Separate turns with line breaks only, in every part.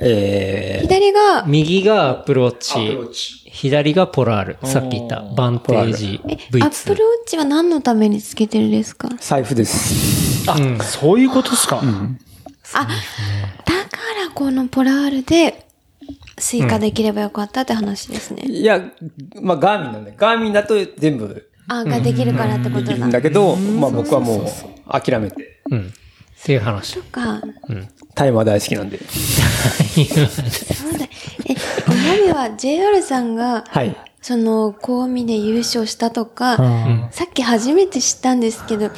えー、
左が、
右がアプローチ。左がポラール。さっき言った。バンテージ
え、アップル。
V2
ウォッチは何のためにつけてるんですか
財布です。
うん
そういうことっすか、
だからこのポラールで追加できればよかったって話ですね。
いや、まあガーミンなんで、ガーミンだと全部
あ、ができるからってこと
でき
だ。
るんだけど、まあ僕はもう諦めて、
うん。っていう話
そ。っか。
タイマー大好きなんで。
そうだ。え、お鍋は JR さんが、
はい。
その、コミで優勝したとか、さっき初めて知ったんですけど、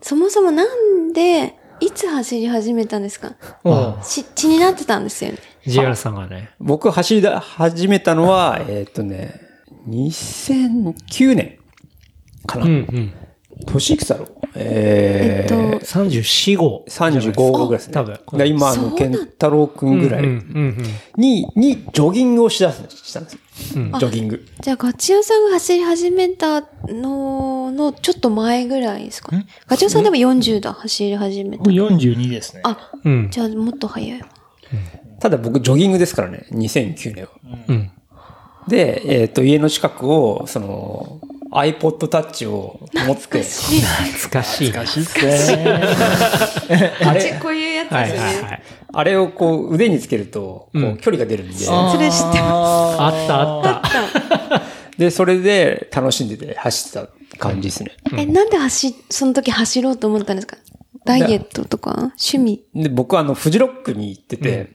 そもそもなんで、いつ走り始めたんですか
を、
し、血になってたんですよね。
JR さんがね。
僕走りだ、始めたのは、えーっとね、2009年かな。
うんうん。
年いくつだろうえー、
えっと
34号。
35ぐらいですね。
多分
だから今の健太郎くんぐらい。
うんうん
に、に、ジョギングをしだすしたんですよ。ジョギング。
じゃあ、ガチオさんが走り始めたのの、ちょっと前ぐらいですかね。ガチオさんでも40だ、走り始めた。
42ですね。
あ、
うん。うん
じゃあ、もっと早いわ。
ただ僕、ジョギングですからね、2009年は。
うん。
で、えっ、と、家の近くを、その、iPod Touch を持って、
懐かしいな。
しいっすね。
あれ、
こういうやつ
はいはいはい。
あれをこう、腕につけると、こう、距離が出るんで、
それ知って
あ
あったあった。
で、それで楽しんでて走ってた感じですね。
え、なんで走、その時走ろうと思ったんですかダイエットとか趣味
で、僕はあの、フジロックに行ってて、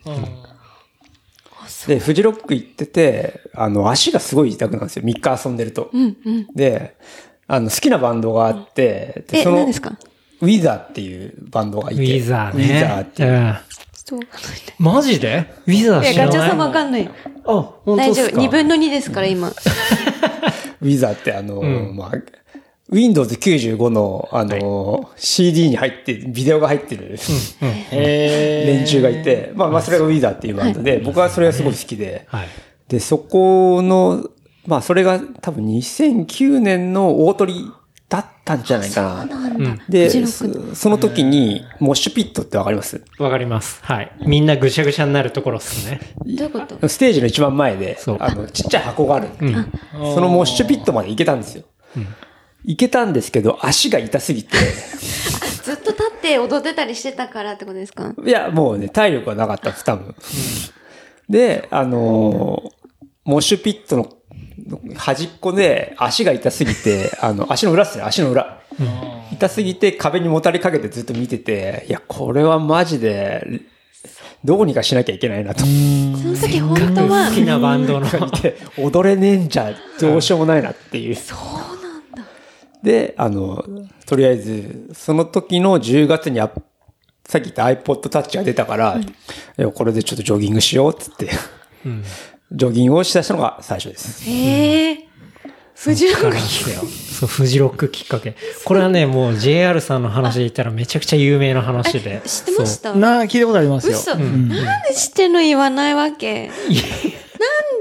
で、フジロック行ってて、あの、足がすごい痛くなるんですよ。3日遊んでると。で、あの、好きなバンドがあって、
え、
その
何ですか
ウィザーっていうバンドがい
ウ
て。
ィザーね。
ウィザーっていう。
ちょっとわかんない
うん。マジでウィザー
い
知ら
や、ガ
ない
チョウさんわかんない。
あ、本当
大
っ
丈
す
夫。
か
2分の2ですから、今。
ウィザーってあの、まあ、Windows95 の、あの、CD に入って、ビデオが入ってる、
ーへ
連中がいて、まあ、まあ、それがウィザーっていうバンドで、僕はそれがすごい好きで、
はい。
で、そこの、まあ、それが多分2009年の大鳥だったんじゃないかな。で、
フジロッ
そその時に、モッシュピットってわかります
わかります。はい。みんなぐしゃぐしゃになるところっすね。
どういうこと
ステージの一番前で
そう、
あの、ちっちゃい箱がある。そのモッシュピットまで行けたんですよ。行けたんですけど、足が痛すぎて、
ずっと立って踊ってたりしてたからってことですか
いや、もうね、体力はなかったんです、多分。で、あのーモッシュピットの端っこで足が痛すぎて、あの、足の裏っすね、足の裏。痛すぎて壁にもたれかけてずっと見てて、いや、これはマジで、どうにかしなきゃいけないなと
その時本当は
好、きなバンドの。
見て、踊れねえんじゃどうしようもないなっていう。そうなんだ。で、あの、とりあえず、その時の10月にアップさっき言った iPod Touch が出たから、いやこれでちょっとジョギングしようっつって、ジョギングをしだしたのが最初です。
ええ不純
そうなんですよ。そう、フジロックきっかけ。これはね、もう JR さんの話で言ったらめちゃくちゃ有名な話で。
知ってまし
そ
た
なあ、聞いたことありますよ。
嘘、なんで知ってんの言わないわけなん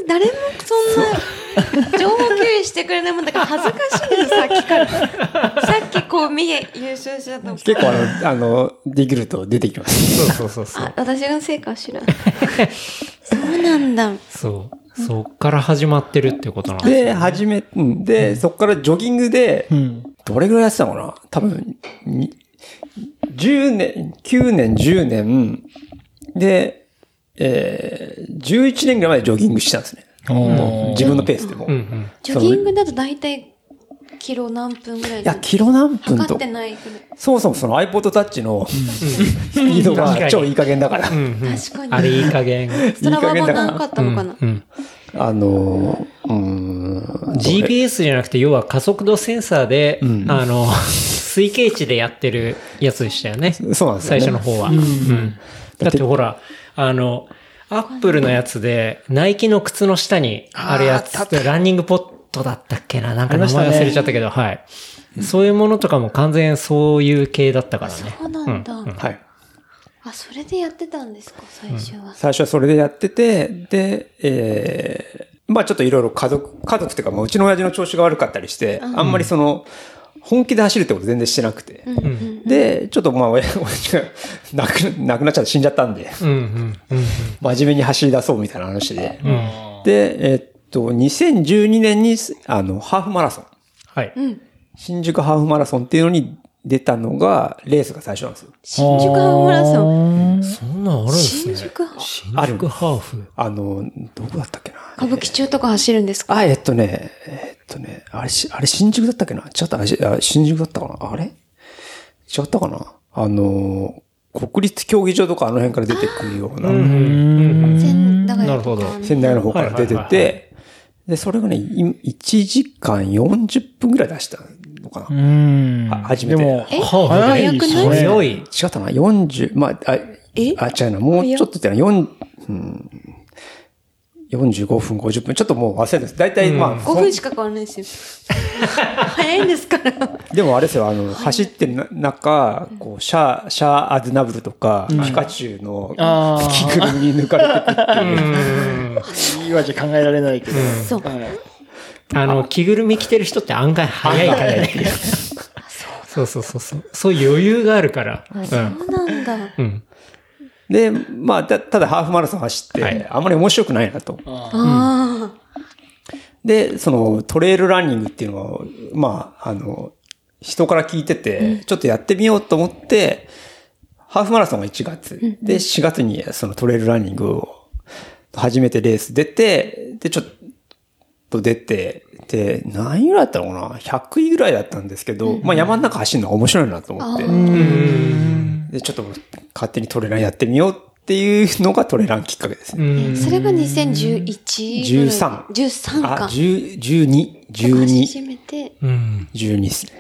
誰もそんな情報共有してくれないもんだから恥ずかしいですさっきから さっきこう見え優勝したと
結構あの、あの、できると出てきます。
う そうそうそう。
あ私が成果知らんそうなんだ
そう。そっから始まってるってことなんです
で、始め、うんで、そこからジョギングで
う、ん。
どれぐらいやってたのかな多分、に10年、9年、10年、で、えー、11年ぐらいまでジョギングしてたんですね。もう自分のペースでも。
うんうん。
ジョギングだと大体キロ何分ぐらい
い
で
や、キロ何分
測
と
って。ないくら
そもそもその iPod Touch のスピード
確か
が
に
超いい加減だから。
い確
あ
か
れ
に
いい加 減。
ストラバ
いい加
も
減だから
なかったのかな、
うん。
あのー、うーん。
GPS じゃなくて、要は加速度センサーで、あの、 推計値でやってるやつでしたよね。
そうなんですよね
最初の方は。うんだってほら、あの、アップルのやつで、ナイキの靴の下にあるやつ、ランニングポットだったっけななんか
あり
名
ましたね
前忘れちゃったけど、はい。そういうものとかも完全そういう系だったからね。
そうなんだ、
はい。
あ、それでやってたんですか、最初は。
最初はそれでやってて、で、えーまあちょっといろいろ家族、家族っていうか、まあうちの親父の調子が悪かったりして、あんまりその、本気で走るってこと全然してなくて。で、ちょっとまあ親、親父が亡く亡くなっちゃって死んじゃったんで、
うんうんうん。
真面目に走り出そうみたいな話で。
うん
で、えっと、2012年に、あの、ハーフマラソン。
はい。
新宿ハーフマラソンっていうのに出たのが、レースが最初なんですよ。
新宿ハーフマラソン。
そんなんあるんですね。
新宿ハーフ
新
ある
宿ハーフ。
あの、どこだったっけな。
歌舞伎町とか走るんですか
あ、えっとね、えっとね、あれし、あれ新宿だったっけなちょっとあしあ新宿だったかなあれ違ったかなあのー、国立競技場とかあの辺から出てくるような、
仙台
なるほど
仙台の方から出て
はいはいはい
て、で、それがね、い1時間40分ぐらい出したのかな、
うん。
あ初めて
でも、
え
ハーフが
早
いですね
強い。
違ったな ?40、まあ、あ、あ違うな、もうちょっとってな、4、うん、45分、50分、ちょっともう忘れです。だいたい、まあ、
5分しか変わらないですよ。早いんですから。
でもあれですよ、あの、走ってるな中、こう、シャア、シャア・アズナブルとか、ピカチュウの
あ ー
着ぐるみに抜かれてくっていう。
いいわじゃ考えられないけど。
そう。
はい
あの、着ぐるみ着てる人って案外早いからね。 そうそうそうそう。そういう余裕があるから。うん。
そうなんだ。
うん。
で、まあ、たただハーフマラソン走って、
はい
あんまり面白くないなと。
あ
で、その、トレイルランニングっていうのを、まあ、あの、人から聞いてて、ちょっとやってみようと思って、ハーフマラソンが1月。で、4月にそのトレイルランニングを初めてレース出て、で、ちょっと出て、で、何位ぐらいだったのかな ?100 位ぐらいだったんですけど、まあ山の中走るのが面白いなと思って、で、ちょっと勝手にトレランやってみようっていうのがトレランきっかけですね。
あ。それが2011ぐらい。
13
13
あ、
か。
10 12、12、
初めて、
うん。
12ですね。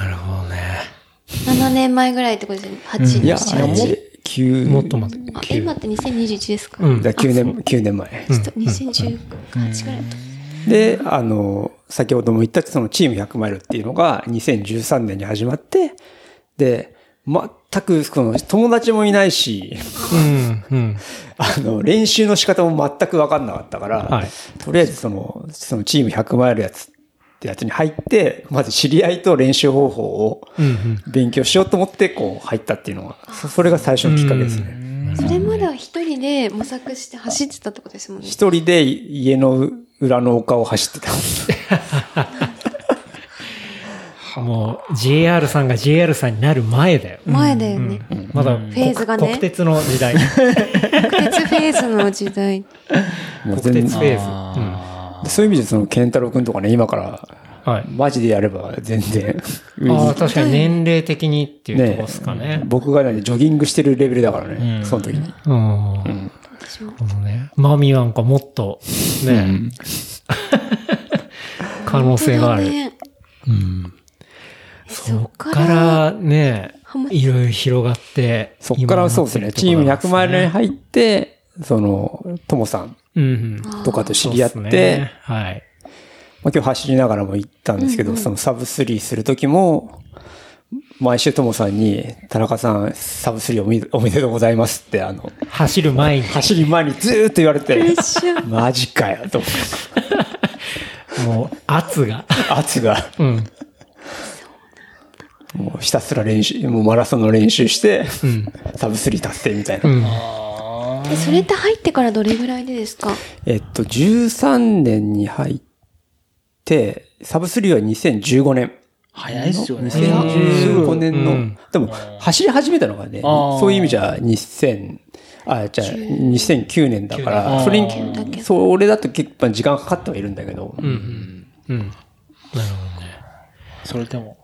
なるほどね。
7年前ぐらいってことですよね。8、
いや、
7、8。
9、
もっと待って。
あ今って2021ですか、
うん
だから9年、九年前。
ちょっと2018ぐらいだと。
で、あの、先ほども言った、そのチーム100マイルっていうのが2013年に始まって、で、全く、この、友達もいないし、
うん。うん。
あの、練習の仕方も全く分かんなかったから、
はい
とりあえずその、そのチーム100マイルやつってやつに入って、まず知り合いと練習方法を勉強しようと思って、こう、入ったっていうのが、そそれが最初のきっかけですね。
それまでは一人で模索して走ってたってことですもんね。
一人で家の裏の丘を走ってた。
もう、JR さんが JR さんになる前だよ。
前だよね。
まだ、
フェーズがね
国鉄の時代。
国鉄フェーズの時 代。
もう
国
全
鉄
然
フェーズ。うん
そういう意味でその健太郎くんとかね、今から
はい。
マジでやれば全然上に
ああ、確かに年齢的にっていうとこですかね。
僕がね、ジョギングしてるレベルだからね、その時に。
うん。
私も
このね、マミなんかもっと、ね、 可能性がある。
ねえそっ
か
から
らね
ハマ、
いろいろ広がって、
そっからそうですね、チーム100マイルに
ね。
入って、その、ともさん
うんうん。
とかと知り合っ
そうす
て
ね、はい。
まあ、今日走りながらも行ったんですけど、そのサブ3する時も、毎週ともさんに、田中さん、サブ3おめでおめでとうございますって、あの、
走る前に、
走り前にずーっと言われて、マジかよ、と思って、
もう、圧が。
圧が。
うん。
もうひたすら練習、もうマラソンの練習して、サブ3達成みたいな。
うん。
えそれって入ってからどれぐらいでですか
えっと、13年に入って、サブ3は2015年。
早いっすよね。
2015年の、
うん
でも、走り始めたのがね、
あー
そういう意味じゃ2000、あ、じゃあ2009年だから、
あー
それ
だけ
に、それだと結構時間かかってはいるんだけど、
うん。
それでも。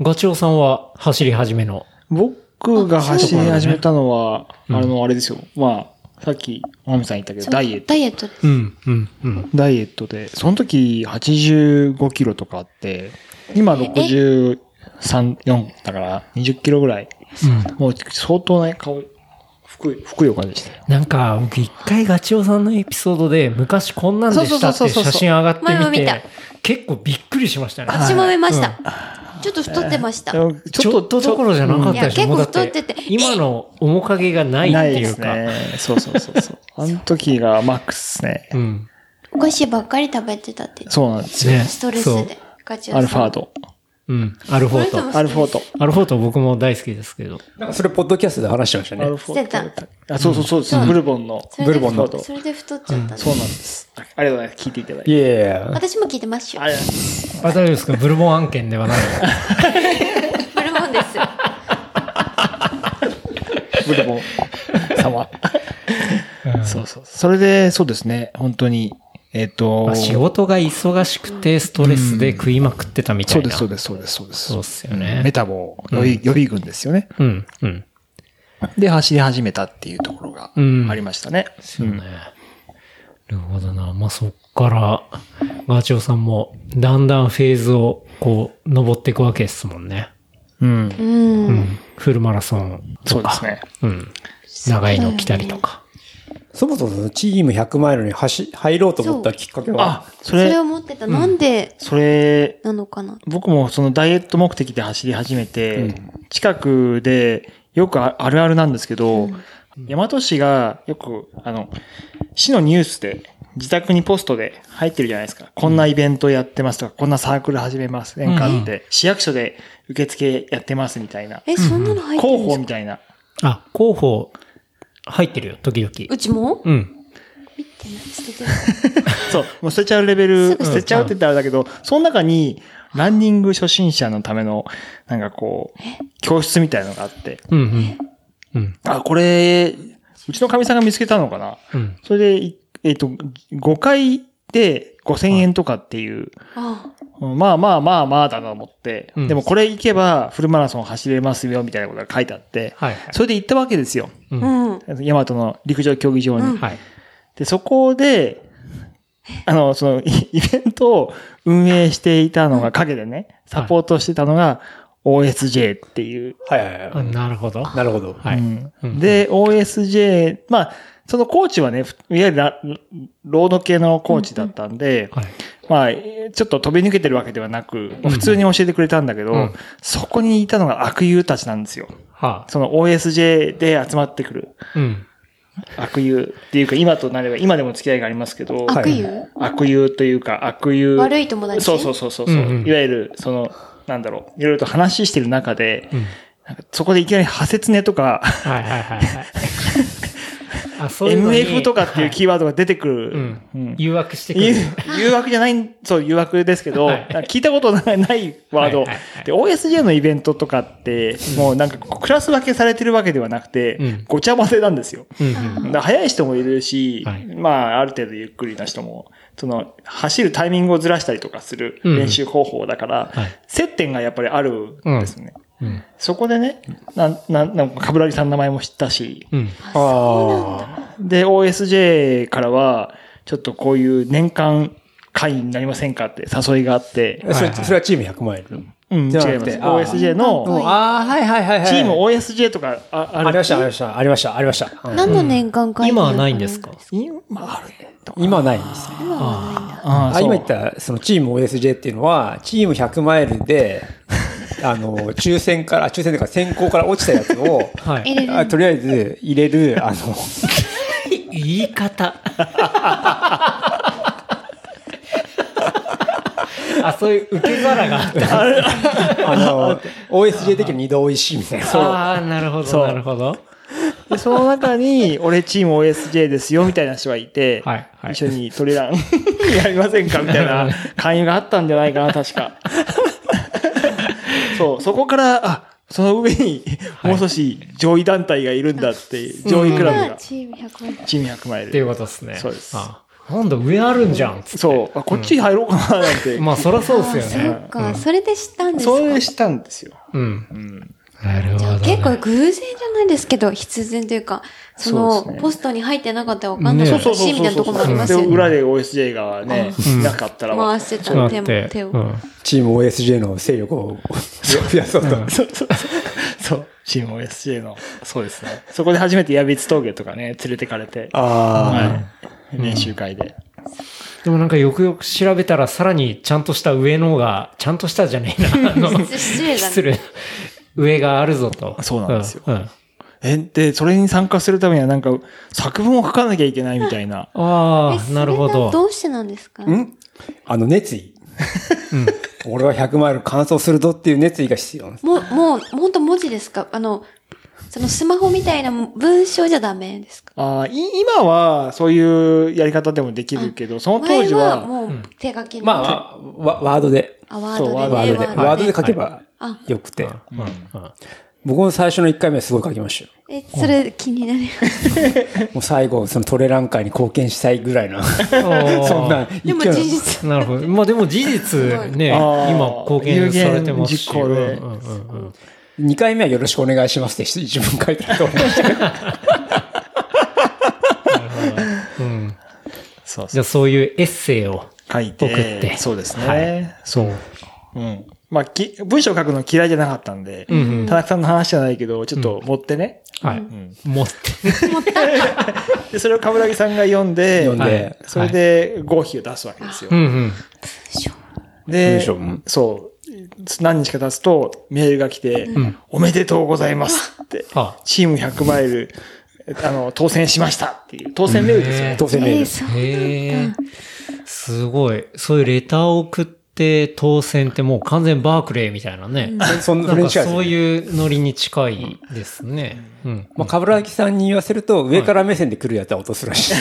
ガチョウさんは走り始めの。
僕が走り始めたのは、あの、あれですよ。まあ、さっき、まみさん言ったけど、ダイエット。
ダイエット
うん、うん、うん。
ダイエットで、その時85キロとかあって、今63、4だから20キロぐらい。もう相当ね、顔、ふく、ふくよかでしたよ。
なんか、僕一回ガチオさんのエピソードで、昔こんなんでしたって
そうそうそうそうそう
写真上がって
前も
み
見た
て、結構びっくりしましたね。
私も見ました。ちょっと太ってました。
ち
い
ちょっとどころじゃなかったでし
い
ょ
や
もうだ
結構太ってて
今の面影がない
ない
って
で
いう
す
か。
ね。そうそうそう そう。あの時がマックスです
う
ね。
ん。
お菓子ばっかり食べてたって言って
そうなんですよ。
ね。
ストレス
そう
で。ガチ
アルファード。
うん。アルフォー
この人も
ト。
アルフォート。
アルフォート僕も大好きですけど。
なんかそれ、ポッドキャストで話してました
アル
ね。
フォ
捨て
ート
た
だった。あ、そうそうそうです。ブルボンの。
それで
ブルボンの
そう
それで太っちゃったんだ
そうなんです。ありがとうございます。聞いていただい
い
て。
やいやいや。
私も聞いてますよ
あ。りがとうございます。
あ、大丈夫ですかブルボン案件では ない。
ブルボンです。
ブルボン様。そうそう。それで、そうですね。本当に。えっと
まあ、仕事が忙しくてストレスで食いまくってたみた
そ
いう
で
な。
す、そうです、そうです、そうです。
そうっすよね
メタボ予備予備軍ですよね。
うん、うん。
で、走り始めたっていうところが
うん
ありましたね。
そうね。なるほどな。まあ、そっから、ガーチョウさんも、だんだんフェーズを、こう、登っていくわけですもんね。
うん。
うん。
うん。フルマラソン
そ
と
うです
か、
ね。
うん。長いの来たりとか。
そもそもそのチーム100マイルに走入ろうと思ったきっかけは、
あ、そ
それ
れ
を、持ってた。なんで
それ、
なのかな。
僕もそのダイエット目的で走り始めて、近くで、よくああるあるなんですけど、大和市がよく、あの、市のニュースで、自宅にポストで入ってるじゃないですか。こんなイベントやってますとか、こんなサークル始めませんかって、市役所で受付やってますみたいな。
え、そんなの入ってる
広
んで
報
す
み
か
たいな。
あ、候補、入ってるよ、時々。
うち も
うん。
見てない。捨ててる。
そう、もう捨てちゃうレベル、
すぐ捨
捨
て
てちゃうって言ったらあれだけど、その中に、ランニング初心者のための、なんかこう、教室みたいなのがあって、
うん、うん。うん、
あ、これ、うちのかみさんが見つけたのかな
うん。
それで、いえっ、と、5回で5000円とかっていう、
あ
まあまあまあまあだなと思って、
うん
でもこれ行けばフルマラソン走れますよみたいなことが書いてあって、
はい、はい。
それで行ったわけですよ。
う
あ。
ん。
うん。
ヤマトの陸上競技場に。
うん
はい。
で、そこで、あの、その、 イイベントを運営していたのが陰でね、サポートしてたのが OSJ っていう。
はいはいは
あなるほど。
い。なるほど。
は
う
い。
ん
うん
で、OSJ、まあ、そのコーチはね、ふいわゆるラロード系のコーチだったんで、
はい。
まあ、えーちょっと飛び抜けてるわけではなく、普通に教えてくれたんだけど、
うん
そこにいたのが悪友たちなんですよ。
は
その OSJ で集まってくる
あ。うん。
悪友っていうか、今となれば、今でも付き合いがありますけど、
悪友
悪友というか、悪友。
悪い友達
そうそうそうそう。
う
うん
うん
いわゆる、その、なんだろう。いろいろと話してる中で、
うん。
なんかそこでいきなり破説ねとか、
はいはいはい はい。あ、そ
MF とかっていう
気
キーワードが出てくる。
うん
うん
誘惑してく
誘
る。
誘惑じゃない、そう、誘惑ですけど、
はい
なんか聞いたことないないワード。
はいはいはい
で、OSJ のイベントとかって、もうなんかこうクラス分けされてるわけではなくて、
うん
ごちゃ混ぜなんですよ。
うんうん。
だから速い人もいるし、
はい
まあ、ある程度ゆっくりな人も、その、走るタイミングをずらしたりとかする
うん
練習方法だから、
はい
接点がやっぱりあるんですね。
うん。
そこでね、なん、なん、なんか、かぶらぎさんの名前も知ったし、
うん。
あ
で、OSJ からは、ちょっとこういう年間会員になりませんかって誘いがあって、
あ。そ
はい
れ、
はい
それはチーム100マイル
うん、違い
じ
ま
ゃ
す。
なくてあー
OSJ の、
ああ、はいはいはいはい。
チーム OSJ とかああ
あり
る
ました、ありました、ありました、ありました。うん
何の年間会議
今
なの
はないんですか
今あるね。
今はないんですね。
今はないんだ。
あ
あ今言った、そのチーム OSJ っていうのは、チーム100マイルで、あの、抽選から、抽選というか選考から落ちたやつを、
は
え
い。
れる
あとりあえず入れる、あの、
言い方。 あ、そういう受け皿があった。
あの、OSJ 的に二度おいしいみたいな。
ああ、なるほ
そ
ど、
う
なるほど。
で、その中に、俺チーム OSJ ですよ、みたいな人がいて、
はいはい
一緒にトレラン やりませんかみたいな勧誘があったんじゃないかな、確か。そう、そこから、あ、その上に、もう少し上位団体がいるんだっていう、上位クラブ
今
が、
チーム100万
チーム100マイ
っていう
ル。
ことですね。
そうです
あなんだ、上あるんじゃん。つって
そう、あこっち入ろうかな、なんて。
まあ、そりゃそうですよ
そ
ね。
っか、それで知ったんですか
そういうしたんですよ。
うん。なるほどね。
結構偶然じゃないですけど、必然というか、そ
そう
の
ですね
ポストに入ってなかったらわかんない
ね
そ
写
うそうそう
真みたいな
そ
と
う
こ
そ
もありま
う。
す
で、
よね。
裏で OSJ がね、なかったら。
回して
だ
た
っ
手
て
も、手を。
うん
チーム OSJ の勢力を 増やそうと。
そうそうそう。そう。チーム OSJ の。そうですね。そこで初めて矢ビ峠とかね、連れてかれて。
あ
はい。練習会で。
でもなんかよくよく調べたらさらにちゃんとした上のが、ちゃんとしたじゃねえ な。あの
失礼だ
失
ね。
礼。上があるぞと。
そうなんですよ
うんうん
え、で、それに参加するためにはなんか、作文を書かなきゃいけないみたいな。
あ
え
あ、なるほ
それは
ど。
どうしてなんですか
あ。んあの熱意。俺は100マイル完走するぞっていう熱意が必要なんです。
もう、もう、本当文字ですかあの、そのスマホみたいな文章じゃダメですか
ああ、い今は、そういうやり方でもできるけど、その当
前
時
は
は、
もう手書きの。
まあ、わワードで。
あ、ワー
そう
ド
ワー
で
ド
ね。
で。ワードで書けば
あ、
よくて。
うんうん
僕も最初の1回目はすごい書きましたよ。
え、それ気になります。
もう最後、そのトレラン会に貢献したいぐらいの、 そんな勢
で
いの
も事実。
なるほど。まあでも事実ね、
あー
今貢献されてますし。
有言実行で
うんうんうんうん
2回目はよろしくお願いしますって自分書いてると思いました。
うん
そう
じ
そ
ゃ
う
あそういうエッセイを。
書いて
送って
そうですね。
はい
そう。うん。まあ、き文章書くの嫌いじゃなかったんで、
んうん
田中さんの話じゃないけど、ちょっと持ってね。
はい。持って。
で、それを冠城さんが読んで、
読ん
は
で
い、
それで合否を出すわけですよ。
うんうん。
で
文章も、
そう。何日か経つと、メールが来て、おめでとうございますって、
あ
チーム100マイル、あの、当選しましたっていう、当選メールですよ
へ
ね
ー。
当選メー
えー、
ルです。
そう。
へえ。すごい。そういうレターを送って当選ってもう完全バークレーみたいなね。
そんな
な
フレ
ん
ン
か
チ会です
そう
ね
いうノリに近いですね。うん。
まあ、かぶらさんに言わせると、上から目線で来るやつは落とすら しい。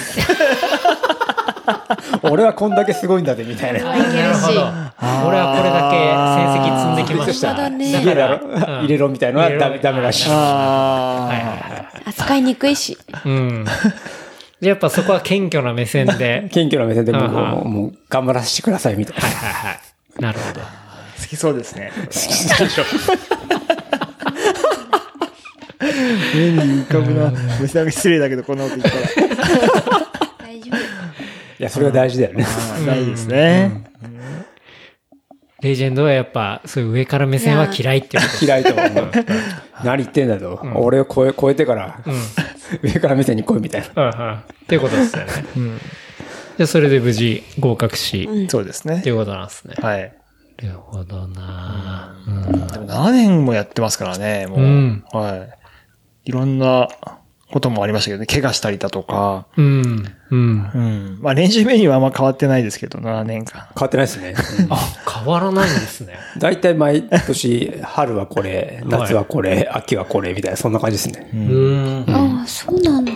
俺はこんだけすごいんだぜ、みたいな。
いけるし。
俺はこれだけ成績積んできました。
そうだね
すげえだろ、入れろみたいなのはダメダメらしい。
あ
扱いにくいし。
うん。やっぱそこは謙虚な目線 で。
謙虚な目線で僕を
あは
もう頑張らせてくださいみたいな。
はいはい。なるほど。
あ、好きそうですね。目に浮かぶな。別に失礼だけど、こんなこと言ったら。
大丈夫。
いや、それは大事だよね。
あーないですね。
レジェンドはやっぱそういう上から目線は嫌いっていうこと。
嫌いとは思 う。何言ってんだと。俺を超え超えてから、上から目線に来いみたいな。
うんうん。っていうことですよね。うん。じゃあそれで無事合格し、っ
そうですね
てい。うことなんですね。
はい。
なるほどな
でも7年もやってますからね、もう。
うん
はい。いろんなこともありましたけどね、怪我したりだとか。
うん。うん。
うん。まあ練習メニューはあんま変わってないですけど、7年間。
変わってないですね。
あ、変わらないんですね。
大体毎年、春はこれ、夏はこれ、秋はこれみたいな、そんな感じですね。
うん。
ああ、そうなんだ。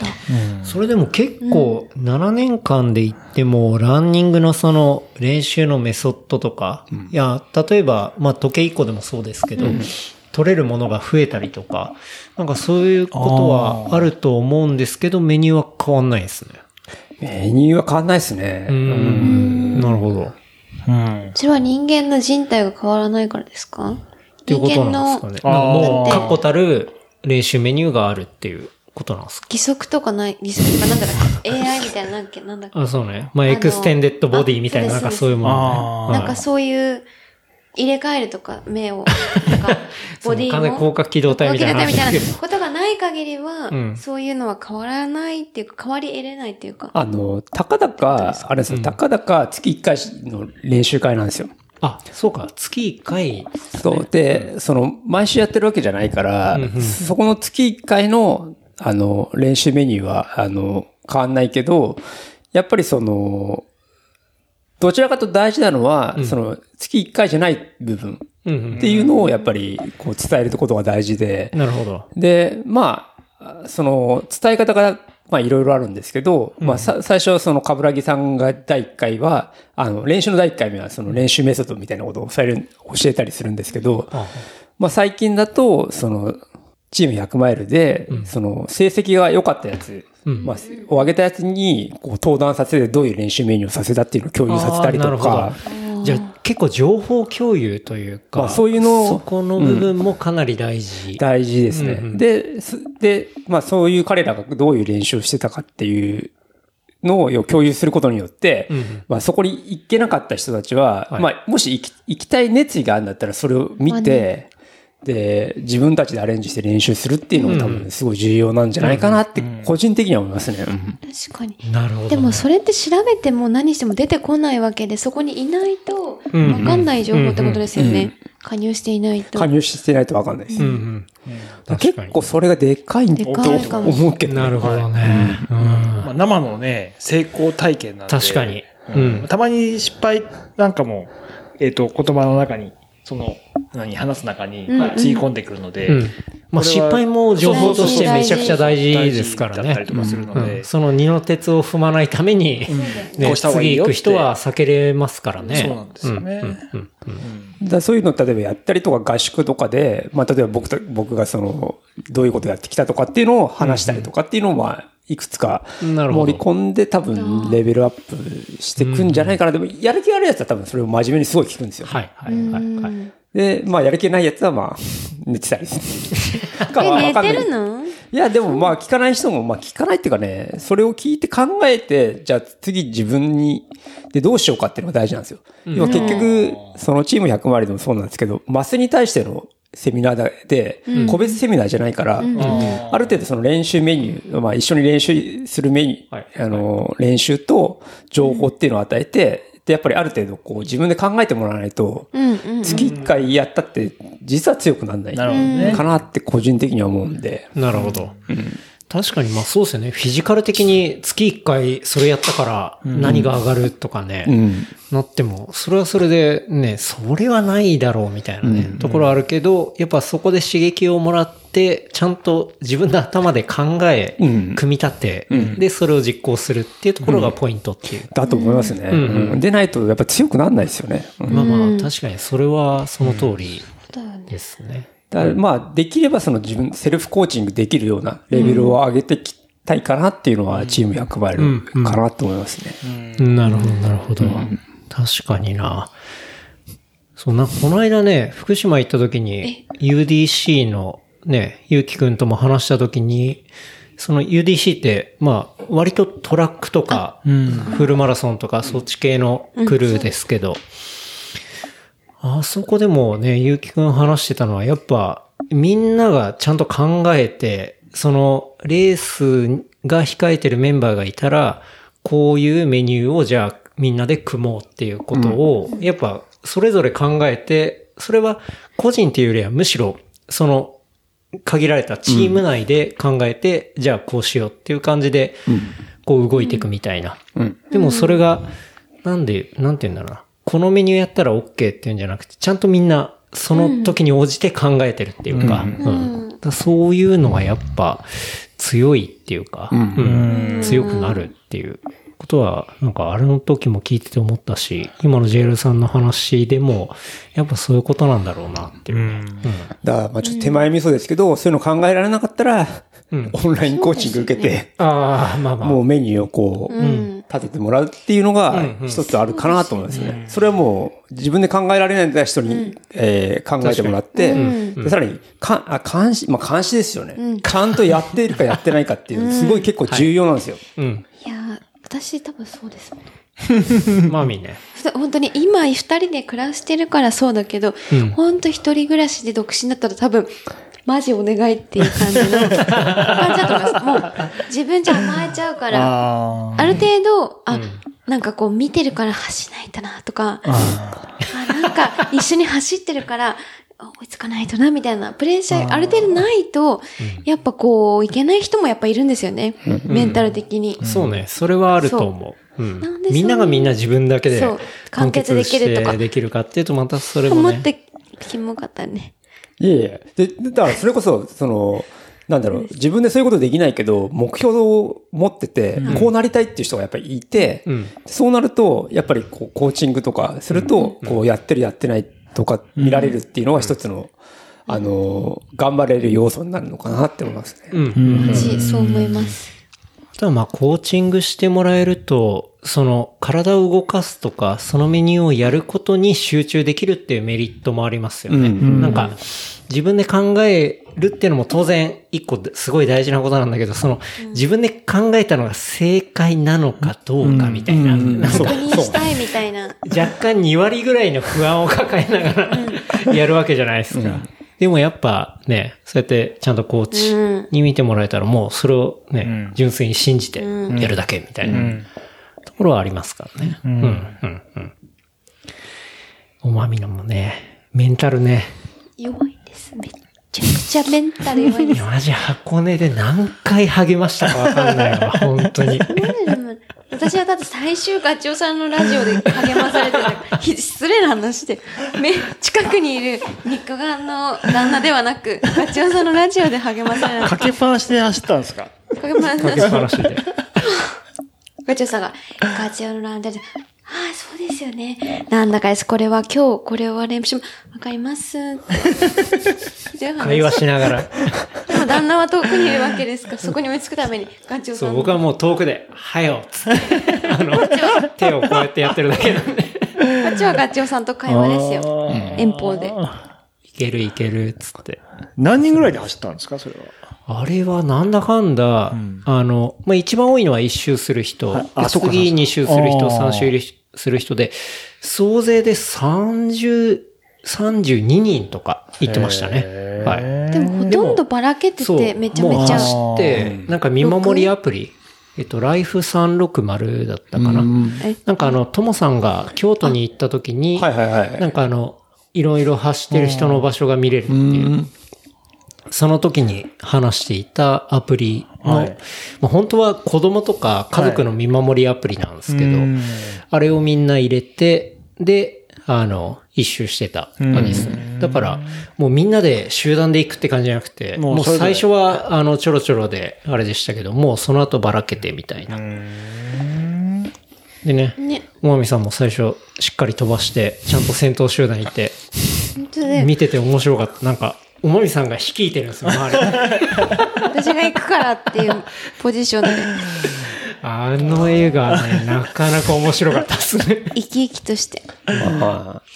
それでも結構7年間で言ってもランニングのその練習のメソッドとか、いや、例えば、まあ時計1個でもそうですけど、取れるものが増えたりとか、なんかそういうことはあると思うんですけど、メニューは変わんないですね。
メニューは変わんないですね。
うん。なるほど。
うん。
それは人間の人体が変わらないからですか
ってい
人
うこと
間
なんです
の
かね。
人間
なんか
の
もう、
あー
確固たる練習メニューがあるっていうことなんですか
義足とかない、義足とかなんだっけ ?AI みたいななんだっけなんだっけ
あ、そうね。まあ、
あの
エクステンデッドボディみたいな、
あ
なんかそ
そうう
いう
です
ものね。
あ
は
ー
い
なんかそういう、入れ替えるとか、目を、とか、ボディ
その完全に
も
広。角機動
動
体み
き
た
だ
い
った
な
みた
話
い
です
なことがない限りは、
うん
そういうのは変わらないっていうか、変わり得れないっていうか。
あの、たかだか、あれですよ、たかだか月1回の練習会なんですよ。
あ、そうか。月1回。
そう。で、その、毎週やってるわけじゃないから、そこの月1回の、あの、練習メニューは、あの、変わんないけど、やっぱりその、どちらかと大事なのは、その、月1回じゃない部分
うんう
っていうのを、やっぱり、こう、伝えることが大事で
ん。、なるほど。
で、まあ、その、伝え方が、まあ、いろいろあるんですけど、まあ、さ最初はその、かぶらぎさんが第1回は、あの、練習の第1回目は、その練習メソッドみたいなことを教える教えたりするんですけど、まあ、最近だと、その、チーム100マイルで、その、成績が良かったやつ、まあ、を上げたやつに、こう、登壇させて、どういう練習メニューをさせたっていうのを共有させたり
あーなる
と
ほど
か、
じゃあ、結構情報共有という
ま
か、
あそういうのを
そこの部分もかなり大事。
大事ですね。で、すで、まあそういう彼らがどういう練習をしてたかっていうのを共有することによって、
ん
まあそこに行けなかった人たちは、
はい
まあもし行き行きたい熱意があるんだったらそれを見て、で、自分たちでアレンジして練習するっていうのも多分すごい重要なんじゃないかなって、個人的には思いますね。うん
確かに。
なるほど、ね。
でもそれって調べても何しても出てこないわけで、そこにいないと、わかんない情報ってことですよ
うんうん
ね。加入していないと。
加入してないとわかんないです。
うんうん。確か
結
に
構それがでかいんだ
でかい
と
かも
思うけど。
なるほどね。うん
まあ、生のね、成功体験なんで。
確かに。う
うんん。。たまに失敗なんかも、えっ、と、言葉の中に、その、何、話す中に、
うんうん
つぎ込んでくるので、
うん。まあ失敗も情報としてめちゃくちゃ大事ですから
大事だったり
ね。
とかするので、
うんその二の鉄を踏まないために、
こ
ね、
うした方がいい
次
よ
行
って
く人は避けれますからね。
そうなんですよね
うんうんうんうん
だからそういうのを例えばやったりとか合宿とかで、まあ例えば僕と、僕がその、どういうことやってきたとかっていうのを話したりとかっていうのをまあ、いくつか
なるほど
盛り込んで多分レベルアップしていくんじゃないかな。でも、やる気あるやつは多分それを真面目にすごい聞くんですよ。
はいは
う
い
ん
はいはい。
で、まあやる気ないやつはまあ、寝てた り。かは
え、
わ
寝
かんな
て
い
るの
いや、でもまあ聞かない人も、まあ聞かないっていうかね、それを聞いて考えて、じゃあ次自分に、でどうしようかっていうのが大事なんですよ。要は結局、そのチーム100回りでもそうなんですけど、マスに対してのセミナーで、個別セミナーじゃないから、ある程度その練習メニュー、まあ一緒に練習するメニュー、
はい
あの、練習と情報っていうのを与えて、で、やっぱりある程度こう自分で考えてもらわないと、
うんうん。
月1回やったって、実は強くならない。
なるほどね
かなって個人的には思うんで。
なるほど。確かに、まあそうですよね。フィジカル的に月1回それやったから何が上がるとかね、
うん。
なっても、それはそれでね、それはないだろうみたいなね、ところあるけど、やっぱそこで刺激をもらって、ちゃんと自分の頭で考え、
ん
組み立て、で、それを実行するっていうところがポイントっていう。
だと思いますね。
ん
うんでないとやっぱ強くならないですよね。うん
まあまあ、確かにそれはその通り
だよね
ですね。
だからまあできればその自分、セルフコーチングできるようなレベルを上げてきたいかなっていうのはチーム役割かなと思いますね。
なるほど、なるほど。確かにな。そう、なんかこの間ね、福島行った時に、UDC のね、ゆうきくんとも話した時に、その UDC って、まあ、割とトラックとか、フルマラソンとか、そっち系のクルーですけど、あそこでもね、ゆうきくん話してたのは、やっぱ、みんながちゃんと考えて、その、レースが控えてるメンバーがいたら、こういうメニューをじゃあ、みんなで組もうっていうことを、やっぱ、それぞれ考えて、それは、個人っていうよりは、むしろ、その、限られたチーム内で考えて、じゃあこうしようっていう感じで、こう動いていくみたいな。でもそれが、なんで、なんて言うんだろうな。このメニューやったら OK っていうんじゃなくて、ちゃんとみんな、その時に応じて考えてるっていうか、うんだからそういうのはやっぱ強いっていうか、うん強くなるっていうことは、なんかあれの時も聞いてて思ったし、今の JL さんの話でも、やっぱそういうことなんだろうなっていうね。
だからまあちょっと手前味噌ですけど、そういうの考えられなかったら、オンラインコーチング受けて、
ああ、まあまあ。
もうメニューをこう、立ててもらうっていうのが一つあるかなと思いますね。それはもう自分で考えられない人に、えー考えてもらって、でさらにかあ監視、まあ監視ですよね、ちゃんとやっているかやってないかっていう、すごい結構重要なんですよ。
うん。
いや、私多分そうですもん。
マミね。
ふた本当に今二人で暮らしてるからそうだけど、
うん
本当一人暮らしで独身だったら多分、マジお願いっていう感じ の感じだと思います。もう自分じゃ甘えちゃうから、
あ
ある程度、あ、なんかこう見てるから走らないとなとか、あなんか一緒に走ってるから、 追いつかないとなみたいなプレッシャーある程度ないと、やっぱこういけない人もやっぱいるんですよね。メンタル的に。
そうね、それはあると思う。うん
なんでそう
みんながみんな自分だけで
そう完結できるとか
完結してできるかっていうと、またそれも
思っ
ね。
てキモかったね。
いやいや。で、だからそれこそ、その、なんだろう、自分でそういうことできないけど、目標を持ってて、こうなりたいっていう人がやっぱりいて、
うん
そうなると、やっぱりこう、コーチングとかすると、こう、やってるやってないとか見られるっていうのが一つの、あの、頑張れる要素になるのかなって思いますね。
うん。
マジそう思います。
ただまあ、コーチングしてもらえると、その、体を動かすとか、そのメニューをやることに集中できるっていうメリットもありますよね。
うん
なんか、自分で考えるっていうのも当然、一個すごい大事なことなんだけど、その、自分で考えたのが正解なのかどうかみたいな、なんか
確認したいみたいな。
若干2割ぐらいの不安を抱えながらやるわけじゃないですか。でもやっぱね、そうやってちゃんとコー
うん
チに見てもらえたらもうそれをね、
うん
純粋に信じて
う
やるだけみたいな
うん。
ところはありますからね。
うん
うん、うん、うん。おまみのもね、メンタルね。
弱いです。めっちゃくちゃメンタル弱いで
い
す。
や、マジ箱根で何回励ましたかわかんないわ、本 当に。
でも私はだって最終ガチオさんのラジオで励まされてたひ失礼な話でめ近くにいる肉眼の旦那ではなくガチオさんのラジオで励まされ
かけっぱなしで走ったんですか
た励ま
かけっぱなしで。
ガチオさんがガチオのランダでああ、そうですよね。なんだかです。これは今日、これは練習も、わかります。ひどい話
会話しながら。
でも旦那は遠くにいるわけですから、そこに追いつくために、ガチオさん
そう、
の
僕はもう遠くで、はよっつって、あの、手をこうやってやってるだけなんで。
ガチはガチオさんと会話ですよ。遠方で。
いけるいける、つって。
何人ぐらいで走ったんですかそれは。
あれはなんだかんだ、あの、まあ、一番多いのは一周する人、
はいあそうか
次二周する
あ
人、
ー
三周する人で、総勢で30、32人とか行ってましたね。はい。
でもほとんどばらけてて、めちゃめちゃ。
もう走って、なんか見守りアプリ、えっと、ライフ360だったかな。
え
なんかあの、ともさんが京都に行った時に、
はいはいはい。
なんかあの、いろいろ走ってる人の場所が見れるっていう、その時に話していたアプリの、
はい
まあ、本当は子供とか家族の見守りアプリなんですけど、
うん
あれをみんな入れて、で、あの、一周してた感じですね。だから、もうみんなで集団で行くって感じじゃなくて、
もう
もう
それぞ
最
れ
初は、あの、ちょろちょろで、あれでしたけど、もうその後ばらけてみたいな。でね、
ね、
もまみさんも最初、しっかり飛ばして、ちゃんと先頭集団行って、
本当で、
見てて面白かった。なんか、おまみさんが率いてるんですよ、周り。
私が行くからっていうポジションで、
あの映画ね、なかなか面白かったですね。
生き生きとして。
はい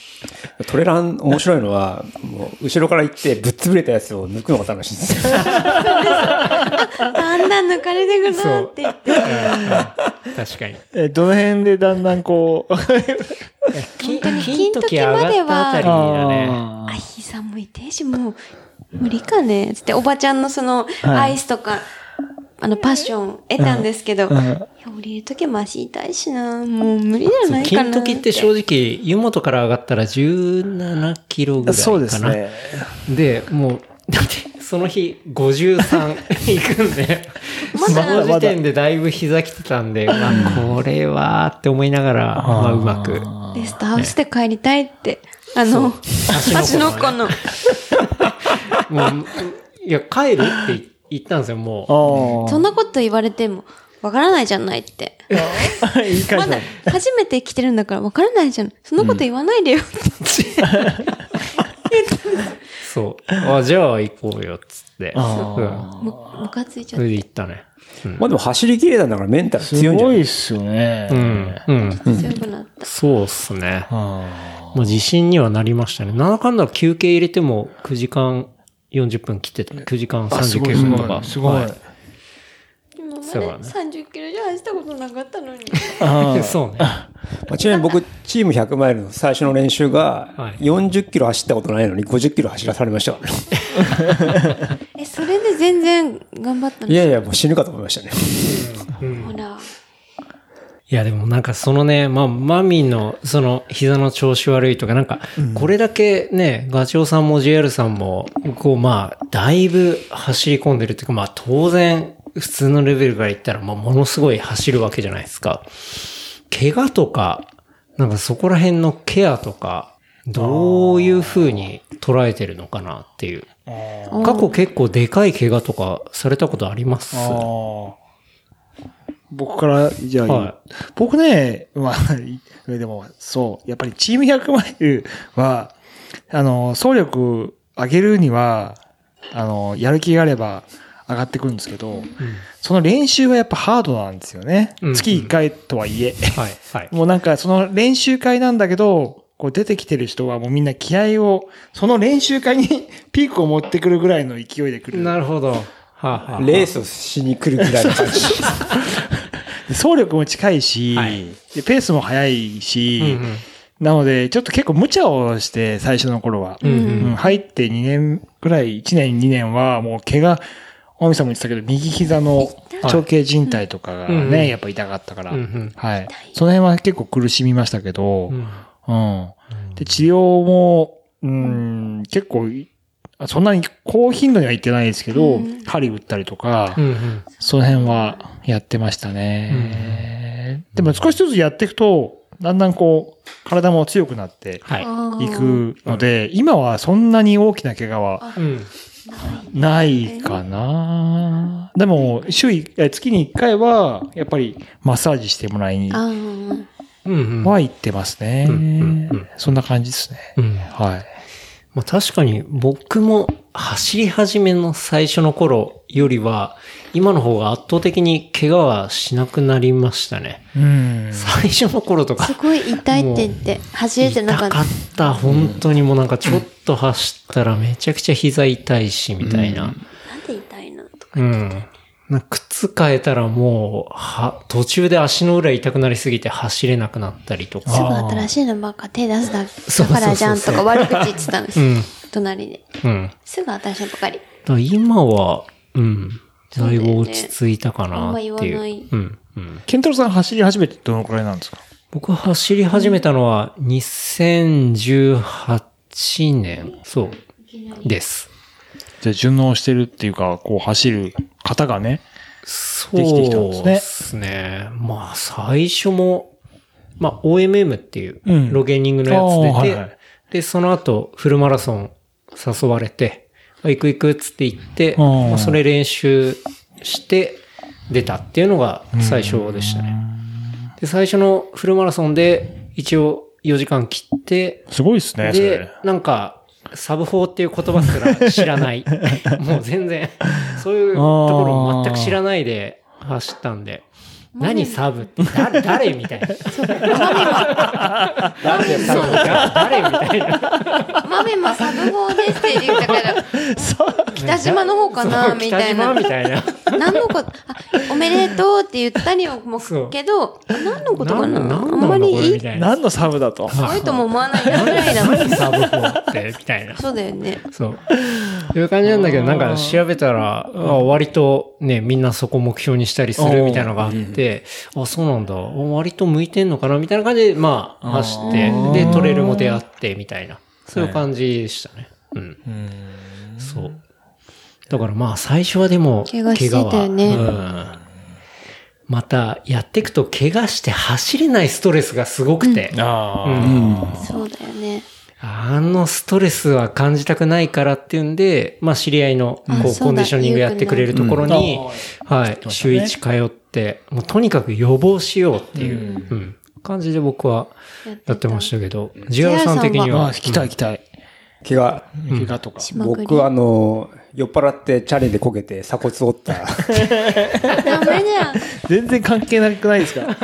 トレラン面白いのは、もう後ろから行ってぶっ潰れたやつを抜くのが楽しいんですよ。
だんだん抜かれてくなって言って。
確かに。
え、どの辺でだんだんこう、
金
当に金時上がったあたり
だ
あ、ひさんもいてえし、もう、無理かね。つって、おばちゃんのその、
い
アイスとか、あの、パッション得たんですけど、いや降りるときも足痛いしな、もう無理じゃないかな。
金時って正直、湯本から上がったら17キロぐらいかな。
そうですね。
で、もう、だって、その日53行くん で、
まだ
スマホ時点でだいぶ膝きてたんで、まあ、これはって思いながら、まあ、うまく。
レストハウスで帰りたいって、あの、足の子の、
もう、いや、帰るって言ったんですよ、もう。
あ
そんなこと言われても、わからないじゃないって。
あ、いい感
ま
じだ
だ。、初めて来てるんだからわからないじゃん。そんなこと言わないでよって。
そう。あ、じゃあ行こうよ、つって。
あ
うん。
むむかついちゃ
そ
っ
れ
て。
で行ったね。うん
まあでも走り切れたんだからメンタル
す
強いんじゃ
ご
ないい
っすよね。
うん。うん。
強くなった。
そうっすね。
あ
まあ、自信にはなりましたね。なんだかんだ休憩入れても9時間40分切ってた。9時間
あ。すごい
39分とか。
すごい。
は
今まで
そうだね
30キロじゃ走ったことなかったのに。
あ
い そうね。
まあちなみに僕、チーム100マイルの最初の練習
は
が、
い
40キロ走ったことないのに50キロ走らされましたからね。
え、それで全然頑張った
い
の
やいや、もう死ぬかと思いましたね。
ほら。
いやでもなんかそのね、まあ、マミのその膝の調子悪いとか、なんかこれだけね、ガチョウさんも JR さんも、こうまあ、だいぶ走り込んでるっていうか、まあ当然、普通のレベルから言ったら、まあものすごい走るわけじゃないですか。怪我とか、なんかそこら辺のケアとか、どういう風に捉えてるのかなっていう。過去結構でかい怪我とかされたことあります
あー僕から、じゃあ、
は
僕ね、まあ、それでも、そう、やっぱりチーム100マイルは、あの、総力上げるには、あの、やる気があれば上がってくるんですけど、その練習はやっぱハードなんですよね。
うん
月1回とはいえ。
はい、はい。
もうなんかその練習会なんだけど、こう出てきてる人はもうみんな気合を、その練習会に ピークを持ってくるぐらいの勢いで来る。
なるほど。はあ、はあ、
レースをしに来るぐらいの 感じ。
走力も近いし、
はい
でペースも速いし、
うんうん
なので、ちょっと結構無茶をして、最初の頃は。
うん
うん入って2年ぐらい、1年2年は、もう怪我、大見さんも言ってたけど、右膝の長径靭帯とかが
うんうん
ね、やっぱ痛かったから。
うんうん
はい。その辺は結構苦しみましたけど、
うん
うん。で、治療も、うん、結構い、あそんなに高頻度には行ってないですけど、
うん
針打ったりとか、
うんうん
その辺はやってましたね。でも少しずつやっていくと、だんだんこう、体も強くなって
はい。
い
行
くので、今はそんなに大きな怪我は
うん。
ないかな。でも、週い、え月に1回は、やっぱりマッサージしてもらいに
あ
は
ー
うん。
行ってますね
うんうんうん。
そんな感じですね。
うん
はい。
まあ、確かに僕も走り始めの最初の頃よりは、今の方が圧倒的に怪我はしなくなりましたね。
うん。
最初の頃とか
す。ごい痛いって言って、走れてなか
痛
っ
か
た
っ。た。本当にもうなんかちょっと走ったらめちゃくちゃ膝痛いし、みたいな。
なんで痛いのとか。
うん。なんか靴変えたらもう、は、途中で足の裏痛くなりすぎて走れなくなったりと
すぐ
か。
新しいのばっか手出すだ
そうそうそう
だからじゃんとか悪口言ってたんです。
うん。
隣で。
うん。
すぐ新しいのばかり。
だから今は、うん。だいぶ落ち着いたか
そう
なっ
だ
てい
よ
う。
ねあんま言わない
うん。うん。
ケンタロウさん走り始めてどのくらいなんですか
僕は走り始めたのは2018年、そう、です。
じゃあ順応してるっていうか、こう走る方がね。
そう
できてきたんですね
ですね。まあ最初も、まあ OMM っていう
うん
ロゲーニングのやつ出て、
あーはいはい
で、その後フルマラソン誘われて、あ行く行くっつって行って、
あー
まあ、それ練習して出たっていうのが最初でしたね。で、最初のフルマラソンで一応4時間切って、
すごいですね、そ
で
れ。、
なんか、サブ4っていう言葉すら知ら ない。もう全然、そういうところを全く知らないで走ったんで、何サブってだ誰みたいな。
なんで多分
だ誰みた いな。
マメマサブ4ですって言ったから、北島の方かな
そう
みたいな
北島。みたいな。
何のこと、あ、おめでとうって言ったりはも
そう
う、けど、あ何のことかな
なん
あ
なん
んま
なんだこれ
りい
み
い、
たいな。
何のサブだと。
悪いとも思わないなぐらいな。
何サブ4ってみたいな。
そうだよね。
そう。という感じなんだけど、なんか調べたら、あ割とね、みんなそこ目標にしたりするみたいなのがあって、あ、そうなんだ。あ割と向いてんのかなみたいな感じで、まあ、走って、で、トレイルも出会って、みたいな。そういう感じでしたね。うん。そう。だからまあ、最初はでも、
怪我してたよね
怪我はうんまた、やっていくと、怪我して走れないストレスがすごくて。
あ
うん
そうだよね。
あのストレスは感じたくないからっていうんで、まあ知り合いの
あ
こう
そうだ
コンディショニングやってくれるところに、はい、週
ね
1通って、もうとにかく予防しようっていう、うん感じで僕はやってましたけど、ジアラさん的に
ああ、
は、
行きたい行きたい。
怪我、
怪我とか。
しまくり。
僕あの、酔っ払ってチャレンでこけて鎖骨折っ た。
ダメじゃん。
全然関係なくないですか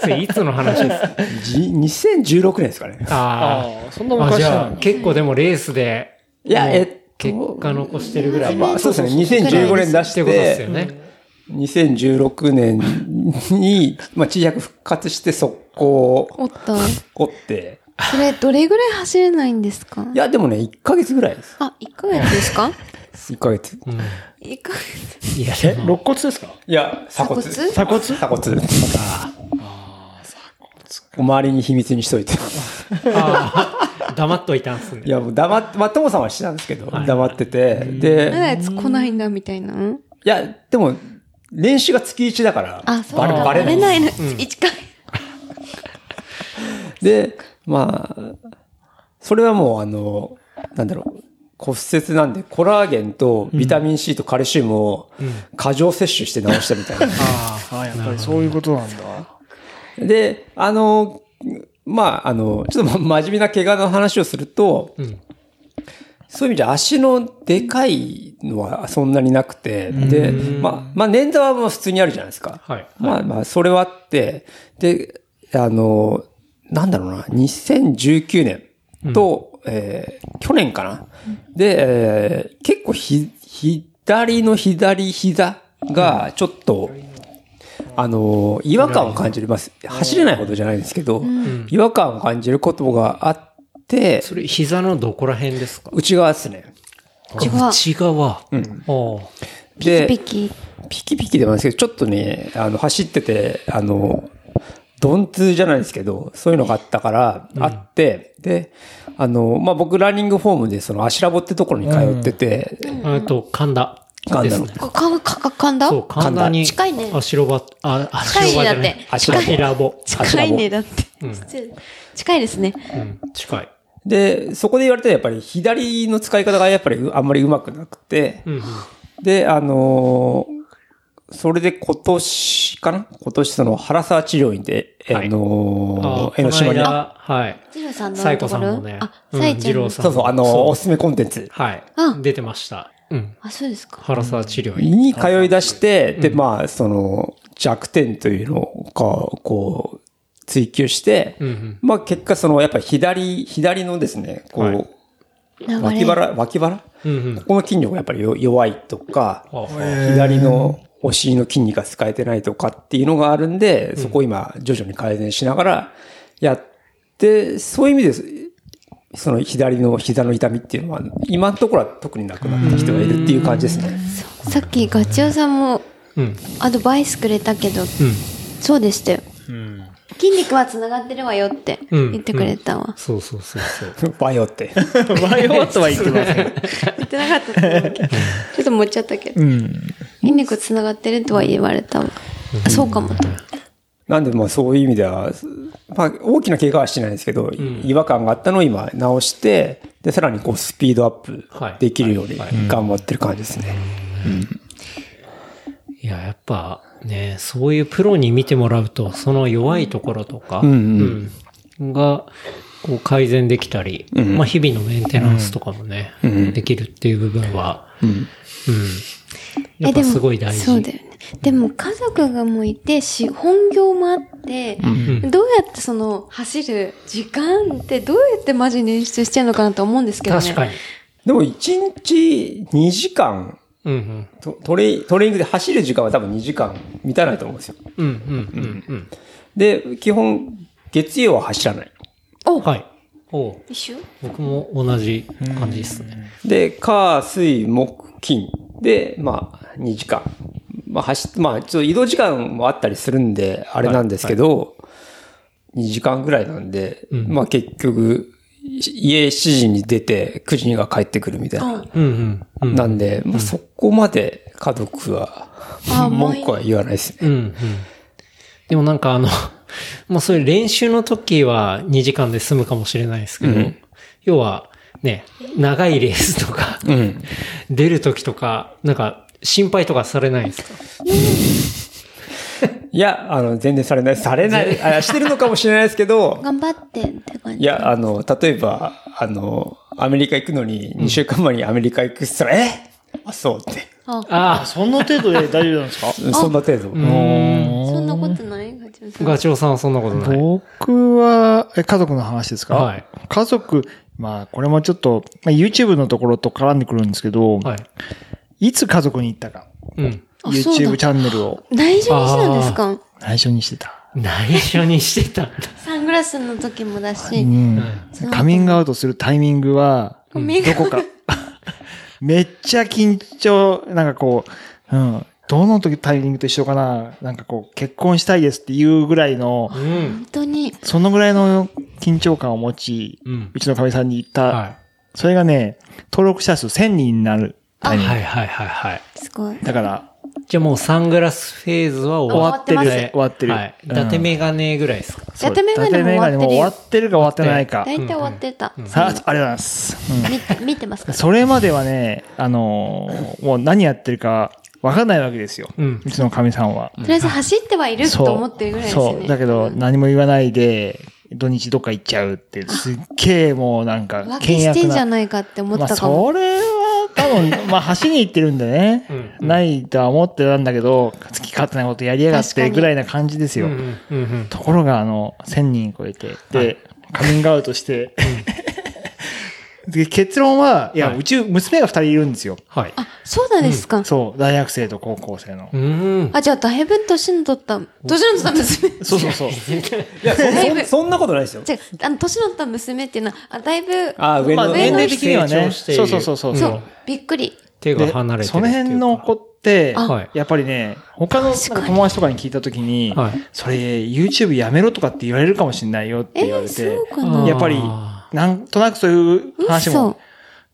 それいつの話ですか
じ2016年ですかね。
あ
ああ、そんな
ーあ、
昔
じ
な
ゃあ
の
結構でもレースで
いや、えっ
結
と、
果残してるぐらい。
まあそうですね、2015年出し
ってことです
て
よ、ね。
2016年に、まあ、小さく復活して速攻
おっと。
折って、
それ、どれぐらい走れないんですか
いや、でもね、1ヶ月ぐらいです。
あ、1ヶ月ですか
1ヶ月。
?1 ヶ月。
いや、
え
で、も
肋骨ですか
いや、鎖骨。
鎖骨
鎖骨鎖骨。お周りに秘密にし といて。
黙っといたんすね
い。や、もう黙って、まあ、ともさんはしてたんですけど、黙ってて。
どんな
で、
やつ来ないんだみたいな。うん
いや、でも、練習が月1だから、
あ、そう
バレ
だ。
バレない。
ないの。1回。
で、まあ、それはもう、あの、なんだろう、骨折なんで、コラーゲンとビタミン C とカルシウムを過剰摂取して治したみたいな。
ああ、やっぱりそういうことなんだ。
で、あの、まあ、あの、ちょっとま真面目な怪我の話をすると、
ん
そういう意味じゃ足のでかいのはそんなになくて、で、まあ、まあ、捻挫はまあ普通にあるじゃないですか。
はい
まあまあ、それはあって、で、あの、なんだろうな、2019年と、えー去年かな。で、えー結構ひ、左の左膝がちょっと、あの、違和感を感じます。走れないほどじゃないんですけど、
ん
違和感を感じることがあって、
それ、膝のどこら辺ですか
内側ですね。
内側
内側。うんおー
で、
ピキ。
ピキピキでもないですけど、ちょっとね、あの、走ってて、あの、鈍痛じゃないですけど、そういうのがあったから、あって、で、あの、まあ、僕、ランニングフォームで、その、足ラボってところに通ってて、
えっと、神田。
神田の
ですね
か、か、か、かんだ
そう、神田に。
近いね
アシロバ、あ、アシロバじゃない。
近いねだって
アシラボ。
近いね、だって。近いですね。
うん、近い。
で、そこで言われたら、やっぱり、左の使い方が、やっぱりう、あんまりうまくなくて、
うんうん。
で、あのーそれで今年かな今年、その、原沢治療院で、あのー江ノ島に、
あこの間はい。
ジロさんの
サイコ
とこ
さんも
ろ
ね。
あ、
うん
サイち
二
ゃん
郎
の。
さ
そ
ん
う
も。
そう、あのーおすすめコンテンツ。
はい
あ。
出てました。うん。
あ、そうですか。
原沢治療院。
に通い出して、で、まあ、その、弱点というのを、こう、追求して、
うんうん。
まあ、結果、その、やっぱり左、左のですね、こう、
はい
流
脇
れ。
腹、脇腹
うん
ここの筋力がやっぱりよ弱いとか、
あ
左のお尻の筋肉が使えてないとかっていうのがあるんで、そこを今、徐々に改善しながらやって、そういう意味で、その左の膝の痛みっていうのは、今のところは特になくなった人がいるっていう感じですね。
さっきガチオさんも
うん。うん。
アドバイスくれたけど、そうでしたよ。筋肉は繋がってるわよって
うん
言ってくれたわ。
そうそうそうそう。
バイオって。
バイオとは言ってません。
言ってなかったと思うけどちょっと持っちゃったけど。
うん。
筋肉繋がってるとは言われたわ。あそうかもと。
なんで、まあそういう意味では、まあ大きな怪我はしてないんですけど、違和感があったのを今直して、で、さらにこうスピードアップできるように頑張ってる感じですね。
いや、やっぱね、そういうプロに見てもらうと、その弱いところとか、
ん
うんが、こう改善できたり、まあ日々のメンテナンスとかもね、できるっていう部分は、うん。やっぱすごい大事。
そうだよね。でも家族がもういて、し、本業もあって、どうやってその走る時間ってどうやってマジ練習してんのかなと思うんですけどね。
確かに。
でも1日2時間、
うんうん。
トトレトレーニングで走る時間は多分2時間満たないと思うんですよ。
うんうんうん
で、基本、月曜は走らない。
うん。はい。おう
一緒
僕も同じ感じですね。
で、火、水、木、金で、まあ、2時間。まあ、走って、まあ、ちょっと移動時間もあったりするんで、あれなんですけど、2時間ぐらいなんで、まあ結局、い家7時に出て、9時には帰ってくるみたいな。
うんうんうん。
なんで、まあそこまで家族は、
あ
文句は言わないですね。
うんうん。でもなんかあの、 まあそういう練習の時は2時間で済むかもしれないですけど、要はね、長いレースとか、
ん
出る時とか、なんか心配とかされないですか
いや、あの、全然されない。されない。あしてるのかもしれないですけど、
頑張ってって感じ。
いや、あの、例えば、あの、アメリカ行くのに、2週間前にアメリカ行くっつったら、えあ、そうって。
あ、
あ、
あ
そんな程度で大丈夫なんですか
うんそんな程度。
そんなことないガチョウさ
あ、
ん。
ガチョウさんはそんなことない。
僕は、え、家族の話ですか
はい。
家族、まあ、これもちょっと、まあ、YouTube のところと絡んでくるんですけど、
はい。
いつ家族に行ったか。
うん。
あそうだ
YouTube チャンネルを
内緒にしたんですか
内緒にしてた。
内緒にしてたんだ。
サングラスの時もだ
う
し。
ん。
そう
カミングアウトするタイミングは、
カミングア
ど
ウト
こか。 めっちゃ緊張、なんかこう、うん。どの時タイミングと一緒かななんかこう、結婚したいですっていうぐらいの、
うん。
本当に。
そのぐらいの緊張感を持ち、
うん
う。ちのかみさんに行った、
は
それがね、登録者数1000人になるタイ
い。
ミング。
はいはいはいはい。
すごい。
だから、
じゃあもうサングラスフェーズは終わ
終わっ
終
てる。
わって
て。
終わってる。
はい。伊
うん
達メガネぐらいですか
そう
伊達メガネも終わってるよ
伊達メガネも終わってるか終わってないか。
大体終わってた。
さあ、ありがとうございます。うん
見て見てますか
それまではね、あのーもう何やってるか分かんないわけですよ。う
うん
ちのかみさんは。
とりあえず走ってはいると思ってるぐらいですよ
そう。
ね。
だけど、何も言わないで、土日どっか行っちゃうって、すっげえもうなんか、
浮気
険
し
悪
てんじゃ
な。
ないかって思っ
まあ、
たかも。
それは多分、 まあ、橋に行ってるんでね、ないとは思ってたんだけど、好き勝手なことやりやがっ
確か
て
に
ぐらいな感じですよ。
うんうんうん。
ところが、あの、1000人超えて、で、カミングアウトして、 で結論は、いや、
はいう
ち娘が二人いるんですよ。
はい。
そうなんですか。
そう、大学生と高校生の
う。ー ん。
あ、じゃあ、だいぶ年の取った、年の取った娘。
そうそうそう。
いや、そ
だいぶ
そそんなことないですよ。
じゃあ、あの、年の取った娘っていうのは、あ、だいぶ、
あー上
まあ
の
年
ね。
齢的には
成
ね。
長してい
そ
る
うそうそうそう。
そう、びっくり。
手が
で
離れてるっていうか。
その辺の子って
あ、
やっぱりね、他のなん
確
か
かに
友達とかに聞いたときに、
はい
それ YouTube やめろとかって言われるかもしれないよって
え
言わ
ー、
れて、
そうか
あー
な。
やっぱり、なんとなくそういう話
嘘
も、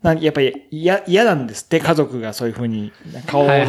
なんやっぱり嫌嫌なんですって、家族がそういうふうに顔を出
はいはいはい
し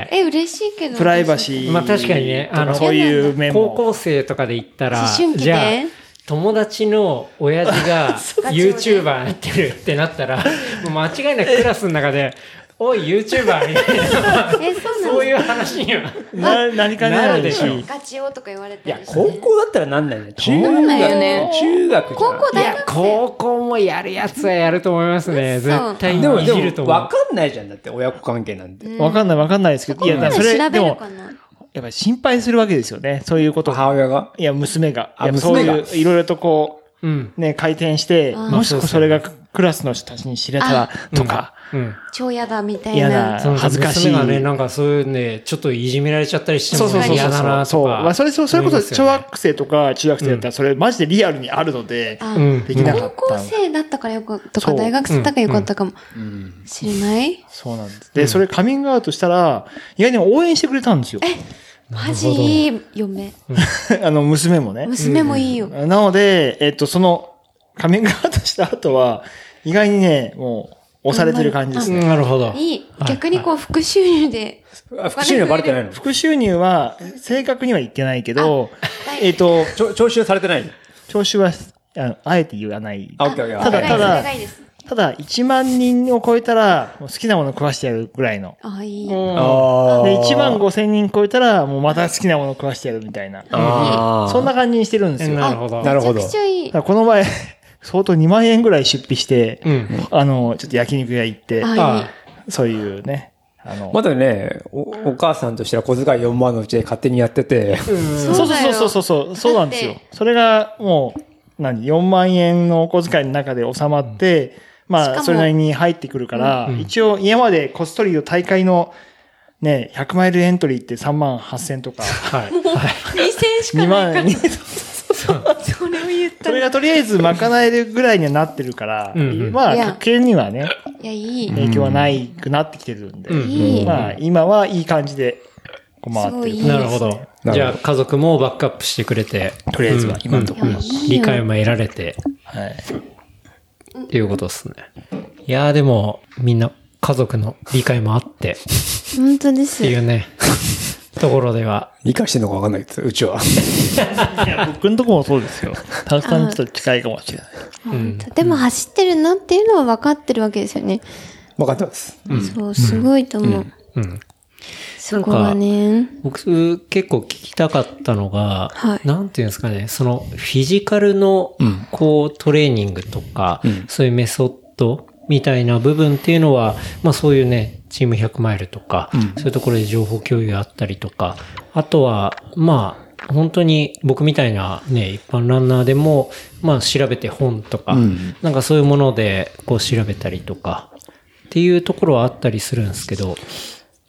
は
て、
い
え、嬉しいけど。
プライバシーとか。
まあ確かにねあの
そういう面
高
も。
校生とかで言ったら、
思春期
じゃあ
で、
友達の親父が YouTuber やってるってなったら、もう間違いなくクラスの中で、おい YouTuber みたいな、
え、そうなん
そう
です
いう話には。
な何か
な
な
る
る
で
で
し
し
ょ
ょ。
う
ガチよとか言われて
いや、高校だったらなんないね。中学
なんないよね
中学じゃん
高校
い
大
や、
学生。
高校もやるやつはやると思いますね。
嘘
絶対に
でも、
いじ
で
る
も、
と思
わ
う。
かんないじゃん。だって、親子関係なんて。
わかんないわかんないですけど、いや、だからそれ、
調べ
で
る
も
か、な。
やっぱり心配するわけですよね。そういうことが
母親が。
いや、娘が。
あ
やっぱそう
娘
い
が
う、いろいろとこ
うん。
う、ね、回転して、
あー
もしそれがクラスの人たちに知れたら、とか、
うん。
超嫌だみたい
嫌
な
な、。
その
恥ずかしい。
娘がね、なんかそういうね、ちょっといじめられちゃったりしてもね嫌だな
そ
と
う。
か。
まあ、それ、そうそれこ
思います
そ、小
よね
学生とか中学生だったら、それマジでリアルにあるので、
あ
うん
できなかった。
高校生だったからよく、と
そ
か
う
大学生だったからよかったかも
うん。
しれない
そうなんです。で、それカミングアウトしたら、意外に応援してくれたんですよ。
マジいい嫁。
あの、娘もね。
娘もいいよ。
なので、えっと、その、カミングアウトした後は、意外にね、もう、押されてる感じです
うん
ね。
なるほど。
いい
は。い
逆にこう、副収入で。
あ、復讐にはバレてないの
副収入は、正確には言ってないけど、
はい
えっと、
ちょ徴収されてないの
聴取は、あのあえて言わない。
あ、オッケーオッケー。
ただ
お互い
ただ
お互いです
ただ、1万人を超えたら、もう好きなもの食わしてやるぐらいの。
あ、いい。
あー
で、1万5千人超えたら、もうまた好きなもの食わしてやるみたいな。
あー
そんな感じにしてるんですよ。
なるほど。
なるほ
めち
ど
ゃく。ちゃいい
だか。らこの前、 相当2万円ぐらい出費して、
うん。
あの、ちょっと焼肉屋行って、
あ、いい
あ。
そういうね、あの、
まだねお、お母さんとしては小遣い4万のうちで勝手にやってて、
そうそうそうそうそう、そうなんです
だ
よ
っ。
それがもう、何、4万円のお小遣いの中で収まって、
しか
まあ、
も
それなりに入ってくるから、
うん
一応家までこっそりと大会の、ね、100マイルエントリーって3万8000と か、
はい。
2000しかな
2
いか
万、
ら。
それを言ったそれがとりあえず賄えるぐらいにはなってるから、
うんうん
まあ、
いや
家計にはね、
いや、いい。
影響はないくなってきてるんで、
うん
いい。
まあ、今はいい感じで、こう回って
すごい
る
いい。
なるほど。
ね
じゃあ家族もバックアップしてくれて。
とりあえずは
うん
今のところ
い
うん
やいいよ
理解も得られて、
はい。
っていうことですね。いやーでも、みんな家族の理解もあって、っ
本当です
ていう ね、ところでは。
理解してんのかわかんないです、うちは。
いや僕のとこもそうですよ。 たくさんちょっと近いかもしれない。
本当でも走ってるなっていうのは分かってるわけですよね。
分かってます。
そう、すごいと思う。
うん。
そこがね。
僕、結構聞きたかったのが、
はい
なんていうんですかね、そのフィジカルの、こう、トレーニングとか、そういうメソッドみたいな部分っていうのは、まあそういうね、チーム100マイルとか、そういうところで情報共有あったりとか、あとは、まあ、本当に僕みたいなね、一般ランナーでも、まあ調べて本とか、なんかそういうものでこう調べたりとか、っていうところはあったりするんですけど、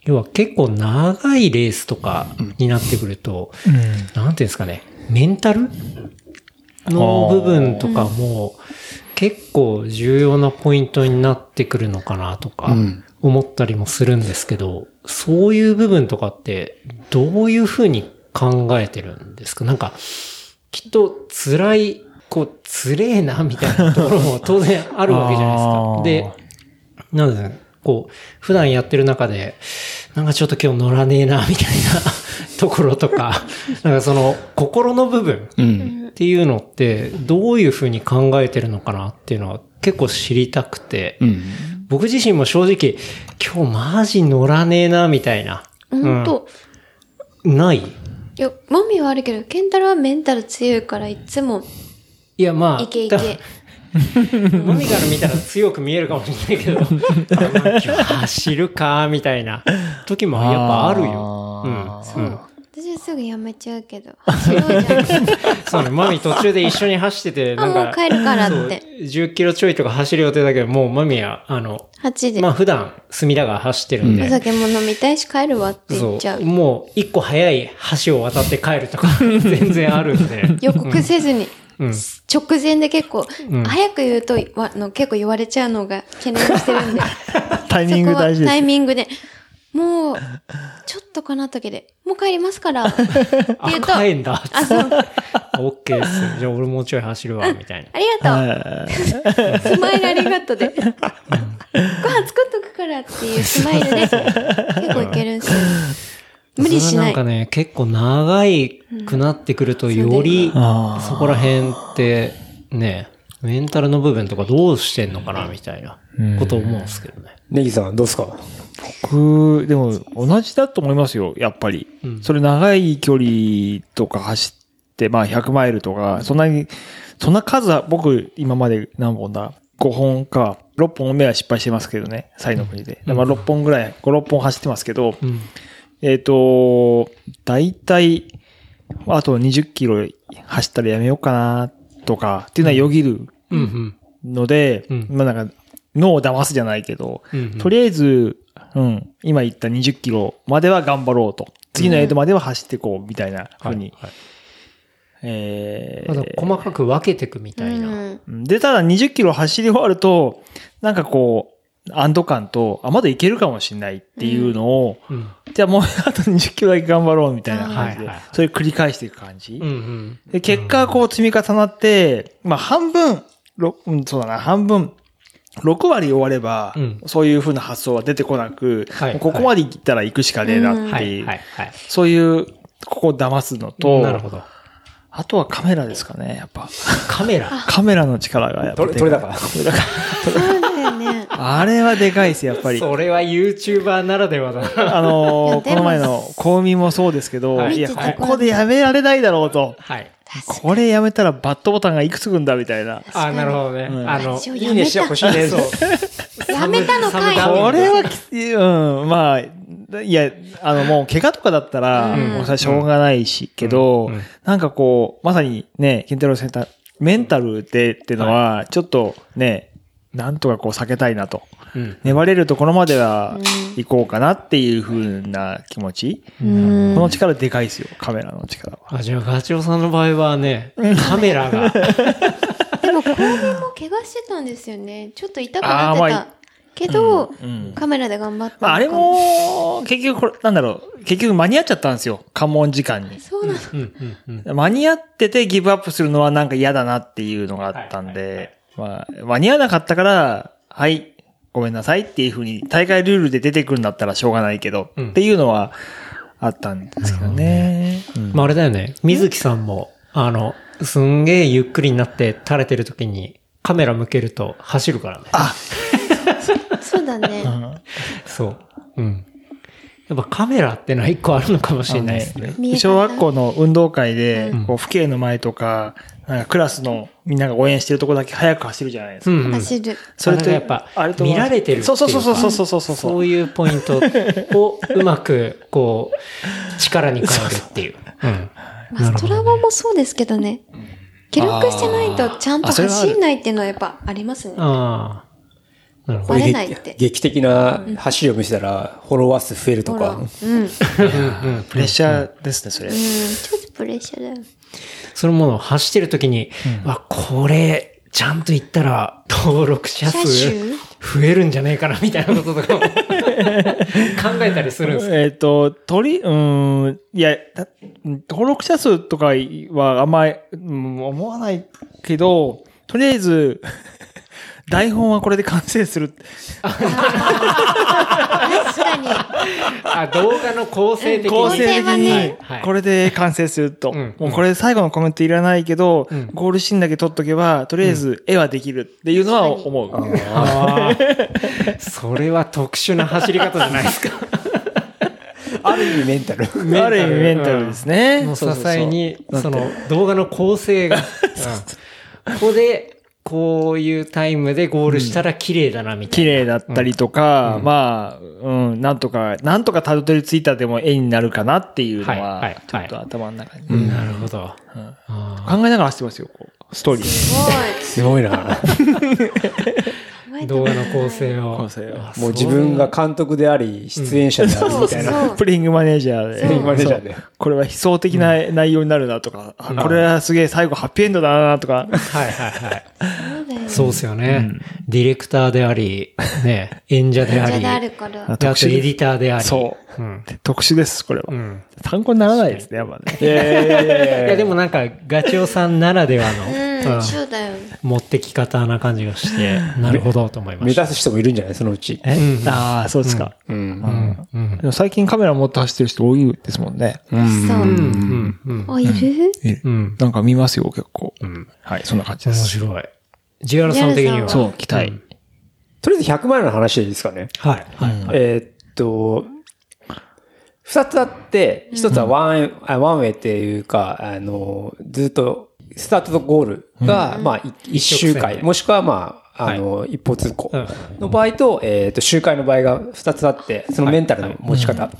要は結構長いレースとかになってくると、なんていうんですかね、メンタルの部分とかも結構重要なポイントになってくるのかなとか
ん
思ったりもするんですけど、そういう部分とかってどういうふうに考えてるんですかなんか、きっと辛い、こう、つれえなみたいなところも当然あるわけじ ゃないですか。で、なんで、こう、普段やってる中で、なんかちょっと今日乗らねえな、みたいなところとか、 なんかその、心の部分
うん。
っていうのって、どういうふうに考えてるのかなっていうのは結構知りたくて、
ん。
僕自身も正直、今日マジ乗らねえな、みたいな。
本当。
ない
いや、マミはあるけど、ケンタロウはメンタル強いから、いつも、
いや、まあ、
イケイケ。
マミから見たら強く見えるかもしれないけど、あまあ今日走るか、みたいな時もやっぱあるよ。うん。
そう。
私はすぐやめちゃうけど。走ろうじゃん。
そうね、マミ途中で一緒に走ってて、
あ、
なん
もう
か、
帰るからって。
10キロちょいとか走る予定だけど、もうマミは、あの、
8で。
まあ普段、隅田川走ってるん
お
で、
酒も飲みたいし帰るわって言っち
そ
ゃう
う、。もう一個早い橋を渡って帰る とか、全然あるんで。
予告せずに。
うん。
直前で結構、
ん
早く言うとわの結構言われちゃうのが懸念してるんで
タイミン
そ
グ大事
こは
で
タイ
す。
ミングでもうちょっとこの時で「もう帰りますから」って
あ、
言うと「
帰んだ。
あそうあ
オッケーっす。じゃあ俺もうちょい走るわ、みたいな。
りがとう」スマイルありがとう」で「ご飯作っとくから」っていうスマイルで結構いけるんですよ無理し
それ
な
はなん
い
かね、結構長いくなってくると、より、そこら辺って、ね、メンタルの部分とかどうしてんのかな、みたいなこと思うんですけどね。
ネギさんはどうですか
僕、でも同じだと思いますよ、やっぱり。それ長い距離とか走って、まあ100マイルとか、そんなに、そんな数は僕今まで何本だ ?5 本か。6本目は失敗してますけどね、サイの国で。まあ6本ぐらい、5、6本走ってますけど、
うん。
えっ、と、だいたい、あと20キロ走ったらやめようかな、とか、っていうのはよぎる
うんうん。
ので、
うん
まあなんか、脳を騙すじゃないけど、
うんうん
とりあえず、うん、今言った20キロまでは頑張ろうと。次のエイドまでは走っていこう、みたいなふうに。
はいはい
え
まだ
ー
細かく分けていくみたいな。
うん
で、ただ20キロ走り終わると、なんかこう、安堵感と、あ、まだいけるかもしれないっていうのを、
うん。
じゃあもうあと20キロだけ頑張ろうみたいな感じ
はい
で
はいはい、
それ繰り返していく感じ
うんう。ん。
で結果こう積み重なって、まあ半分、ろうん、そうだな、半分、6割終われば、
うん
そういう風な発想は出てこなく、
はい
もうここまで行ったら行くしかねえなっていう、
はいはいはい。
そういう、ここを騙すのと、
なるほど。
あとはカメラですかね、やっぱ。
カメラ。
カメラの力がやっぱ
撮
で
れ、撮れ
かい
だから。
そうだよね
あれはでかいです、やっぱり。
それは YouTuber ならではだな。
あの
い
ー
や
この前の公民もそうですけど、
はい
い、や、
見てた
ここでやめられないだろうと。
はい。
これやめたらバットボタンがいくつくんだみたいな。
あ、なるほどね。
ん
あの、
一応
い
や
いね
め
して
た
ほしいね。そう。
やめたのかい
サムダウン
これはきつい、うん、まあ、いや、あの、もう、怪我とかだったら、
うん
もうそれはしょうがないし、けど、
うん
なんかこう、まさにね、ケンタロウセンター、メンタルでってのは、ちょっとね、なんとかこう避けたいなと。
うん。
粘れるところまでは行こうかなっていう風な気持ち。
うん
この力でかいですよ、カメラの力は。
あ、じゃあガチオさんの場合はね、カメラが。
でも、後輪も怪我してたんですよね。ちょっと痛くな
あ
っ
ー
て
ま
た。
あ
けど、
うん
カメラで頑張ったのか
まあ、あれ。も、結局これ、なんだろう、結局間に合っちゃったんですよ、関門時間に。
そうなの。
うんうんうん。
間に合っててギブアップするのはなんか嫌だなっていうのがあったんで、まあ、間に合わなかったから、はい、ごめんなさいっていうふうに、大会ルールで出てくるんだったらしょうがないけど、
うん
っていうのはあったんですけどね。うん
まあ、あれだよね。水木さんも、あの、すんげえゆっくりになって垂れてる時にカメラ向けると走るからね。
そうだね。
そう。うん。やっぱカメラってのは一個あるのかもしれないですね。
見え方
小学校の運動会で、こう、父兄の前とか、なんかクラスのみんなが応援してるとこだけ早く走るじゃないですか。
うん、うん。
走る。
それ
あ
と、
がやっぱ
あれ、と
見られてるってい
そう
か。
うそうそうそうそうそうそう。
そういうポイントをうまく、こう、力に変えるっていう。うん。
まあ、ストラボもそうですけどね。記録してないとちゃんと
あそれはある
走んないっていうのはやっぱありますね。
ああ。なるほ
バ
ど。
レないって。
劇的な走りを見せたら、フォロワー数増えると
ほら。う
か
ん。う。ん。ちょ
プレッシャーですね、それ。
っとプレッシャーだよ。
そのものを走ってる時に、あ、これ、ちゃんと言ったら、登録者数
車種
増えるんじゃねえかな、みたいなこととかも 考えたりするんです
えっ、と、鳥、うーん、いや、だうん登録者数とかはあんまり、うん思わないけど、とりあえず、 台本はこれで完成する。
確かに。
あ、動画の構成的に。
構成的
は
に、
ね
はい
これで完成すると。
うん
もうこれ最後のコメントいらないけど、
うん
ゴールシーンだけ撮っとけば、とりあえず絵はできるっていうのは思う。
あーそれは特殊な走り方じゃないですか。
ある意味メンタル。
タル
ある意味メンタルですね。
の支
そうそうそう
えに、その動画の構成が。うんここで、こういうタイムでゴールしたら綺麗だな、みた
綺
いな。
麗だったりとか、まあ、うん、なんとか、なんとかたどり着いたでも絵になるかなっていうの
はいはい
は、ちょっと
は
頭の中に。
なるほど。あ
考えながらしてますよ、こうストーリー。
すごいな。
すごい。
ー動画の構成を。
構成を
あ
もう自分が。監督であり、出演者であるみたいな。
そう
プレイングマネージャーで。
プレイング
マネージャーで
そうこれは悲壮的な内容になるなとか、あこれはすげえ最後ハッピーエンドだなとか。
そうはいはいはい。そうですよね。ディレクターであり、ね、演者で
じゃあ
あり。
であるから。
であとエディターであり。
そう、
うん
特殊です、これは、
うん。
参考にならないですね、やっぱね。
いやいやいやいや
いや、でもなんか、ガチオさんならではの、
う
うん
ん、そうだよ。
持ってき方な感じがして、なるほどと思いま
目
した。
指す人もいるんじゃないそのうち。
えああ、そうですか、
うん。
うん
でも最近カメラ持って走ってる人多いですもんね。
そう。
うんうん。
お、いる
うん。
なんか見ますよ、結構、はい、そんな感じ
面
です。
白い。ジアラさん的には。
JR さん
そう、期待。
とりあえず100万円の話でいいですかね。
はい。はい。
えーっと、二つあって、一つはワンウェイ、あワンウェイっていうか、あの、ずっと、スタートとゴールが、まあ、い一周
直線
回、
で
もしくはまあ、あの、一歩通行
うん
の場合と、えーっと、周回の場合が二つあって、そのメンタルの持ち方。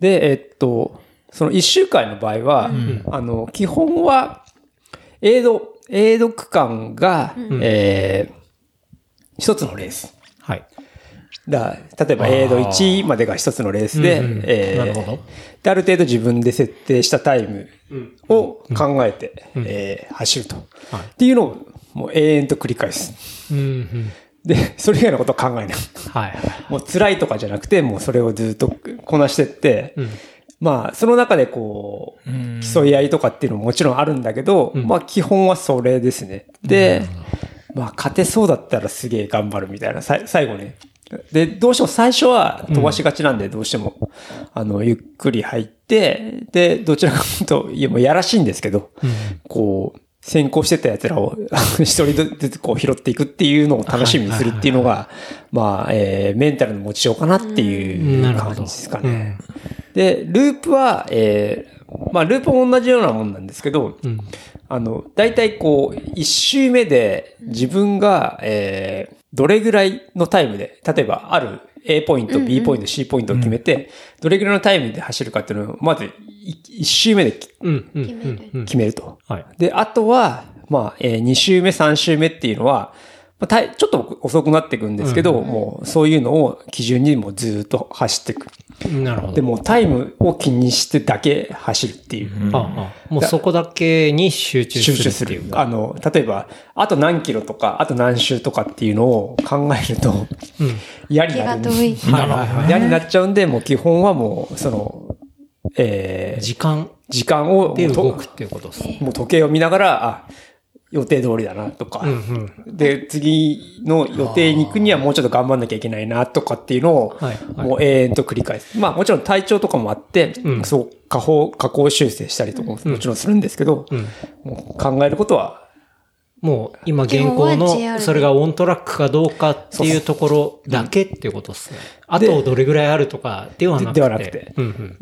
で、えーっと、その一周回の場合は、あの、基本は、エイド、エイド区間が、えー一つのレース。
はい。
だ例えば、エイド1までが一つのレースで、
うんうん
えー
なるほど
で、ある程度自分で設定したタイムを考えて、えー走ると、っていうのを、もう永遠と繰り返す。
うんうん。
で、それ以外のことは考えない。
はいはい。
もう辛いとかじゃなくて、もうそれをずっとこなしてって、まあ、その中でこう、競い合いとかっていうのももちろんあるんだけど、まあ、基本はそれですね。で、まあ、勝てそうだったらすげえ頑張るみたいな、さい最後ね。で、どうしても最初は飛ばしがちなんで、どうしても、あの、ゆっくり入って、で、どちらかと、いや、もうやらしいんですけど、こう、先行してた奴らを 一人ずつこう拾っていくっていうのを楽しみにするっていうのが、まあ、えーメンタルの持ちようかなっていう
なるほ
感
ど
じですかね。で、ループは、えーまあ、ループも同じようなもんなんですけど、あの、大体こう、一周目で自分が、えーどれぐらいのタイムで、例えばある A ポイント、B ポイント、C ポイントを決めて、どれぐらいのタイムで走るかっていうのを、まず一一周目でき
うんうん
決める。
決めると。
はい。
で、あとは、まあ、えー、2週目、3週目っていうのは、まあたいちょっと遅くなっていくんですけど、もうそういうのを基準にもうずーっと走っていく。
なるほ
で、
ど。
もうタイムを気にしてだけ走るっていう。
ああもうそこだけに集中す
集
る
中
っ
す
てい
る
う。か。
あの、例えば、あと何キロとか、あと何周とかっていうのを考えると、嫌に
気が
なる。
遠い。
はいはいはい嫌になっちゃうんで、もう基本はもう、その、えー
時間
時間をもう
で
と
動くっていうことです。
もう時計を見ながら、あ、予定通りだなとか、で、次の予定に行くにはもうちょっと頑張んなきゃいけないなとかっていうのを、
はいはい
もう永遠と繰り返す。まあもちろん体調とかもあって、そう、下方、下方修正したりとかももちろんするんですけど、もう考えることは、
もう今現
基
行
本は JR
の、それがオントラックかどうかっていうところだけっていうことですね。あとどれぐらいあるとかではなく
でで
て。
はなくて
うんうん。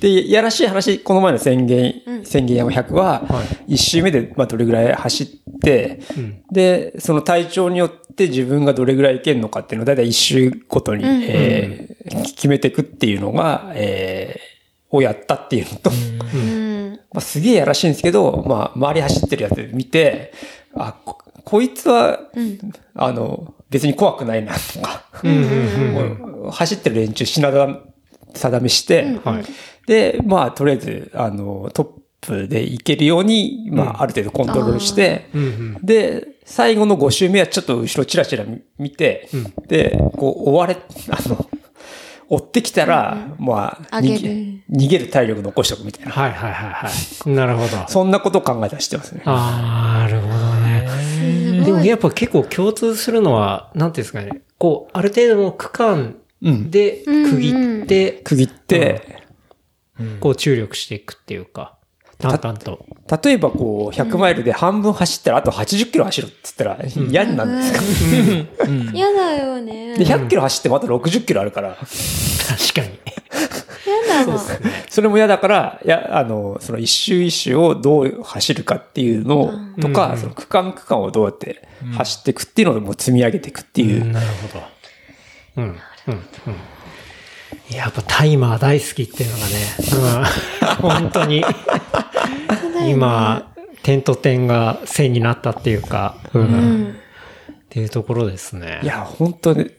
で、やらしい話、この前の宣言、宣言山100は、1周目で、まあ、どれぐらい走って、で、その体調によって自分がどれぐらいいけるのかっていうのを、だいたい1周ごとに、えー決めていくっていうのが、えーをやったっていうのと、
うん。
まあ、すげえやらしいんですけど、まあ、周り走ってるやつ見て、あ、ここいつは、あの、別に怖くないな、とか、もう走ってる連中品だ定めして、で、まあ、とりあえず、あの、トップでいけるように、まあ、ある程度コントロールして、で、最後の5周目はちょっと後ろチラチラ見て、で、こう、追われ、あの、追ってきたら、まあ、
あげ
逃
る
げ逃げる体力残しておくみたいな。
はいはいはいはい。なるほど。
そんなことを考えたりしてますね。
ああ、なるほどね。
す
で
ご
も
い。
やっぱ結構共通するのは、なんていうんですかね。こう、ある程度の区間
うん
で区切って、
区切って、
こう注力していくっていうか、淡々と。
例えばこう、100マイルで半分走ったら、あと80キロ走るって言ったら嫌になるんですか、
やだよね。
で、100キロ走ってまた60キロあるから、
確かに。
なの。
それも嫌だから、いや、あの、その一周一周をどう走るかっていうのをとか、その区間区間をどうやって走っていくっていうのをもう積み上げていくっていう。
なるほど。うん。うん。うん。やっぱタイマー大好きっていうのがね、うん、本当に。今、点と点が線になったっていうか、うん。っていうところですね。
いや、本当に、例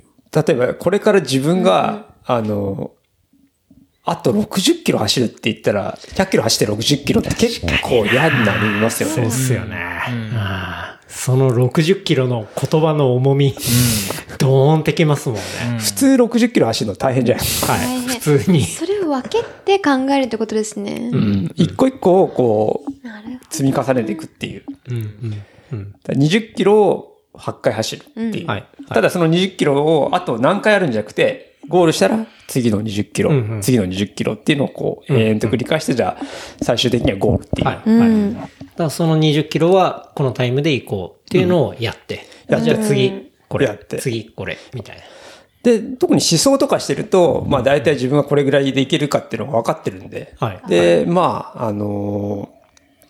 えばこれから自分が、あの、あと60キロ走るって言ったら、100キロ走って60キロって結構嫌になりますよ
そう
ね
っ。すよね。ああその60キロの言葉の重み、ドーンってきますもんね。
普通60キロ走るの大変じゃないですか。
はい。
大変
普通に。
それを分けて考えるってことですね。
うん。一個一個をこう、
なる
積み重ねていくっていう。
うんうんうん。
だから20キロを8回走るっていう。
んはい
ただその20キロをあと何回やるんじゃなくて、ゴールしたら次の20キロ、
うんうん
次の20キロっていうのをこう延々と繰り返して、じゃあ最終的にはゴールっていう。
はい。
うん
はい。だからその20キロはこのタイムで行こうっていうのをやって。
うん
じ
や
ゃあ
って
次、これ。
やって
次、これ。みたいな。
で、特に思想とかしてると、まあ大体自分はこれぐらいでいけるかっていうのが分かってるんで。
はい
で、まあ、あのー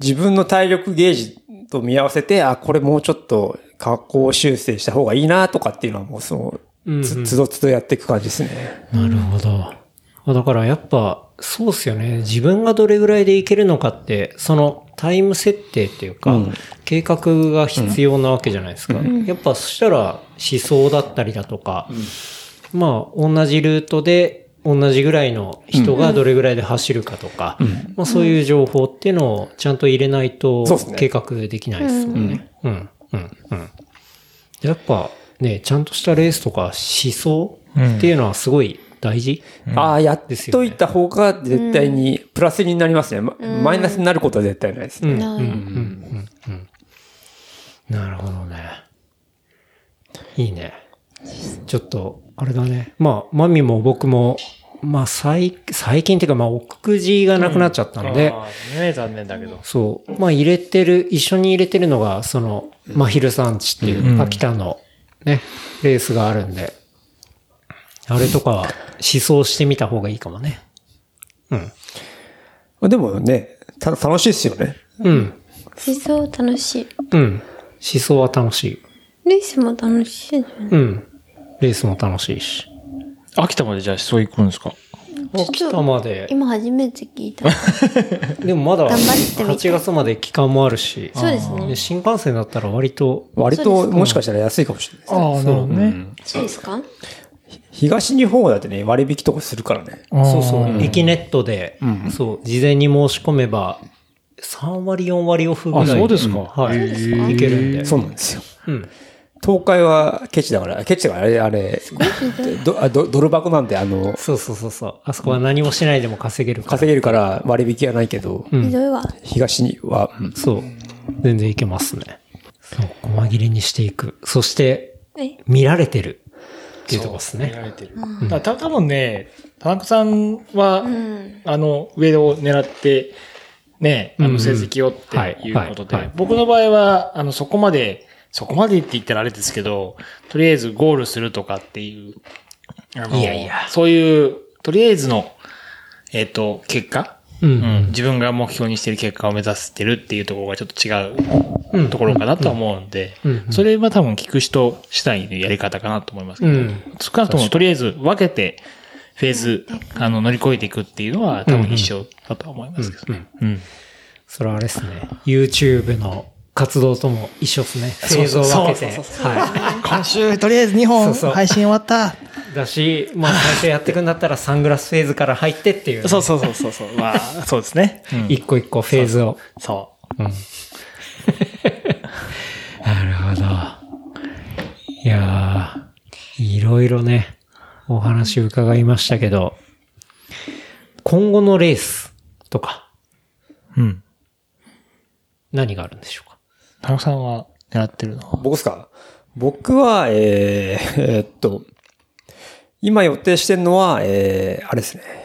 自分の体力ゲージと見合わせて、あ、これもうちょっと加工修正した方がいいなとかっていうのはもうその、つ、つどつどやっていく感じですね。
なるほど。あだからやっぱ、そうっすよね。自分がどれぐらいでいけるのかって、そのタイム設定っていうか、
うん
計画が必要なわけじゃないですか。やっぱそしたら思想だったりだとか、まあ同じルートで同じぐらいの人がどれぐらいで走るかとか、まあそういう情報っていうのをちゃんと入れないと
そうっすね
計画できないですもんね。うん、うん、うん。やっぱね、ちゃんとしたレースとか思想っていうのはすごい大事。
ああ、やっ
ですよ
と
ね
いた方が絶対にプラスになりますね。まマイナスになることは絶対ないですね。
な
うんうんうんうんなるほどね。いいね。ちょっと、あれだね。まあ、マミも僕も、まあ、最、最近っていうか、まあ、奥地がなくなっちゃったんで、
あーね残念だけど。
そう。まあ入れてる、一緒に入れてるのが、その、まあヒルサンチっていう、秋田のね、レースがあるんで、あれとかは思想してみた方がいいかもね。
まあでもね、た楽しいですよね。
うん。
思想楽しい。
うん。思想は楽しい。
レースも楽しい。
うん。レースも楽しいし。
秋田までじゃあそう行くんですか
秋田まで、
今初めて聞いた。
でもまだ
頑張ってみて
8月まで期間もあるし、
そうですね。
新幹線だったら割と、
割ともしかしたら安いかもしれないですね。
ああ、なるほどね。
そうですか
東日本はだってね、割引とかするからね。
そうそう、駅ネットで、そう、事前に申し込めば、3割、4割オフぐらい。
あそうですか
はい。いけるんで。
そうなんですよ。
うん。
東海はケチだから、ケチだからあれ、あれ、どあどドル箱なんで、あの、
そうそうそうそう。あそこは何もしないでも稼げるから。
稼げるから割引はないけど、
ひどいわ。
東には、うん
そう。全然いけますね。そう、細切れにしていく。そして、
え
見られてる。っていうとこです
見
ね。
られてる。だから多分ね、田中さんは、あの、上を狙って、ね、あ
うんう
の、
ん
成績をって
はい
いうこと
はいはい、
で僕の場合は、あの、そこまで、そこまでって言ったらあれですけど、とりあえずゴールするとかっていう、あの
いやいや
そういう、とりあえずの、えっ、と、結果、
うん
うん自分が目標にしてる結果を目指してるっていうところがちょっと違うところかなとは思うんで
うんうんう、ん
それは多分聞く人次第のやり方かなと思いますけど、
うん
少なくともとりあえず分けて、フェーズ、あの、乗り越えていくっていうのは多分一緒だとは思いますけどね。うん
それはあれですね。YouTube の活動とも一緒ですね。
そう
製造
そう
を
そう
分けて。
そうそう
は
今週、とりあえず2本
そうそう
信終わった。
い。だし、まあ、最初やっていくんだったらサングラスフェーズから入ってっていうね。
そうそうそうそうそう。まあ、そうですね。うん
一個一個フェーズを。
そ
なるほど。いやー、いろいろね、お話伺いましたけど、今後のレースとか、
う。うん。
何があるんでしょうか
田中さんは狙ってるのは
僕ですか僕は、えー、 えーっと、今予定してるのは、えー、あれですね。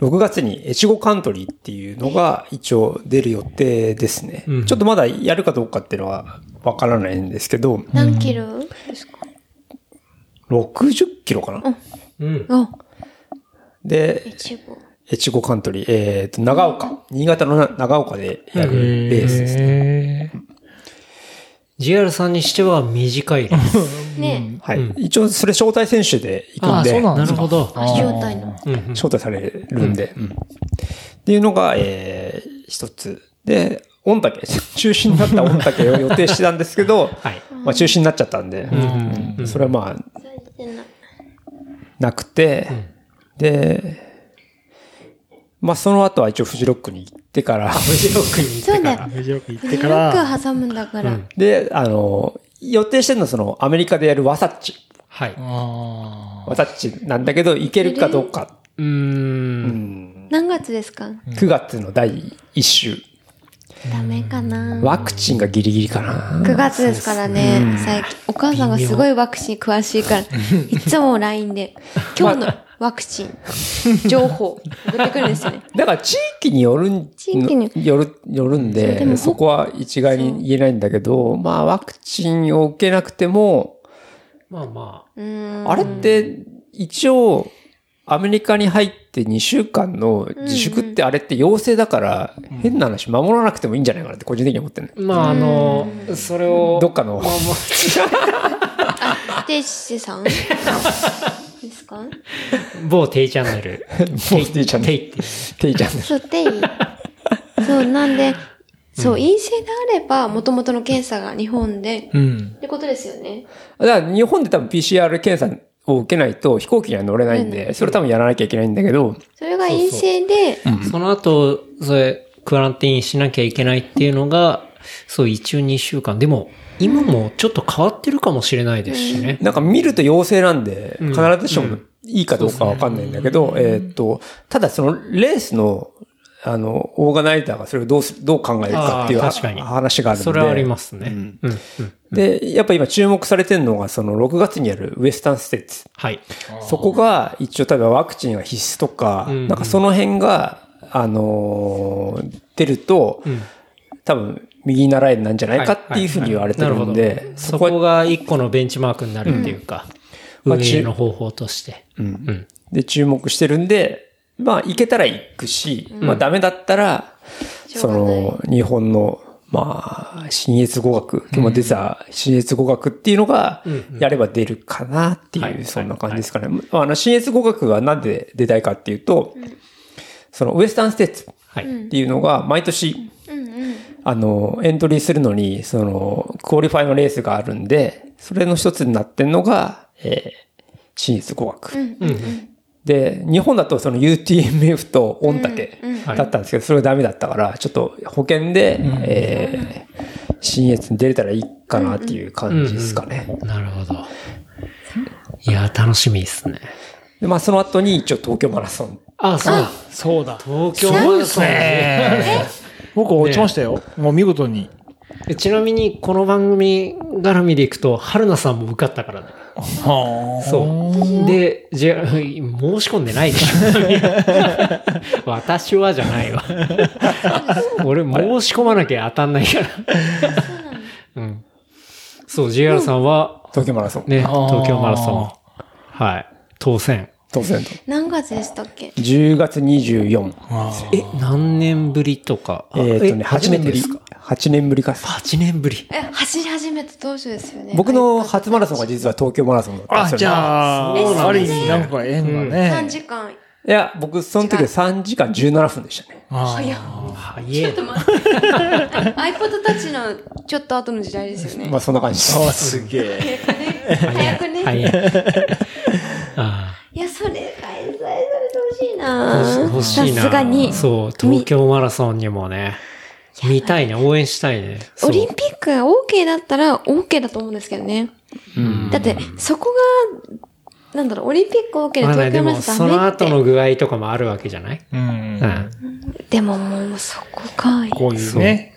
6月に越後カントリーっていうのが一応出る予定ですね。
うん
ちょっとまだやるかどうかっていうのはわからないんですけど、
何キロですか
60キロかな、
うん。
あ、
で、
一部。
越後カントリー、えっ、と、長岡、新潟のな長岡でやるレースです。
へー
JR さんにしては短 いです。
ね
はい。一応、それ招待選手で行く
あ
ん
そ
で、
うなん
な
です
る
か
ほど。
え、足状態の。
うんうん
招待されるんで、うんっていうのが、えー一つ。で、御嶽、 中止になった御嶽を予定してたんですけど、
はい。
まあ中止になっちゃったんで、うんそれはまあ、
されてない。
なくて、で、まあその後は一応フジロックに行ってから、
そうだよ。
フジロック
フ
行っ
ジ
てか
ロッ
ら、
ク挟むんだから。
で、あの、予定してるのはそのアメリカでやるワサッチ。
はい。う
あ
ワサッチなんだけど、行けるかどうか。
ーん。
何月ですか
9月の第1週。
ダメかな
ワクチンがギリギリかな。
9月ですからね、最近。お母さんがすごいワクチン詳しいから、いつも LINE で、今日のワクチン、情報、送ってくるんですよね。
だから地域によるん、
地域に
よる、よるん
そうでも
で、
ほ
そこは一概に言えないんだけど、まあワクチンを受けなくても、
まあま
うーん。
あれって一応アメリカに入って2週間の自粛ってあれって陽性だから、変な話守らなくてもいいんじゃないかなって個人的に思ってる
あ。まああの、それを。
どっかの、
定子さんですか
某テイチャンネル。
某テイチャンネル
テイっていう
ケイちゃんの
そう、定位。そう、なんで、そう、陰性であれば、もともとの検査が日本で、
うん。
ってことですよね。
だから日本で多分 PCR 検査を受けないと飛行機には乗れないんで、それ多分やらなきゃいけないんだけど、
それが陰性で、
その後、それ、クアランティーンしなきゃいけないっていうのが、そう、一応2週間。でも、今もちょっと変わってるかもしれないですしね。
なんか見ると陽性なんで、必ずしもいいかどうかわかんないんだけど、えーっと、ただそのレースの、あの、オーガナイザーがそれをどうすどう考えるかっていう
あー確かに
話があるんで。
それはありますね。
ん
うん。うん。
で、やっぱ今注目されてるのが、その6月にあるウエスタンステーツ。
はい。
そこが一応多分ワクチンが必須とか、
うん
なんかその辺が、あのー出ると、多分右習いなんじゃないかっていうふうに言われてるん
はいはいはい
で
なるほ、ど
そ
そ
こは
こが一個のベンチマークになるっていうか、
うん
運営の方法として。うん。
で注目してるんで、まあ行けたら行くし、まあダメだったら、
しょ
そう
がない
の日本の、まあ、新越語学、今日も出た新越語学っていうのが、やれば出るかなって、
はいいう
そんな感じですかね。まああの、新越語学がなんで出たいかっていうと、そのウエスタンステーツ
はい。
っていうのが毎年、
うんうん。
あの、エントリーするのに、その、クオリファイのレースがあるんで、それの一つになってんのが、えー、新越語学。で、日本だとその UTMF と御嶽だったんですけど、それがダメだったから、ちょっと保険で、えー、新越に出れたらいいかなっていう感じですかね。
なるほど。いやー、楽しみですね。
で、まあその後に一応東京マラソン。
あ、そうだ。
そうだ。
東京マラソンね。
僕落ちましたよ。もう見事に。
えちなみに、この番組絡みでいくと、春菜さんも受かったからね。
は
そう。で、じゃあ、申し込んでないでしょ。 私はじゃないわ。俺、申し込まなきゃ当たんないから。うん。そう、JR さんは、
東京マラソン。
ね、
あー
東京マラソン。はい。当選。
当然と。
何月でしたっけ
10月24。
あ。
え、何年ぶりとか。
えーっ、とね、8年ぶり
ですか。
8年ぶりか。
8年ぶり。
え、走り始めた当初ですよね。
僕の初マラソンが実は東京マラソンだったんですよ、
あ、
ね。
じゃ
そうなん
あ、ある
で
意
すね
味なんか縁が
3
ね。
時間。
いや、僕、その時は3時間17分でしたね。
あ
早っ。
早い。
iPod たちのちょっと後の時代ですよね
ま。あ、そんな 感じです。
すげえ。
早くね。
早
い
い。あ
や、それ、開催されてほしい
あ、
な
欲しいな。
さすがに。
そう、東京マラソンにもね、見たいね、応援したいね。そう
オリンピックが OK だったら OK だと思うんですけどね。だって、そこが、なんだろう、オリンピック OK で
まあね
東
で
京マ
も、
ラソン
その
ダメっ
後
て。
の具合とかもあるわけじゃない
う
う。
ん
ん。
でももうそこかい。
こういうね。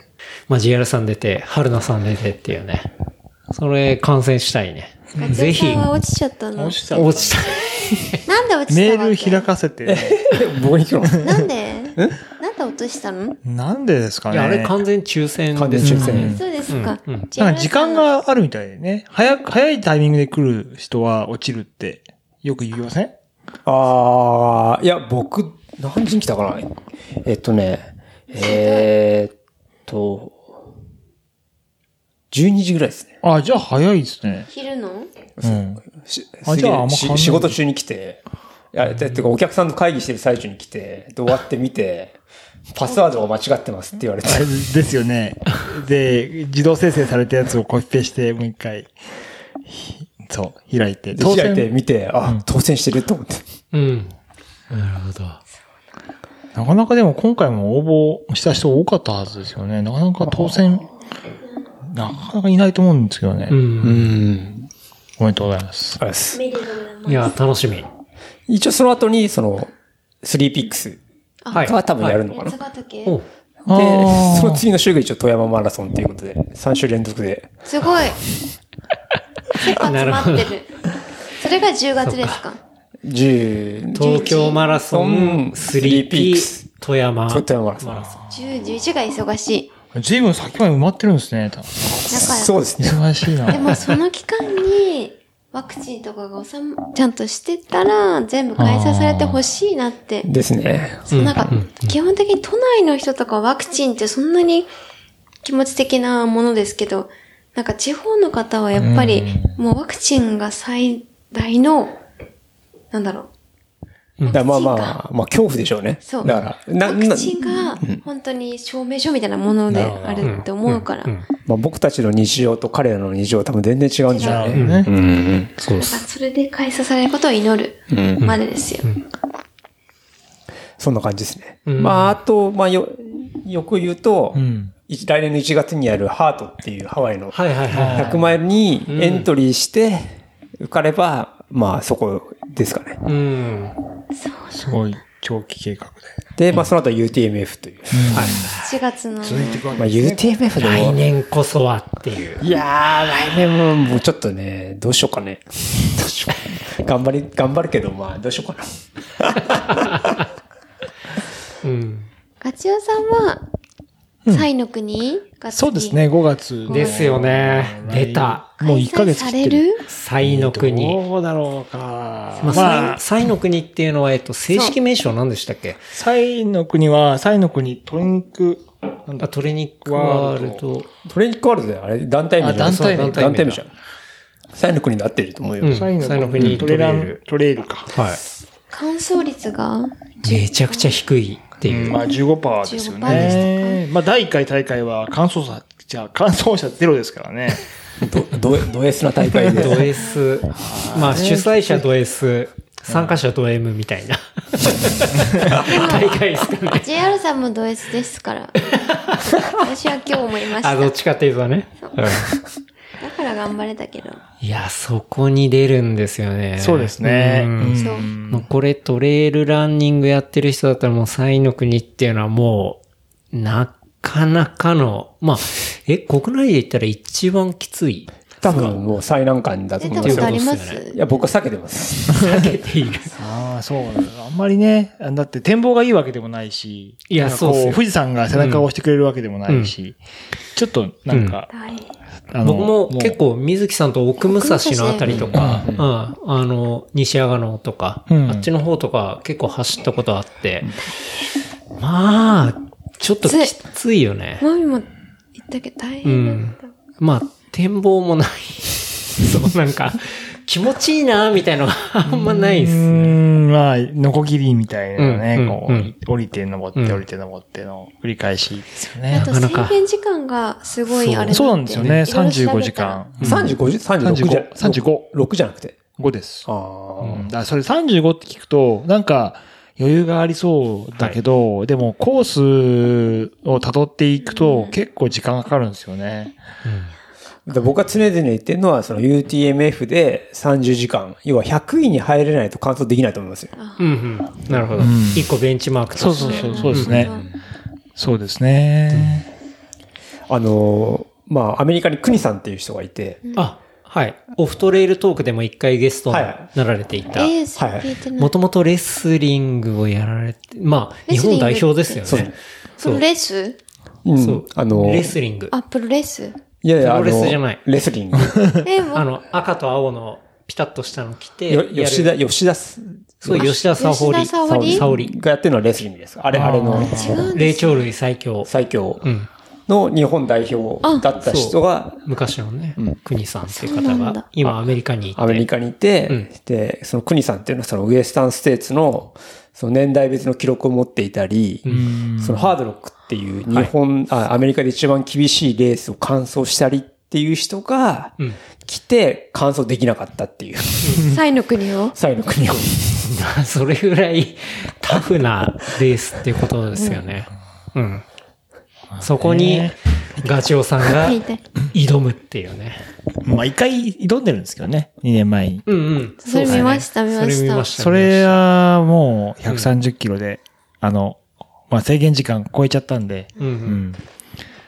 まあ、JR さん出て、春菜さん出てっていうね。それ、観戦したいね。ぜ
ガチャさ、
ひ
んは落ちちゃったの。なんで
落ちちゃった
落ちたい。
落ち
メ
た
ール開かせて。
僕に来るの。
なんでなんで落としたの
なんでですか
い
ね。
や、あれ完全抽選
完全抽選
うん
そうですか。ジェ
な
ラ
んか時間
さん。
があるみたいでね。早く、早いタイミングで来る人は落ちるってよく言いません
あー、いや、僕、何時に来たかなえっとね、えーっと、12時ぐらいですね。
あ、じゃあ早いですね。
昼の
うん。
し
あじゃああんま
すげえ
変わんな
し
い
仕事中に来て、いや、ててかお客さんと会議してる最中に来て、で終わってみて、パスワードが間違ってますって言われて。
あれですよね。で、自動生成されたやつをコピペして、もう一回、ひそう、開い て。
で開いて見て、あ、当選してると思って。
うん。なるほど。
なかなかでも今回も応募した人多かったはずですよね。なかなか当選、なかなかいないと思うんですけどね。
うん。
ん。
おめでとうございます。
あれです。
メリーゴン
いや、楽しみ。
一応その後に、その、スリーピックス
は
が多分やるの
の
かな。
八ヶ岳
お
あ
で、
ー
その次の週が一応富山マラソンということで、3週連続で。
すご い。切羽詰まっ
な
て
る
る。それが10月ですか。
10、
東京マラソン
うん
3P 富山。
富山マラソン。
10、11が忙しい。
随分先まで埋まってるんですね。多分
だ
そ
か
うですね。
忙しい
ら、で
な。
もその期間に、ワクチンとかが収ま、ちゃんとしてたら、全部開催されてほしいなって。
ですね。
そうなんか、基本的に都内の人とかワクチンってそんなに気持ち的なものですけど、なんか地方の方はやっぱり、もうワクチンが最大の、なんだろう、
だからまあまあ、まあ恐怖でしょうね。
そう
だから、な、
ワク
な、
チンが本当に証明書みたいなものであるって思うから、なんか
まあ僕たちの日常と彼らの日常は多分全然違うんでしょうね。
ね
うんうん。
そうっす。
それで開催されることを祈るまでですよ。
そんな感じですね。まああと、まあよ、よく言うと、
ん
い来年の1月にやるハートっていうハワイの
はいはいはい。
100マイルにエントリーして、受かれば、まあそこですかね。
うん。
すごい、長期計画で。
で、まあその後は UTMF という。はい。
4月の、
まあ UTMF で
来
も、
年こそはっていう。
いやー、来年ももうちょっとね、どうしようかね。どうしよう頑張り、頑張るけど、まあどうしようかな。
うん。
ガチオさんは、サイの国が
そうです。ね、5月の。
ですよね。出た。
もう1ヶ
開催
月
さ
切
れ
ってる。
る
才の国。
どうだろうか。
まあ、才才の国っていうのは、えっと、正式名称何でしたっけ
サイの国は、サイの国トリンク、なんだ
あ、トレニックワールド。
トレインクワールドだよ。あれ、団体名じゃん
あ団体名
そう団体名じゃん。サイの国で合ってると思うよ。
うん
サイ
サイ
の
の国
国トレラ
トレイ
ン
ル、
トレイルか。
はい。
乾燥率が
めちゃくちゃ低いっていう。
まあ15%ですよ
15%
ね。まあ第1回大会は乾燥者、じゃあ乾燥者ゼロですからね。
ド、ド、ド S な大会
ド
で。
S。まあ、主催者ド S、参加者ド M みた いな。大会ですかね。
JR さんもド S ですから。私は今日思いまし
あ、
た。
どっ
だ
ちかっていうとね。
から頑張れたけど。
いや、そこに出るんですよね。
そうですね。
うん
そう。
もうこれトレイルランニングやってる人だったらもうサイの国っていうのはもう、なかなかの、まあ、え、国内で言ったら一番きつい。
多分もう最難関だと
出
思
た
い
こ
ま
とあ。りま
すよ
そういうこと
す
いや、僕は避けてます。
避けている。
ああ、そう。あんまりね、だって展望がいいわけでもないし、
いや
なんかこ
そうっすよ
富士山が背中を押してくれるわけでもないし、ちょっとなんか、
はい。
あの
僕も結構水木さんと奥武蔵のあたりとか、うん、あの、西阿賀野とか、
うん
あっちの方とか結構走ったことあって、まあ、ちょっときついよね。
マミも言ったけど大変だった。
まあ、展望もない。 そう、なんか、気持ちいいな、みたいのがあんまないっ
うー
す。
ん、まあ、ノコギリみたいなね、
うん
こ
うん
う、降りて登っ
うん
て降りて登っての繰り返しですよ
あ
ね。
と
なかなか
制限時間がすごいあれだって
そうなんですよね、35時。間。
35時、36時ゃ。
35
6じゃなくて。
5です。
あ
う
ー
んだからそれ35って聞くと、なんか余裕がありそうだけど、でもコースを辿っていくと結構時間がかかるんですよね。
で僕は常々言ってるのは、その UTMF で30時間、要は100位に入れないと完走できないと思いますよ。
うんうん。なるほど。一個ベンチマーク
そう
と
そ
し
う
て。
そう、そうです
出
ね
た。
そうですね。
あのー、まあ、アメリカにクニさんっていう人がいて、
あ、はい。オフトレイルトークでも一回ゲストに
はい
なられていた。
ええそれ
はい
聞いてない。
もともとレスリングをやられて、まあ、
レ
日
スリング
本代表ですよね。
プロレス
うん
そう。
あのー、
レスリング。
あ、プロレス
いやいや、
プロレス
あの
じゃない
レスリング。
え、
あ
もう、
の、赤と青のピタッとしたの着て、
よ
やる
吉田、吉田す
そう、吉田沙保里。
吉田沙保里
沙保里。
がやってるのはレスリングです。あれ、あれの
あー霊長類最強。
最強
うん。
の日本代表だった人が
昔のね、国さんっていう
そ
方
うなん
が
だ、
今アメリカに行って。
アメリカにいて、で、その国さんっていうのはそのウエスタンステーツのその年代別の記録を持っていたり、そのハードロックっていう日本、あ、アメリカで一番厳しいレースを完走したりっていう人が
うん
来て完走できなかったっていう、
サイの国を
サイの国を。
それぐらいタフなレースっていうことですよね。うん。そこにガチオさんが
書いて。
挑むっていうね。
まあ、一回挑んでるんですけどね。2年前に。
うんうん。
それ
うですね
見ました見ました
それ見ました。
それはもう130キロで、あの、まあ、制限時間超えちゃったんで、
見ました、うんうん。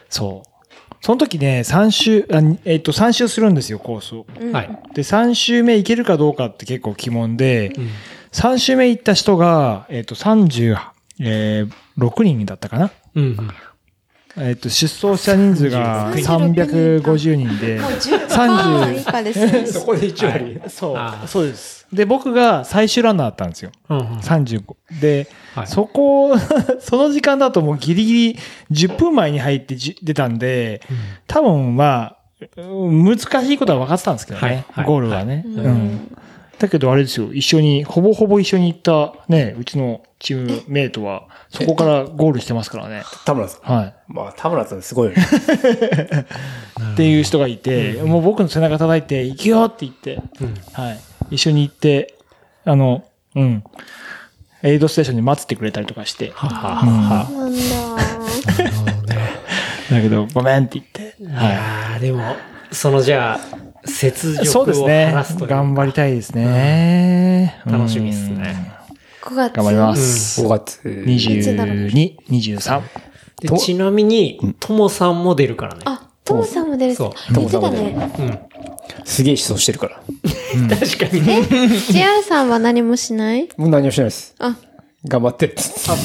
そう。その時ね、3周、あえっと、3周するんですよ、コースを。
うん
はい。
で、3周目行けるかどうかって結構疑問で、
うん
3周目行った人が、えっと、36人だったかな。
うんうん。
えっと、出走した人数が
36
350人で、
もう10%以下ですね。
こで一割。
そ
あー
う、そうです。で、僕が最終ランナーだったんですよ。
うんうん
35。で、
はい
そこ、 その時間だともうギリギリ10分前に入ってじ出たんで、多分まあ、うん難しいことは分かってたんですけどね、
はいはい
ゴールはね、
うん
うん。だけどあれですよ、一緒に、ほぼほぼ一緒に行ったね、うちのチームメイトは、そこからゴールしてますからね。
田村さん。
はい。
まあ、田村さんすごいよね。
っていう人がいて、もう僕の背中叩いて、行くよって言って、
ん
はい。一緒に行って、あの、うん。エイドステーションに待っててくれたりとかして、
ははは
そうなんだ。
なるほどね。
だけど、ごめんって言って、
いやーでも、そのじゃあ、雪 辱
そうです
を晴
ね
らすとい。う。
頑張りたいですね。うん
楽しみですね。
5月。
頑張りま
うん
す。
5月。
22、23。
でちなみに、ともさんも出るからね。
あ、トモさんも出る。
そう
言ってたね。
すげえ思想してるから。
確かに。
JR さんは何もしない
もう何もしないです。
あ、
頑張ってる。
あ、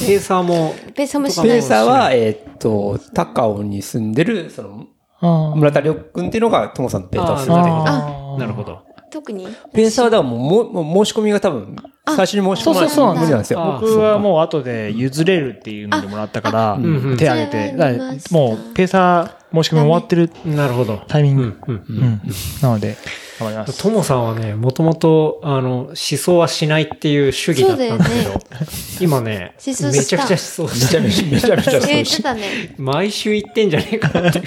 ペーサーも、
ペーサーもしな
ペー
い。
サーは、えーっと、高尾に住んでる、その、
あ
村田亮君っていうのが、ともさんのペーターをするっていう
あ
なるほど。
特に
ペーサーはだからもう、もうもう申し込みが多分、最初に申し込まない
そうそうそう
無理なんですよ。
あ
僕はもう後で譲れるっていうのでもらったから、
うん
手挙げて、
それはあ
だ
り
から
ました
もうペーサー申し込み終わってる
なるほど。
タイミング。
うん。
うんなので、頑張ります。
ともさんはね、もともと、あの、思想はしないっていう主義だったんだけど、
そうだよね
今ね、め
思
ち
想した
ゃくちゃ思想してる。
めちゃめちゃそ
言
うで
って
す。
たね。
毎週行ってんじゃねえかって
昨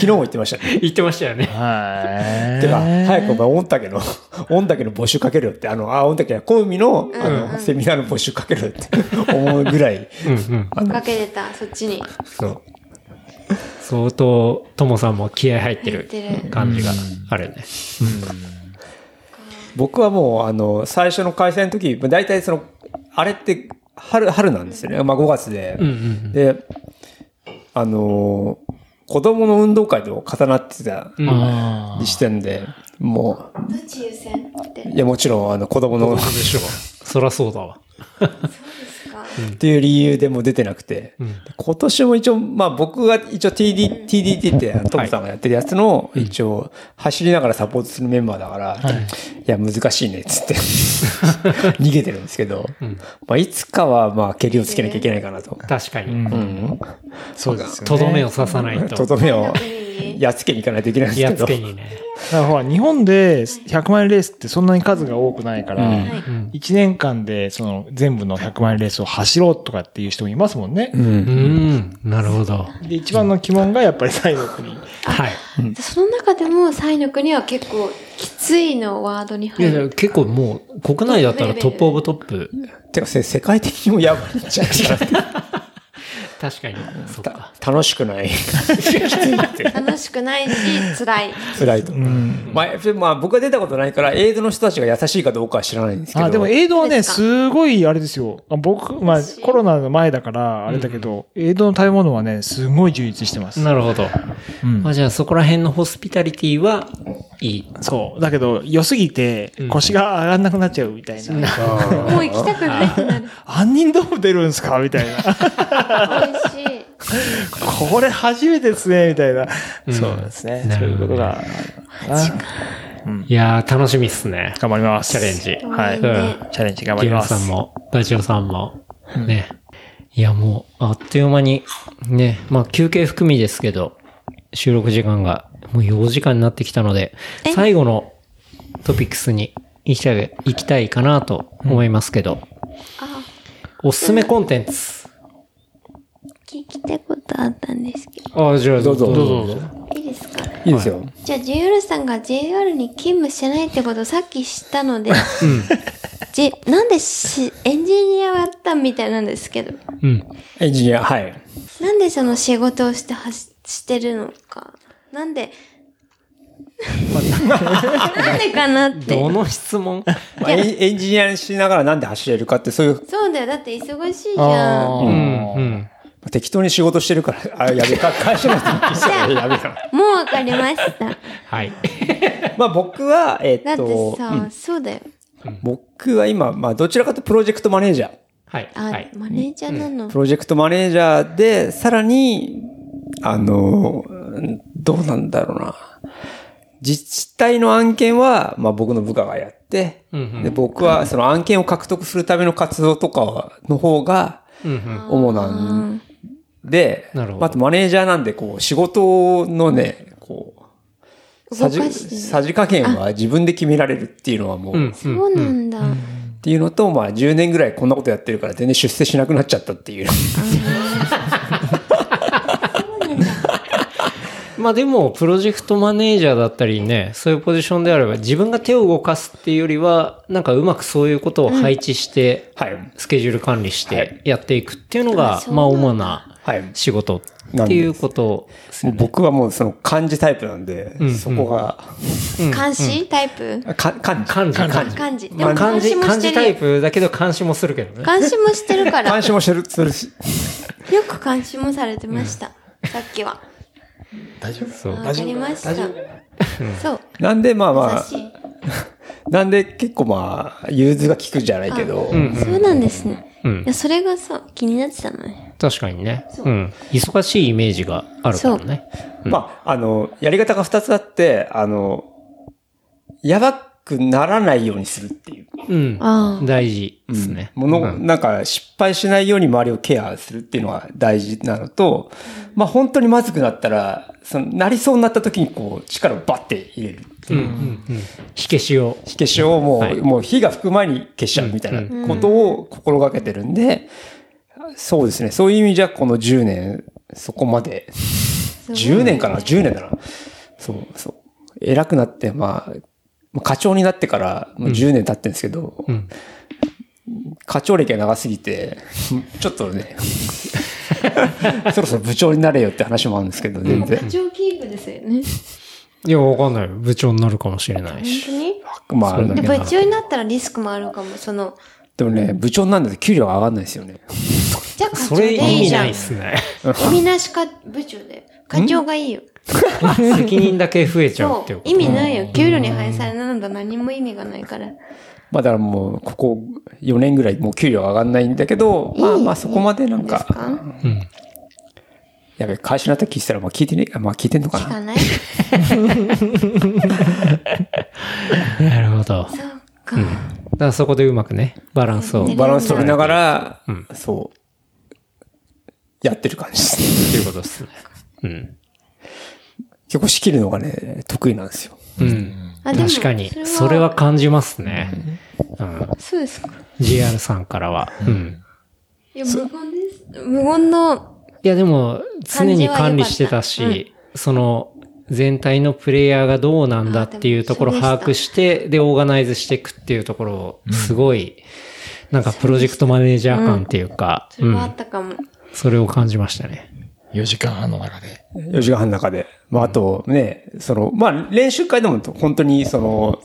日も言ってましたね。
言ってましたよね。
はい。
てか、早くお前、御嶽の、御嶽の募集かけるよって、あの、あ、御嶽は小海の、あの、セミナーの募集かけるよって思うぐらい、
うんうん。
かけてた、そっちに。
そう。相当、ともさんも気合入ってる
入ってる
感じがあるね。
僕はもう、あの、最初の開催の時、まあ大体その、あれって、春、春なんですよね。まあ5月で。
うんうん
で、あのー子供の運動会でも重なってた
うん。
あ
りしてんで、も
どっち優先って
う、い。や、もちろん、あの、子供の、っ
そうでしょう。そらそうだわ。
ていう理由でも出てなくて、今年も一応、まあ僕が一応 TD、TDT って、あのトムさんがやってるやつの、一応、走りながらサポートするメンバーだから、い、や、難しいね、っつって、逃げてるんですけど、まあいつかは、まあ、蹴りをつけなきゃいけないかなと。
確かに。
うん。
あ。そうですよね。
とどめを刺さない
と
と。
どめを、やっつけに行かないといけないんです
やっ
け
つ
ど。
けにね。
だからほら、日本で100万円レースってそんなに数が多くないから、
うん
はい
1年間でその全部の100万円レースを走ろうとかっていう人もいますもんね。
うん
うん。なるほど。
で、一番の疑問がやっぱり最後に。
はい。
その中でも、サイの国は結構、きついのワードに
い
入
やいや
る。
結構もう、国内だったらトップオブトップ。
てかせ、世界的にもやばいんじゃないかな
確かに。そっか。
楽しくない。
楽しくないし、辛い。
辛いと。まあ、でまあ、僕は出たことないから、エイドの人たちが優しいかどうかは知らないんですけど。
あ、でも、映像は
で
ね、
すか
すごいあれですよ。あ僕、まあコロナの前だからあれだけど、映像の食べ物はね、すごい充実してます。
なるほど。まあじゃあそこら辺のホスピタリティはいい。
そう。だけど、良すぎて腰が上がんなくなっちゃうみたいな。
もう行きたくないってなる。
杏仁豆腐出るんですかみたいな。
美味しい。
これ初めてですね、みたいな。そうですね。そういうことが。うん
いやー、楽しみっすね。
頑張ります。
チャレンジ
はい。
う
ね
ん。
チャレンジ頑張
ゲ
り
ル
ます。
さんも、ダチオさんも、ね。いや、もう、あっという間に、ね、まあ、休憩含みですけど、収録時間が、もう4時間になってきたので、最後のトピックスに行きたい、行きたいかなと思いますけど、
あ、
おすすめコンテンツ。
聞きたいことあったんですけど。
あ、じゃあ、
どうぞ
どうぞ。どうぞ
いいですか
いいですよ。
じゃあ JR さんが JR に勤務してないってことをさっき知ったので、 じなんでしエンジニアをやったみたいなんですけど、
うん。
エンジニア、はい。
なんでその仕事をしてはししてるのか。なんで、 なんでかなって。
どの質問
まあエンエンジニアにしながらなんで走れるかって、そういう、
そうだよ。だって忙しいじゃ
あ
ん。
う
ー
ん、うん。
適当に仕事してるから、 あ、やべ、か会社の人にしやべえな。
もうわかりました。
はい。
まあ僕は、え
だ
っ
って
と、
さ、そうだよ。
僕は今、まあどちらかというとプロジェクトマネージャー。
はい。
あ、
はい。
マネージャーなの。
プロジェクトマネージャーで、さらに、あの、うんどうなんだろうな。自治体の案件は、まあ僕の部下がやって、で僕はその案件を獲得するための活動とかの方が
うんうん。
主なんで、
なるほど
まああとマネージャーなんで、こう仕事のね、こう、
動か
さ
して
じ、
ね
さじ加減は自分で決められるっていうのはもう、
うん
そ。うなんだ。
っていうのと、まあ10年ぐらいこんなことやってるから全然出世しなくなっちゃったっていう。
まあでも、プロジェクトマネージャーだったりね、そういうポジションであれば、自分が手を動かすっていうよりは、なんかうまくそういうことを配置して、
はい。
スケジュール管理し
は
て
い
やっていくっていうのが、
あそう
ま
な
あ
んだ
主な
はい。
仕事っていうことです
も
よ
う
ね。
僕はもうその漢字タイプなんで、そこが、
監視タイプ
か漢字。
漢字。漢字。
漢字。で
まあ
も
漢
監
字、
視も
漢
し
字
て
タ
る
イ
よ。
プだけど監視もするけどね。
監視もしてるから
監。視もしてる、するし。
よく監視もされてました。さっきは。
大丈夫
あわかりました。そう。
なんでまあま
優
あ
し、い。
なんで結構まあ、融通が効くじゃないけど、
そうなんですね。
うん
いや、それがさ、気になってたのね。
確かにね。うん。忙しいイメージがあるからね。
まあ、あの、やり方が2つあって、あの、やばくならないようにするっていう。
うん。
ああ。
大事ですね。
もの、なんか失敗しないように周りをケアするっていうのが大事なのと、まあ本当にまずくなったら、その、なりそうになった時にこう、力をバッて入れるっていう。
火消しを。
火消しをもう、
はい
もう火が吹く前に消しちゃうみたいなことを心がけてるんで、そうですね。そういう意味じゃ、この10年、そこまで、10年かな ?10 年だな。そうそう。偉くなって、まあ、まあ課長になってからもう10年経ってるんですけど、課長歴が長すぎて、ちょっと ね、そろそろ部長になれよって話もあるんですけど、全然。
長キープですよね。
いや、わかんないよ。部長になるかもしれないし。
本
まあ、あれだ
当
け
に
ど
やっぱ一応になったらリスクもあるかも。その、
でもね、部長になるんで給料が上がんないですよね。
じゃあ課
そ
長で
れ意
いい
味
じゃ
ない
ん
っ。すね。
意味なしか部長だよ。課長がいいよ。
責任だけ増えちゃうっ
そ
ていう
う。
こと
意味ないよ。給料に反映されないのと何も意味がないから。
まあだからもう、ここ4年ぐらいもう給料上がんないんだけど、まあまあそこまでなん
です
か、
か
やべえ、会社になった聞いてたら、まあ聞いてね、あまあ聞いてんのか
聞
な。
かな い
なるほ
そう
ど。
か。
だからそこでうまくね、バランスを。
バランス取りながら、そう、やってる感じです。
っていうことですね。うん。
結構仕切るのがね、得意なんですよ。
うん。
あでも
確かに、
それは
それは感じますね。うん。
そうですか。
GR さんからは。うん。
いや、無言です。無言の、
いや、でも、常に管理してた
感じは良
し、その、全体のプレイヤーがどうなんだっていうところを
あでも
把握して、で、オーガナイズしていくっていうところを、すごい、なんかプロジェクトマネージャー感っていうか、
そうれはあ
ん
っ。たかも。
それを感じましたね。
?4 時間半の中で。
4時間半の中で。まああとね、その、まあ練習会でも本当にその、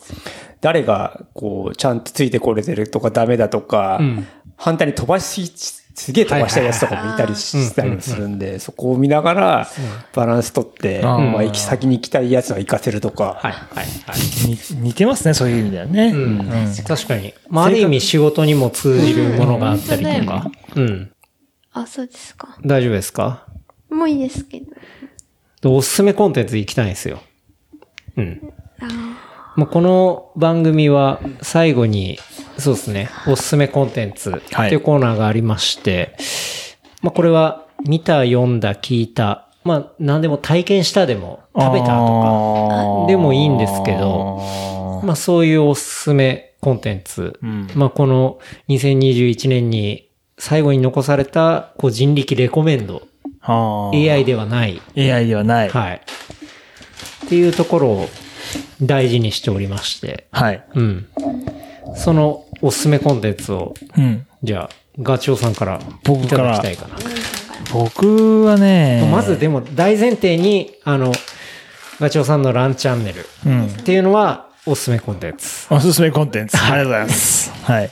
誰がこう、ちゃんとついてこれてるとかダメだとか、
ん
反対に飛ばし、すげえ飛ばしたやつとかもいたりしたりもするんで、そこを見ながらバランス取って、
あー
まあ行き先に行きたいやつは行かせるとか、
い、はい、はい。
に似てますね、そういう意味ではね。うん
確かに。まあ、ある意味仕事にも通じるものがあったりとか。うん。
あ、そうですか。
大丈夫ですか
もういいですけど。
でおすすめコンテンツ行きたいんですよ。うん。
あ
まあ、この番組は最後に、そうですね、おすすめコンテンツって
はい
いうコーナーがありまして、まあ、これは見た、読んだ、聞いた、まあ、何でも体験したでも、食べたと
と
かでもいいんですけど、まあ、そういうおすすめコンテンツ
うん
まあ、この2021年に最後に残されたこう人力レコメンド、
あー
AI ではない、
AI ではない。
はい。っていうところを大事にしておりまして、
はい。
うん。そのおすすめコンテンツを、
うん。
じゃあ、ガチョウさんから
僕
い
か
た
ら
だきたいかな。
僕はね、
まず、でも大前提に、あの、ガチョウさんのランチャンネルっ
うん。
ていうのはおすすめコンテンツ
おすすめコンテンツ。ありがとうございます。はい。
っ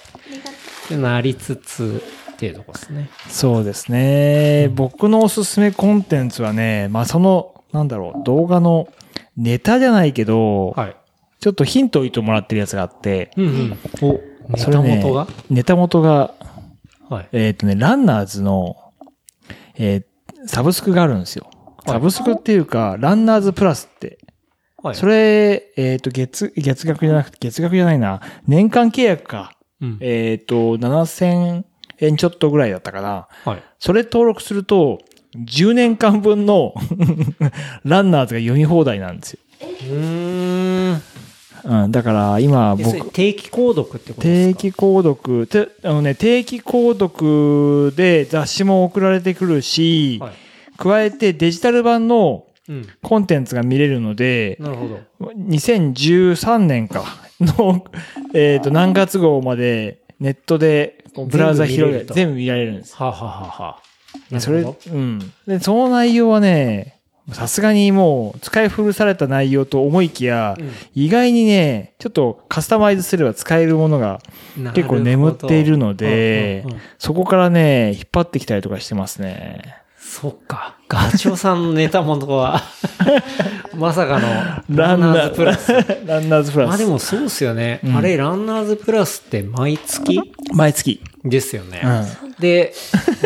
ていうのありつつっていうとこですね。
そうですね。僕のおすすめコンテンツはね、まあその、なんだろう、動画のネタじゃないけど、
はい。
ちょっとヒントを言ってもらってるやつがあって、
うんうん。お、ネ
そ
タ
れね
元が、
ネタ元が、
はい。
えっ、とね、ランナーズの、えーサブスクがあるんですよ。
い
サブスクっていうか、ランナーズプラスって、
はい。
それ、えっ、と、月、月額じゃなくて、月額じゃないな、年間契約か。
うん。
えっ、と、7000円ちょっとぐらいだったかな。
はい。
それ登録すると、10年間分の ランナーズが読み放題なんですよ。
うん。
うん、だから今
えそれ
僕、
定期購読ってことで
定
すか
期購読、てあのね、定期購読で雑誌も送られてくるし、
はい。
加えてデジタル版の
うん。
コンテンツが見れるので、
なるほど。
2013年かの、えっと、何月号までネットでこうブラウザ広げ
全部見れると
て全部見られるんです。
はあ、はあはあはあ、
それ、
なるほ
うん。で、その内容はね、さすがにもう使い古された内容と思いきや、
うん
意外にね、ちょっとカスタマイズすれば使えるものが
どなるほど
結構眠っているので
うんうんうん、
そこからね、引っ張ってきたりとかしてますね。
そっか。ガチョウさんのネタ元 は、まさかの、ラ
ラ
ン
ン
ナ
ナ
ー
ー
ズプ
ズプ
ラ
ラ
ス
ス。。 ランナーズプラス。
まあでもそうっすよね。
うん
あれ、ランナーズプラスって毎月
毎月。
ですよね。
う
で、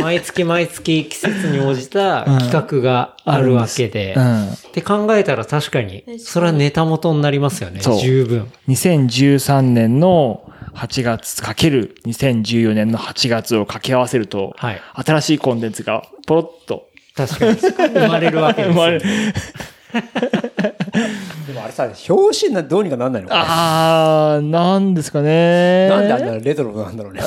毎月毎月季節に応じた
うん
企画があるわけで、
ん。
って考えたら確かに、それはネタ元になりますよね。
そう
十分。
2013年の8月かける2014年の8月を掛け合わせると、
はい
新しいコンテンツがポロッと
確かに。生まれるわけで
生
す
ま
よ
れる
ね。。
でもあれさ、表紙などうにかなんないのか
あー、なんですかね。
ななんであんなレトロなんだろうね。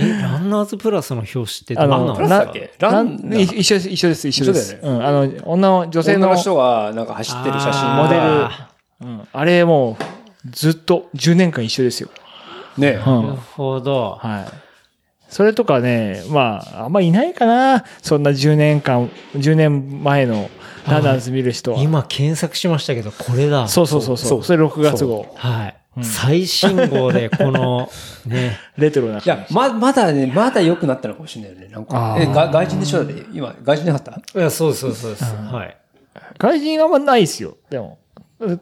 え、ランナーズプラスの表紙ってど
あ
んな
の、
の
ランナーズだっけ
な
ランナー
い一緒です、一緒です、一緒です。
一緒だ
うん、あの、女の、女性
女
の
の人がなんか走ってる写真
モデル
あ。
うん、あれもう、ずっと10年間一緒ですよ。
ね
う
なる
ん。
ほど。
はい。それとかね、まあ、あんまいないかな。そんな10年間、10年前のランナーズ見る人は。
今検索しましたけど、これだ。
そうそうそうそう。それ6月号。
はい。最新号で、こ の、ね。
レトロな感
い
じ。
や、ま、まだね、まだ良くなったのかもしれないよね。なんか
あ。ー
え、が外人でしょだって、今、外人なかった
いや、そうです、そうですそうです。はい。
外人あんまないですよ。でも。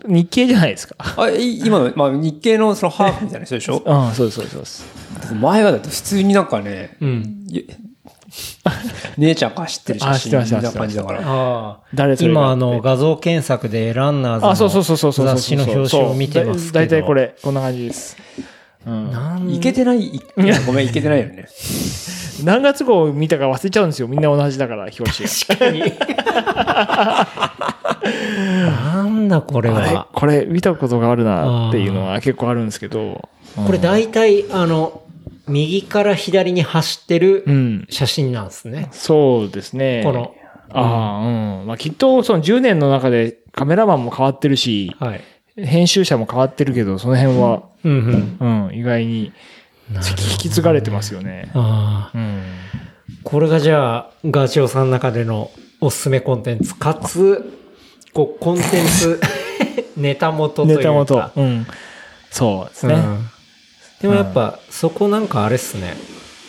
日系じゃないですか。
あ、い今の、まあ、日系のそのハーフみたいな人でしょ
うん、 そうです、そうですそうです。
前はだって普通になんかね、
うん。
い姉ちゃんが走ってる写
あ知って
真
ま
み
した
たいな感じだから。
ああ。
誰それが
今、あの、画像検索でランナ
あ、そうそう
ーズ
そうそうそう
の
そう。
雑誌の表紙を見てますけど。
だいたいこ。れ、こんな感じです。うん、
なん
いけてない、いいやごめん、いけてないよ ね。
何月号を見たか忘れちゃうんですよ。みんな同じだから、表紙が。
なんだこれ
あれ
は。
これ見たことがあるなっていうのは結構あるんですけど。
これ大体、あの、右から左に走って
う
る
ん。
写真なんですね。
そうですね。
この。
ああ、うん。まあきっとその10年の中でカメラマンも変わってるし、
はい。
編集者も変わってるけど、その辺は、
うんうん。
うん、意外に引き継がれてますよね。
ああ。
うん。
これがじゃあ、ガチオさんの中でのおすすめコンテンツ、かつ、こう、コンテン ツ、ネタ元という
ネ
か。
タ元。うん。そうです
うん
ね。
でもやっぱ、そこなんかあれっすね。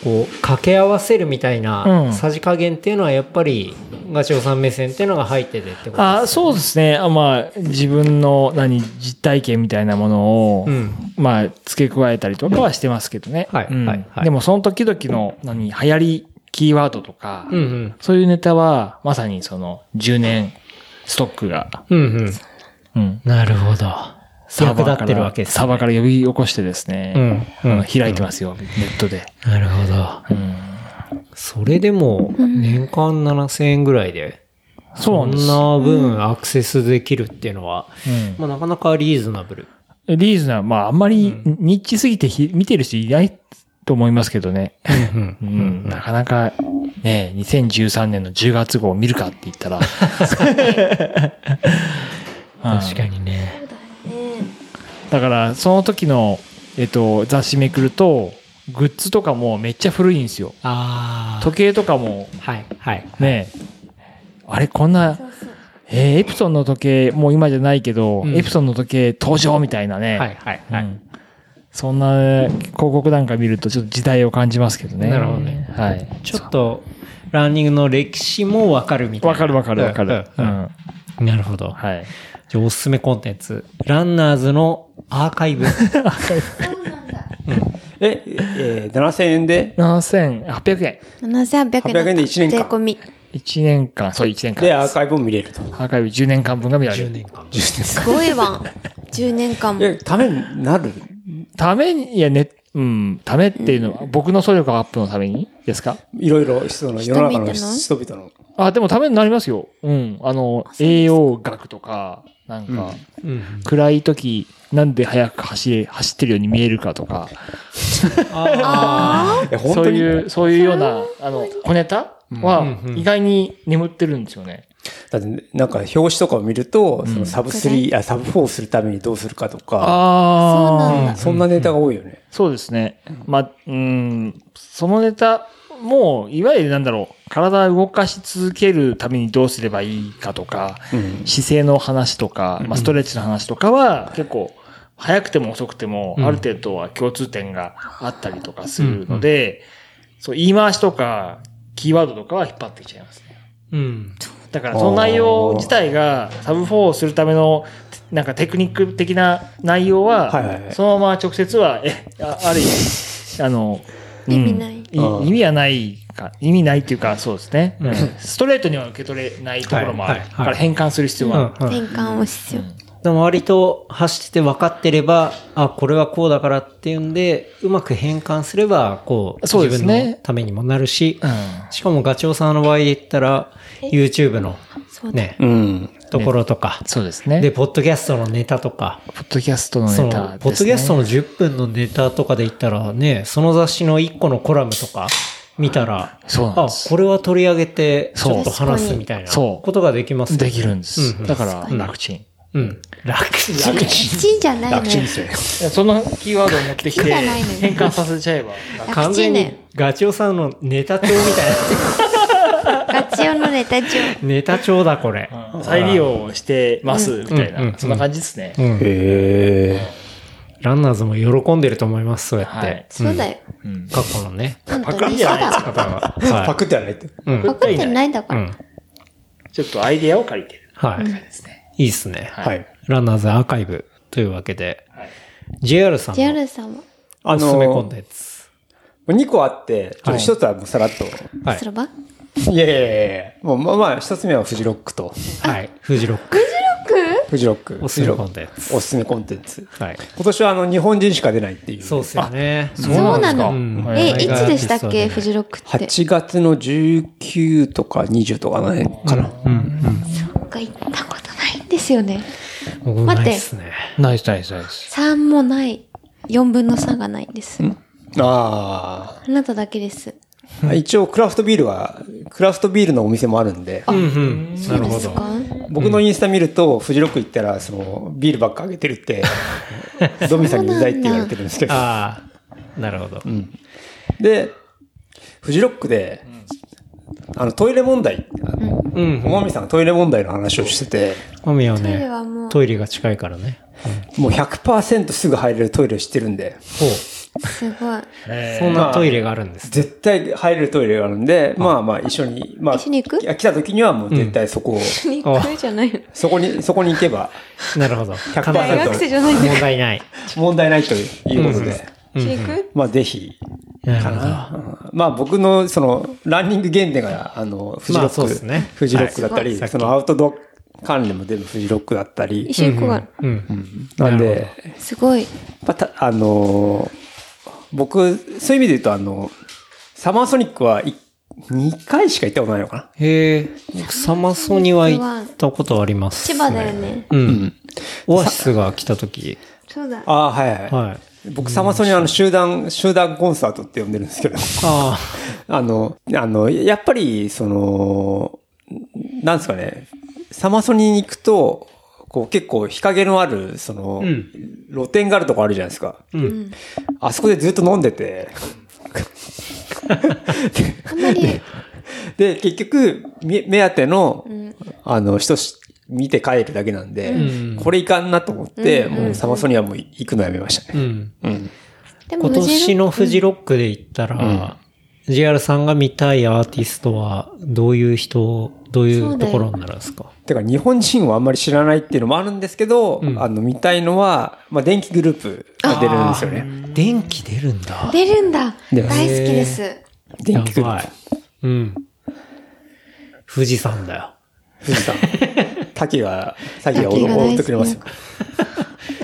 こう、掛け合わせるみたいな、
うん
さじ加減っていうのはやっぱり、ガチオさん目線っていうのが入っててってこと
あそうですね。あまあ、自分の何、実体験みたいなものを、
うん。
まあ、付け加えたりとかはしてますけどね。
はい
うん
はいはい
でも、その時々の何、流行りキーワードとか、
うんうん。
そういうネタは、まさにその、10年ストックが、
うんうん。
うん、
なるほど。
サーバー
役立
か
ってる
ら、
わけですね
サーバーから呼び起こしてですね、
うんうん
あの開いてますよ、ネットで。
なるほど。
うん
それでも、年間7000円ぐらいで、
そうなんです。
な分アクセスできるっていうのは、
うん
まあなかなかリーズナブル。
リーズナー、まああんまりニッチすぎてひ見てる人いないと思いますけどね。うん、なかなか、ね、2013年の10月号を見るかって言ったら。
確か
に。
にね。
だから、その時の、えっと、雑誌めくると、グッズとかもめっちゃ古いんですよ。
あ
時計とかも、
あ。はい、はい。
ね、あれこんな、えーエプソンの時計、もう今じゃないけど、
うん
エプソンの時計登場みたいなね。
はい、はい、
は
はいい。
そんな広告なんか見るとちょっと時代を感じますけどね。
なるほどね
はい。
ちょっと、ランニングの歴史もわかるみたいな。
わかるわかるわかる。
う
う。
んんうんなるほど。
はい。
じゃあおすすめコンテンツ。ランナーズのアーカ イブ。
え、えー、7000円で、
7800円。
7800
800円で一年間
税込み。
1年間、そう、1年
で、
間。
アーカイブも見れると。
アーカイブ10年間分が見られ
10
る。
年間。
すごいわ。10年間も。
え、ためになる
ために、いや、ね、うん、ためっていうのは、僕の総力アップのためにですか
いろいろ、その世の中の
人
人々の。
あ、でもためになりますよ。うん。あの、栄養学とか、なんか、
うん。
暗い時、なんで早く走れ、走ってるように見えるかとか、
あ
え、本
そ
当
う
に
いう、そういうような、あの、小ネタは
うんうん
意外に眠ってるんですよね。
だって、なんか表紙とかを見ると、そのサブ3、あ、サブ4するためにどうするかとか、
あ
そうなんだ
そんなネタが多いよね。
そうですね。まあ、うん、そのネタ、もう、いわゆるなんだろう、体を動かし続けるためにどうすればいいかとか、
ん
姿勢の話とか、まあ、ストレッチの話とかは、結構、早くても遅くても、ある程度は共通点があったりとかするので、そう、言い回しとか、キーワードとかは引っ張ってきちゃいますね。
うん。
だからその内容自体がサブ4をするためのなんかテクニック的な内容は、
はいはいはい
そのまま直接は、え、あある意 味、あの、うん
意味ない
うん
意味はないか、意味ないっていうか、そうですね。ストレートには受け取れないところもある。
はいはいはい
だから変換する必要はある。
あ。転換を必要。
でも割と走ってて分かってれば、あ、これはこうだからっていうんで、うまく変換すれば、こう、
そうです
自
ね
分のためにもなるし、
うん
しかもガチョウさんの場合で言ったら、YouTube の
そうだ。
ね、
うん。
ところとか、
そうですね。
で、ポッドキャストのネタとか、
ポッドキャストのネタ
その
です、ね。
ポッドキャストの10分のネタとかで言ったらね、その雑誌の1個のコラムとか見たら、
そうなんです
あ、これは取り上げて、ち
そう
ょっと話すみたいな
そう
ことができますよね
できるんです。
うんうん
だから楽ちん。い
うん。楽
楽ちん。
1位じゃ ないのよ。
楽ちんですよね。
やそのキーワードを持ってきて
楽じゃないのよ
変換させちゃえば。
完
楽ち
全
ん
に
ね。
ガチオさんのネタ帳みたい
ガチ用のネタ帳。
な。ネタ帳だ、これ。
再利用してますみたい
うん
な、そんな感じですね。
うん。
へえ。
ランナーズも喜んでると思います、そうやっ
は
て
い。
そうだよ。
うん
過去のね、
本
パク
当
リ
に
じゃ
そう
ない
だ
です
わ。
方 は。
パ
は
クってはないって。
い。うん。
パクってないんだか
う
ら。
ん。
ちょっとアイデアを借りてる
はい。いいっすね。
はい。
ランナーズアーカイブというわけで
はい、
JR さん
ジャル
の
さんも。
あ
おすすめコ
の
ンテン、ツ。
2個あって、ちょっと1つはもうさらっと。
はい
すれば
いやいやいやいやもうまあまあ、1つ目はフジロックと。
はい。フジロック。
フジロック。
おすすめコンテンツ
おすすめコンテンツ。
はい。
今年はあの、日本人しか出ないっていう。
そうっすよね。
そうなんで
そうな
すか
の
うん
はい
え、
はい
いつでしたっ
は
け
い
フジロックって。
8月の19とか20とかの辺かな。
僕が行ったことないんですよね。
僕も
待
な
っ
い
て
っすね。
ナイスナイスナイス。
3もない。4分の3がないんです。
あ
あなただけです。
あ。一応、クラフトビールは、クラフトビールのお店もあるんで、
うんうん。なるほ
そう
ど。
僕のインスタ見ると、フジロック行ったら、その、ビールばっかあげてるって、ゾミさんにうざいって言われてるんですけど。
ああ、なるほど。
で、フジロックで、あの、トイレ問題、
うん。
おまみさんがトイレ問題の話をしてて、
小宮はね、
トイレはもう
トイレが近いからね。
もう100%すぐ入れるトイレを知ってるんで、
ほう。
すごい。
そんなトイレがあるんです。
絶対入れるトイレがあるんで、まあまあ一緒に、まあ、
一緒に行く
き来た時にはもう絶対そこを、
に行くじゃないの。
そこに、そこに行けば
なる ほど。
100%
大学生じゃないの。
問題ない。
問題ないということで、
一緒に行く
まあぜひ、
なるほど。
うんまあ僕のそのランニング原点が、あの、フジロ
まあそうです
ック、
ね
フジロックだったり、
はい
そのアウトドア関連も全部フジロックだったり。
一緒にこが、
うん。
なんで、
すごい。
また、あのー僕、そういう意味で言うと、あの、サマーソニックはい2回しか行ったことないのか
へえ。僕、サマソニは行ったことあります、
千葉だよ。ね。
うん。オアシスが来た時。
そうだ
な。。ああ、はいはい。
はい。
僕、サマソニはあの集団、集団コンサートって呼んでるんですけど、
あ
あの、あの、やっぱり、その、なんですかね、サマソニに行くと、こう結構日陰のある、その、
ん
露店があるとこあるじゃないですか。
うん。
あそこでずっと飲んでて、
あんまり、
で、結局、み目当ての、
うん。
あの、人し、見て帰るだけなんで、
うん
これいかんなと思って、
うん
もうサマソニはもう行くのやめました
あ。う
ね。
ん。
うん。
で
今年のフジロックで行ったら、JR さんが見たいアーティストは、どういう人、どうい
そう
う
だ
と
よ
ころになるんですか
てか、日本人はあんまり知らないっていうのもあるんですけど、
うん
あの、見たいのは、まあ、電気グループが出るんですよね。
ね。電気出るんだ。
出るんだ。
出
大
ま
好き
す
です。
電気グルー
やばい。うん。富士山だよ。
プ。富士山。 滝が、滝が
滝が大好き
踊ってくれますよ。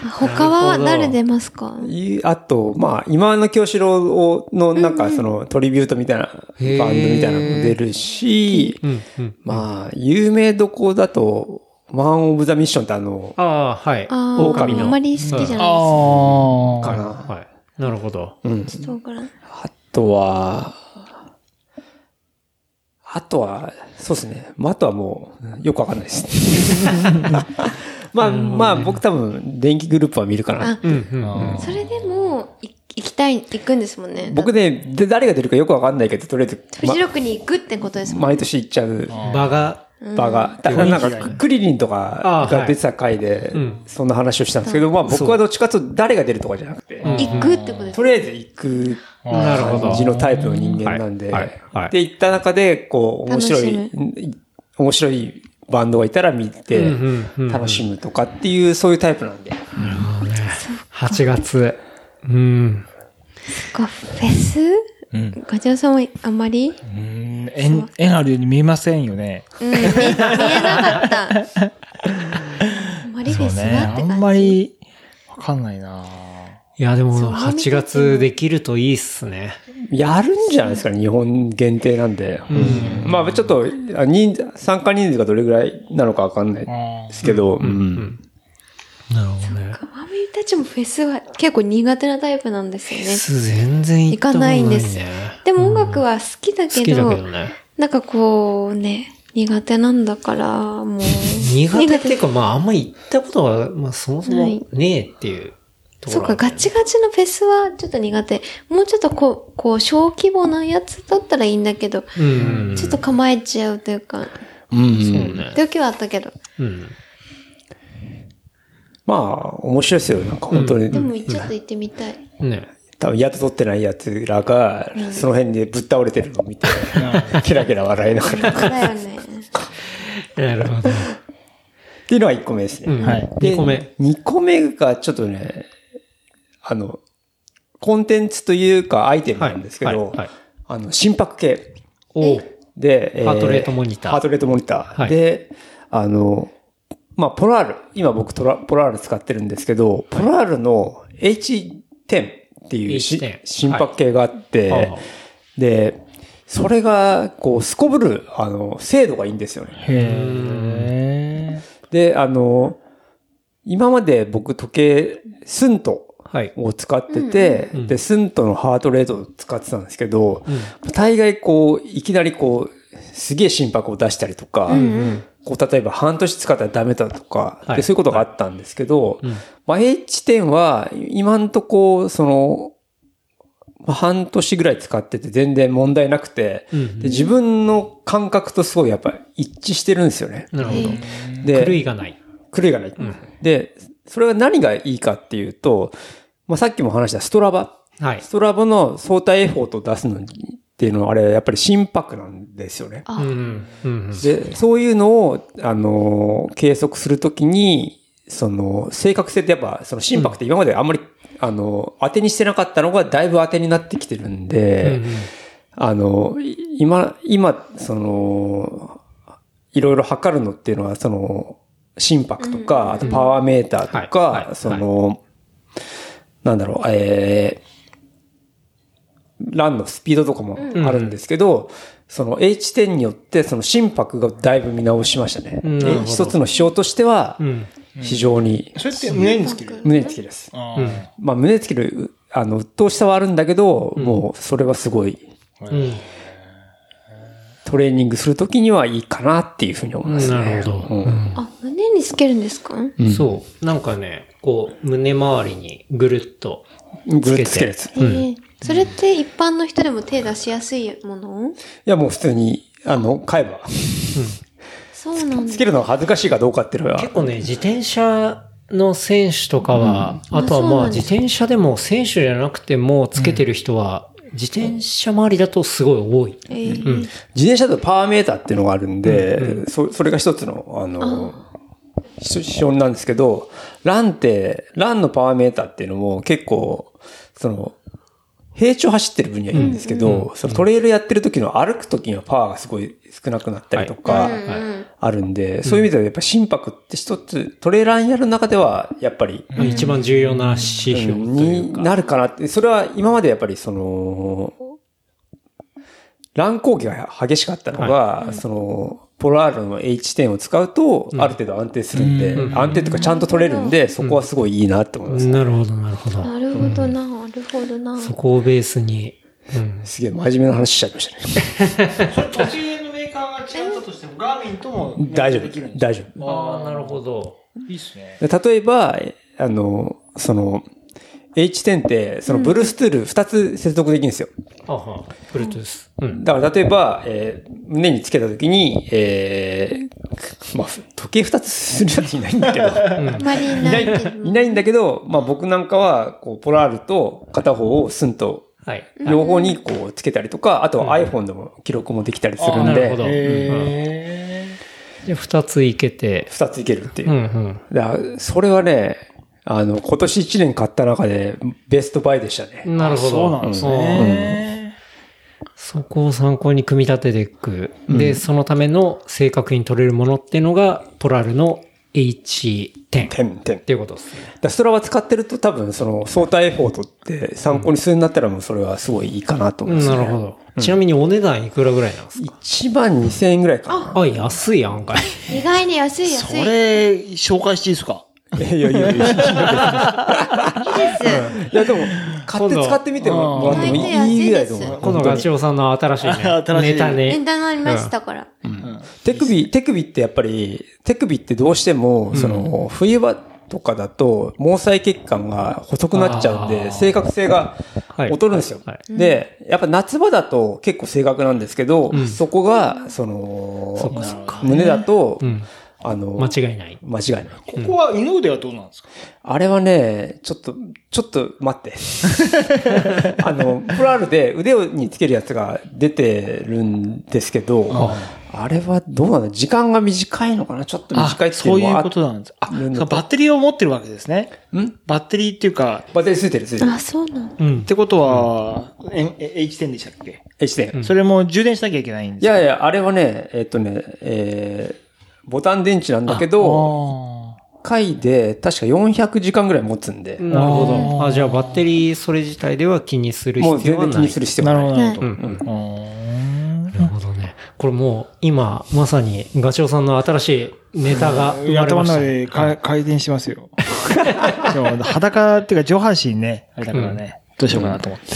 あ他は誰出ますか
いあと、まあ、今の清志郎の、なんか、その、トリビュートみたいな、
へー
バンドみたいなのも出るし、
うん、うん。
まあ、有名どこだと、ワンオブザミッションってあの、
ああ、はい。
ああ、あ
狼の
んまり好きじゃ
あ
ない
か
あ。
な。
はい。なるほど。
うん。
です。ちょっとわからん。
あとは、あとは、そうですね。まあ、あとはもう、よくわかんないです。 まあ、まあ、僕多分、電気グループは見るかな
あ。
うん、うん。
それでも、い行きたい、行くんですもんね。
僕ね、で誰が出るかよくわかんないけど、とりあえず、
フジロックに行くってことです
ま
もん。
毎年行っちゃう
場が、
場が。だからなんか、クリリンとか
あーは
が
い
出てた回で
うん、
そんな話をしたんですけど、まあ僕はどっちかというと誰が出るとかじゃなくて、
行くってことです
とりあえず行く
なるほど
感じのタイプの人間なんで、
はいはいはい
で、行った中で、こう、面白い
楽、
面白いバンドがいたら見て
うんうんうんう、ん
楽しむとかっていう、そういうタイプなんで。
8月。うん。
か。フェス
うん。
ガチャさんはあんまり
うん縁、縁あるように見えませんよね。
うん、見見えなかった。あんまりフ
そ
ェ
う
ス
ね。
はって感
あ
じ。
んまり、わかんないない
や、で
そう
も、8月できるといいっすね。
やるんじゃないですかね、日本限定なんで。まあちょっと、あ人数参加人数がどれぐらいなのかわかんないですけど、うん
なるほどね。
マミたちもフェスは結構苦手なタイプなんですよね。
全然行
行
った
か
ことな
ないいん
ね。
です。でも音楽は好きだ
好
け
きだ
ど、
けどね。
なんかこうね、苦手なんだから、もう。
苦手っていうか、まあ、あんま行ったことが、まあ、そもそもねえっていうとこ
そ
ろ
う
な
か、
んだよ
ガ
ね。
チガチのフェスはちょっと苦手。もうちょっとこう、こう、小規模なやつだったらいいんだけど、
うん。
ちょっと構えちゃうというか、
うん
そうね。
時はあったけど。
うん。
まあ、面白いですよ。なんか本当に、
でも、ちょっと行ってみたい。
ね
多分宿取ってない奴らが、その辺でぶっ倒れてるのを見て、ケラケラ笑いながら。っ
だよね。
なるほど。
ていうのが1個目ですね。
うん
はい
で
2個目。。
2個目がちょっとね、あの、コンテンツというかアイテムなんですけ
はい
ど、
はいはい
あの、心拍計。
お
で、え
ハートレートモニター
ハートレートモニター。
はい
で、あの、まあ、ポラール。今僕トラ、ポラール使ってるんですけど、ポラールの H10 っていうし
H10
心拍計があって、
はいああ
で、それが、こう、すこぶる、あの、精度がいいんですよね。
へ
で、あの、今まで僕時計、スント
はい。
を使ってて、
うん
で、スントのハートレートを使ってたんですけど、
うん
大概こう、いきなりこう、すげえ心拍を出したりとか、こう、例えば半年使ったらダメだとか、
は
で
い
そういうことがあったんですけど、
うん
まあ、H10 は、今んとこ、その、まあ半年ぐらい使ってて全然問題なくて、
うん
で自分の感覚とすごいやっぱ一致してるんですよね。
なるほど。
で、
狂いがない。
狂いがない。で、それが何がいいかっていうと、まあ、さっきも話したストラバ。
はい
ス。トラバの相対エフォートを出すのにっていうのは、あれ、やっぱり心拍なんですよね。
あ
うん。うん。
で、そういうのを、あのー計測するときに、その、正確性ってやっぱ、その心拍って今まであんまり、あの、当てにしてなかったのが、だいぶ当てになってきてるんで、あの、い今、今、その、いろいろ測るのっていうのは、その、心拍とか、あとパワーメーターとか、
はいはい
その、なんだろう、えー、ランのスピードとかもあるんですけど、その H 点によってその心拍がだいぶ見直しましたね。
うんなるほど
一つの指標としては、非常に
それって胸につける。
胸につきです。
あ
まあ胸につける、あの、鬱陶しさはあるんだけど、もうそれはすごい、
うん。
トレーニングするときにはいいかなっていうふうに思いますね。
なるほど
うん
あ、胸につけるんですか
そう。なんかね、こう、胸周りにぐるっと
ぐるっとつ
つ
ける
け
や
て。
つ。い
えーそれって一般の人でも手出しやすいもの
や、もう普通に、あの、買えば。
そうなん
つけ
だ。
るのが恥ずかしいかどうかっていうのは
結、構ね、自転車の選手とかは、
ん
あと
あそ
は
う
ま
な
あ
んで
自
すか
転車でも選手じゃなくてもつけてる人は、自転車周りだとすごい多い。
えー
自転車だとパワーメーターっていうのがあるんで、そそれが一つの、あの、指標なんですけど、ランって、ランのパワーメーターっていうのも結構、その、平地を走ってる分にはいいんですけど、そのトレイルやってる時の歩く時にはパワーがすごい少なくなったりとか、あるんで、そういう意味ではやっぱ心拍って一つ、トレイラーにやる中では、やっぱり
一番重要な指標という
に
か。
なるかなって、それは今までやっぱりその、乱高下が激しかったのが、その、ポラールの H 点を使うと、ある程度安定するんで、安定というかちゃんと取れるんで、そこはすごいいいなって思います。
なるほど、なるほど。
なるほどな、なるほどな。
そこをベースに。うん。
すげえ真面目な話しちゃいましたね。
年上のメーカーが違ったとしても、ガーミンとも
大丈夫、大丈夫。
ああ、なるほど。
いいっすね。
で例えば、えあの、その、H10 って、そのブルーストゥール2つ接続できるんですよ。
あは、Bluetooth。うん。
だから例えば、えー胸につけたときに、えーまあ、時計2つするやついないんだけど、
あんまりいないけど。
いないんだけど、まあ僕なんかは、こう、ポラールと片方をスンと、
はい。
両方にこうつけたりとか、あとは iPhone でも記録もできたりする
あ
ん
なる
で、
ほど。うん
へ
で、二ついけて。
2ついけるっていうう。
んうん。
だからそれはね、あの、今年1年買った中でベストバイでしたね。
なるほど。
そうなんですね。
そこを参考に組み立てていく。で、そのための正確に取れるものっていうのが、ポラルの H10 っ
点、点。
ていうことですね。
だストラは使ってると多分その相対エフォートって参考にするんだったらもうそれはすごいいいかなと思います、ね
なるほど。ちなみにお値段いくらぐらいなんですか
1万2000円ぐらいか
あ、安い案外。
意外に安い安
そ
い。いい
れ、紹介していいですか
な。いやいやいやいや。
です。
いやでも、買って使ってみてももらってもいいぐらいと思う。
このガチオさんの新しいね。
新しい
ネタ
エン
ね。
タのありましたから。
手首、手首ってやっぱり、手首ってどうしても、その、冬場とかだと、毛細血管が細くなっちゃうん
あ
で、
ー
正確性が
はい
劣るんですよ
はい。
で、やっぱ夏場だと結構正確なんですけど、そこが、そ
そっかそ
の
っか、
胸だと
ん、
あの、
間違いない。
間違いない。
ここは犬腕はどうなんですか
あれはね、ちょっと、ちょっと待っ て。あの、プラールで腕につけるやつが出てるんですけど、あれはどうなの時間が短いのかなちょっと短いっていう
そ
の
うい
は
うことなんです。あ、
るの
そうバッテリーを持ってるわけですね。
ん
バッテリーっていうか、
バッテリーついてる、ついてる。
あ、そうなんだ。
うん
っ。てことは、ええ H10 でしたっけ
H 点。い
それも充電しなきゃいけないんです
やいや、あれはね、えっとね、えー、ボタン電池なんだけ
ど
ど、1回で確か400時間ぐらい持つんで、
なるほど。あ、じゃあバッテリーそれ自体では気にする
もう
必要
全
は
然気
な
に
い
す。る必要
な
は
る
ない。
ほど、なるほ
うんうん。
ど。うーん
なるほどね。これもう今まさにガチオさんの新しいネタが生まれ
頭
ま
の
した
中
ね。
でか回転してますよ。でも裸っていうか上半身ね、あれだからね、どうしようかなと思って。
で、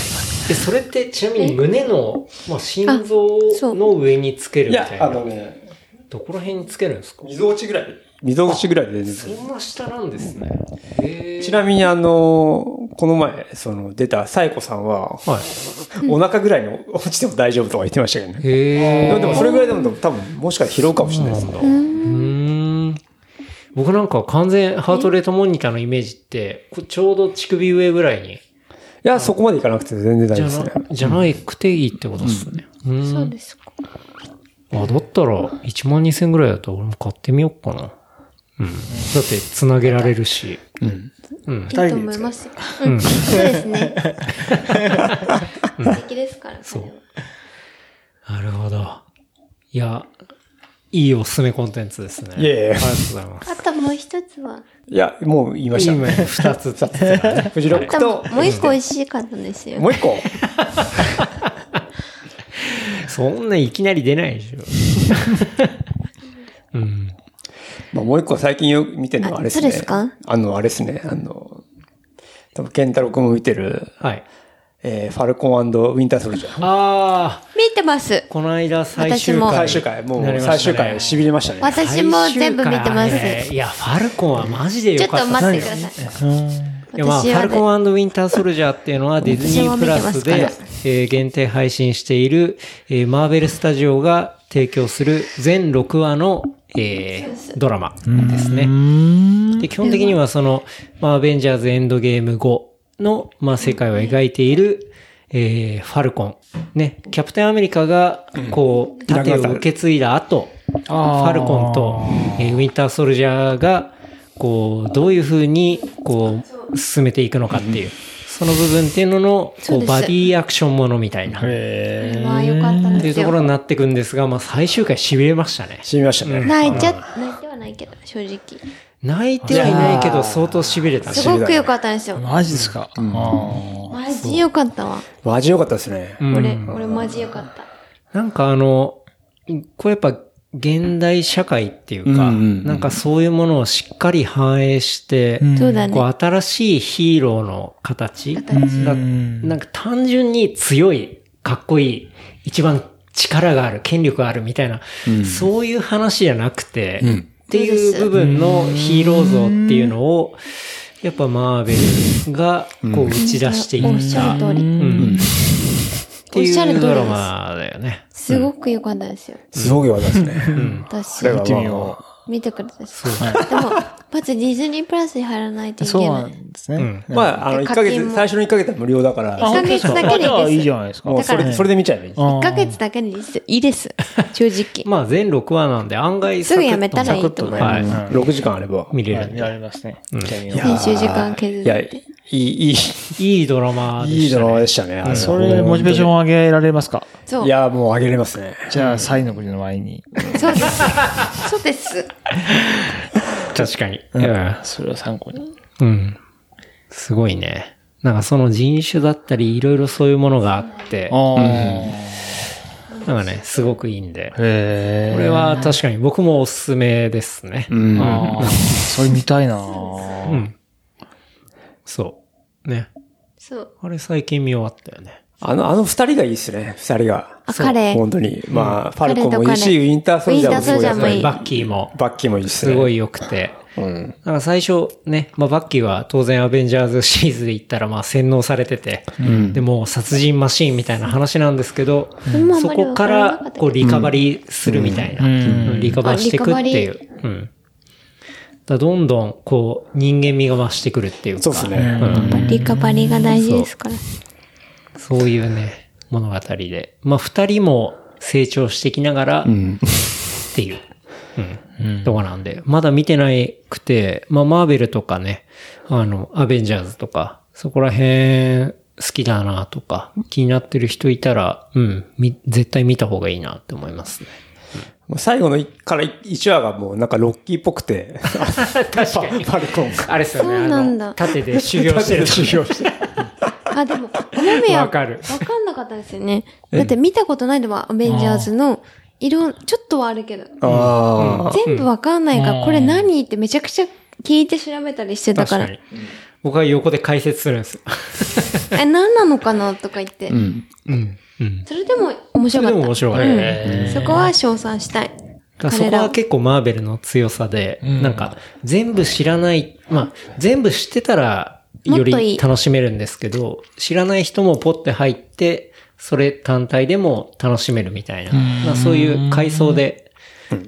それってちなみに胸の、まあ、心臓の上につけ
い
るみ
や
たい、
あ
な。
のね、
どこら辺につけるんですか
溝落ちぐらい。溝落ちぐらいで全然
そんな下なんですね。へ
ちなみにあの、この前、その出たサイコさんは、
はい。
お腹ぐらいに落ちても大丈夫とか言ってましたけどね。
へ
でもそれぐらいでも多分、もしかしたら拾うかもしれないですけど。
うん。僕なんか完全ハートレートモニターのイメージって、こうちょうど乳首上ぐらいに、
いや、そこまでいかなくて全然大
じ
丈夫
ゃ
ですね
な。、じゃなくていいってことですね。うん。
そうですか。
あ、だったら、1万2000ぐらいだと俺も買ってみようかな。うん。だって、つなげられるし。
いいと思います。うん。そうですね。素敵ですから、それは。
なるほど。いや、いいおすすめコンテンツですね。
いやいや
ありがとうございます。
あともう一つは。
いや、もう言いました。
今、二つ、二つ。
フジロック
あと
と、
もう一個美味しかったんですよ。
もう一個。
そんないきなり出ないでしょ。うん。
まあ、もう一個最近よく見てるのはあれですね。
あそうですか
あの、あれですね。あの、多分、ケンタロウ君も見てる、
はい。
えー、ファルコンウィンターソルジャー。
ああ、
見てます。
この間最
私
終
も
回。
最終回、もう
なりましたね
最終回、痺れましたね。
私も全部見てま
最終回あれ
す。
いや、ファルコンはマジで
ちょ
良
っ
かった。
と待ってください。
いやまあ、フ
私は
ァ
ね
ルコンウィンターソルジャーっていうのはディズニープラス
私も
で
見てま、
えー限定配信している、えーマーベルスタジオが提供する全6話の、えードラマですね。で基本的にはその、まあ、アベンジャーズエンドゲーム5の、まあ、世界を描いている、えーファルコン。ね、キャプテンアメリカが、こう、盾を受け継いだ後、フ
あー
ァルコンと、えーウィンターソルジャーが、こう、どういうふうに、こう、進めていくのかっていう、その部分っていうのの、
そ
こ
う
う、
です
バディアクションものみたいな、っ
へ
まあ良かったん
てい
で
う
す
ところ
よ。
になってくんですが、まあ、最終回痺れましたね。
痺れましたね。
泣いちゃ、泣いてはないけど、正直。
泣いてはいないけど、相当痺れたね。
すごく良かったんですよ
ー。マジですか。あー
マジ良かったわ。
マジ良かったですね。
俺、俺マジ良かった。
なんかあの、これやっぱ現代社会っていうか、
うんうんうん
なんかそういうものをしっかり反映して、
そうだね
こう新しいヒーローの形が、
形
なんか単純に強い、かっこいい、一番力がある、権力があるみたいな、そういう話じゃなくて、っていう部分のヒーロー像っていうのを、やっぱマーベルがこう打ち出してい
おっ
っ、
したゃる通り。
うんって
おっしゃ
い
る
う
通り
ドラ
です。
マだよね。
すごく良かったですよ。
すごい良かったですね。
私
これ、は
てみ
ま
よ
あ
見てくれたし。でも、まずディズニープラスに入らないとい
そう
け
な
ない。
んですね。
まあ、あの、
で
1ヶ
課金
月、
も
最初の1ヶ月は無料だから、
あ
も
本当ですか一ヶ月だけでいいです
あじゃあいいじゃないですか。
うそ
だから
れ、それで見ちゃえばいい。
あー
1ヶ月だけでいいです。いいです。正直。
まあ全6話なんで案外
すぐやめたらい
サ
い
ク
と
ッ
思
と
う。
はい
6時間あれば。
見れ
はい
るん
見
で、
られますね。じゃあ見よ
いや
う
ー
編集時間削っ
いや、い
て。
い、いい、
いいドラマで
いい
した
ド
ね、
ラマでしたね。あれ
それ、モチベーションを上げられますか
そう
い。や、もう上げれますね。
じゃあ、サイの国の前に。
そうです。そうです。
確かに、うん。
それを参考に。
うん。すごいね。なんかその人種だったり、いろいろそういうものがあって、
ああ。
なんかね、すごくいいんで。
へえ。
これは確かに僕もおすすめですね。
うん。
あーそれ見たいなー
うん。そう。ね。
そう。
あれ最近見終わったよね。
あの、あの二人がいいですね。二人が。
あ、彼。
本当に。まあ、ファルコン
彼と
もい
彼
いし、ウィンターソルジャーもすごい
ウィンターソルジャーもいい
ですね。
バッキーも
バッキーもいいですね。
すごい良くて。
うん。
なんか最初ね、まあ、バッキーは当然アベンジャーズシリーズで言ったらまあ洗脳されてて、でもう殺人マシーンみたいな話なんですけど、
うん
そこからこうリカバリーするみたいな、うんリカバーしていくっていう。うん、だからどんどんこう人間味が増してくるっていうか、
そうですね。
やっぱリカバリーが大事ですから。
そういうね、物語で。まあ二人も成長してきながら、っていう、 うん、とこなんで。まだ見てないくて、まあマーベルとかね、あの、アベンジャーズとか、そこら辺好きだなとか、気になってる人いたら、うん、み絶対見た方がいいなって思いますね。
もう最後の一から1話がもうなんかロッキーっぽくて、
確かに。
ファルコンが。
あれですよね、
そう
あ
なんだ
の、縦で修行してる。
修行して。
あ、でも、おめめは、
わかる
わかんなかったですよね。だって見たことないのは、アベンジャーズの、色、ちょっとはあるけど、
ああ。
全部わかんないから、これ何ってめちゃくちゃ聞いて調べたりしてた
確
か、
からに。僕は横で解説するんですよ。
え、何なのかなとか言って、それでも面
そ
白
れ
か
で
っ
も面白かった。
た。そこは称賛したい。
だからそ
彼
こ
ら
は
を。
結構マーベルの強さで、なんか全部知らない、まあ全部知ってたらよ
もっといい
り楽しめるんですけど、知らない人もポッて入って、それ単体でも楽しめるみたいな、まあそういう階層で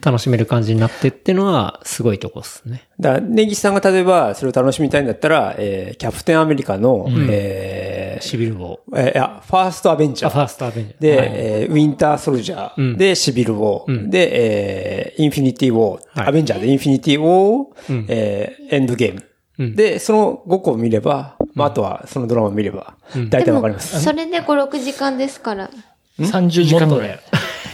楽しめる感じになってってのはすごいとこっすね。
だからネギさんが例えばそれを楽しみたいんだったら、えー、キャプテンアメリカの、えー
シビルボー。
えーいや、ファーストアベンジャ
あ、
ー
フ。ァーストアベンジャー。
で、えーウィンターソルジャー、で、シビル・ウォー、で、えーインフィニティ・ウォー、
はい
アベンジャーでインフィニティ・ウォー、えーエンドゲーム。で、その5個を見れば、まあ、あとはそのドラマを見れば、大体
で
わ
も
かり、ます。
それで5、6時間ですから。
30時間ぐらい。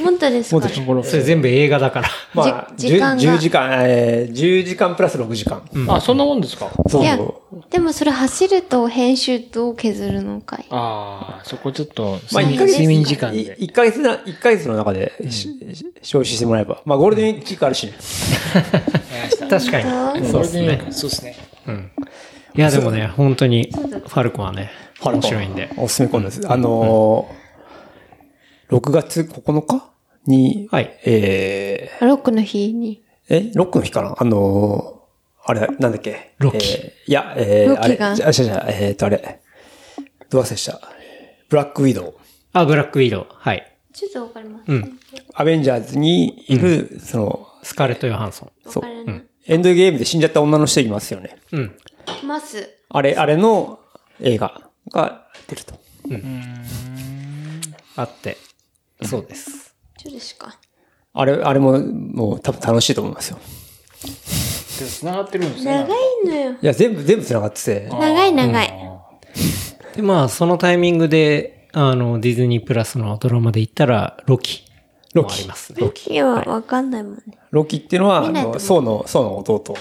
もっとです
もっ
か
と
ね
ところ。
それ全部映画だから。
まあ、
じ時間が
10 10時間、えー、10時間プラス6時間。
あ、そんなもんですか
そう
いやでもそれ走ると編集と削るのかい。
ああ、そこちょっと、
まあ
睡
一ヶ
眠
月
睡眠時間で。
1ヶ月な、一ヶ月の中でし、し消費してもらえば。まあ、ゴールデンウィークあるしね。
確かに。
あ
そうですね。そうですね。
いや、でもね、本当に、ファルコンはね、面白いんで。
おすすめコーナーです。あのー、6月9日に、
はい
えー
ロックの日に。
え、ロックの日かなあのー、あれ、なんだっけ
ロキ
えーいや、えー、
ロ
あ
キ
れ、
が
じゃあ、じゃあじゃあ、えー、っと、あれ、どう忘れした。ブラックウィドウ。
あ、ブラックウィドウ。はい。
ちょっとわかります。
うん。
アベンジャーズにいる、その、
スカーレット・ヨハンソ
わ
そう
かるな。
エンドゲームで死んじゃった女の人いますよね。
ン。うん。
ます。
あれ、あれの映画が出ると。
あって。そうです。
ちょっとしか。
あれ、あれも、もう多分楽しいと思いますよ。
でも繋がってるんですね
長。いのよ。
いや、全部、全部繋がってて、
長い長い。
で、まあ、そのタイミングで、あの、ディズニープラスのドラマで言ったら、ロキ。
ロ
あり
キ
ま。すね。
いや、わかんないもんね。
ロキっていうのは、あ
見ないと思
の、
う
ソウの、ソウの弟。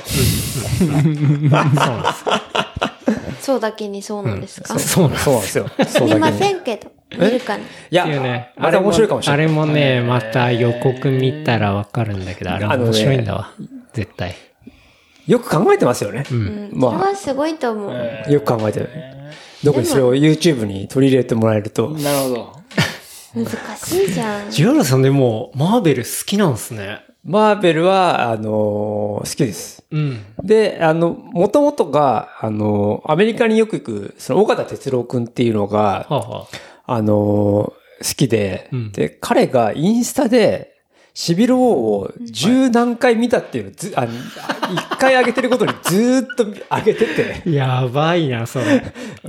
そうだけにそうなんですか
そうなんです
そうなんですよ。そう
見
だ
ま
けに。
せ
い
んけど。見るかな。
や、
っていうね。
あれ面白いかもしれない。
あれもね、また予告見たらわかるんだけど、あれ
あのね
面白いんだわ。絶対。
よく考えてますよね。
うん。それ
ま
はすごいと思う。
あ、よく考えてる。特にそれを YouTube に取り入れてもらえると、
なるほど。
難しいじゃん。
ジオラさんでも、マーベル好きなんすね。
マーベルは、あのー好きです。
うん。
で、あの、もともとが、あの、アメリカによく行く、その、岡田哲郎くんっていうのが、
はあ、は
あの、好きで、
うん
で、彼がインスタで、シビルウォーを十何回見たっていうのをず、あの、一回上げてることにずーっと上げてて、
あ、やばいな、それ。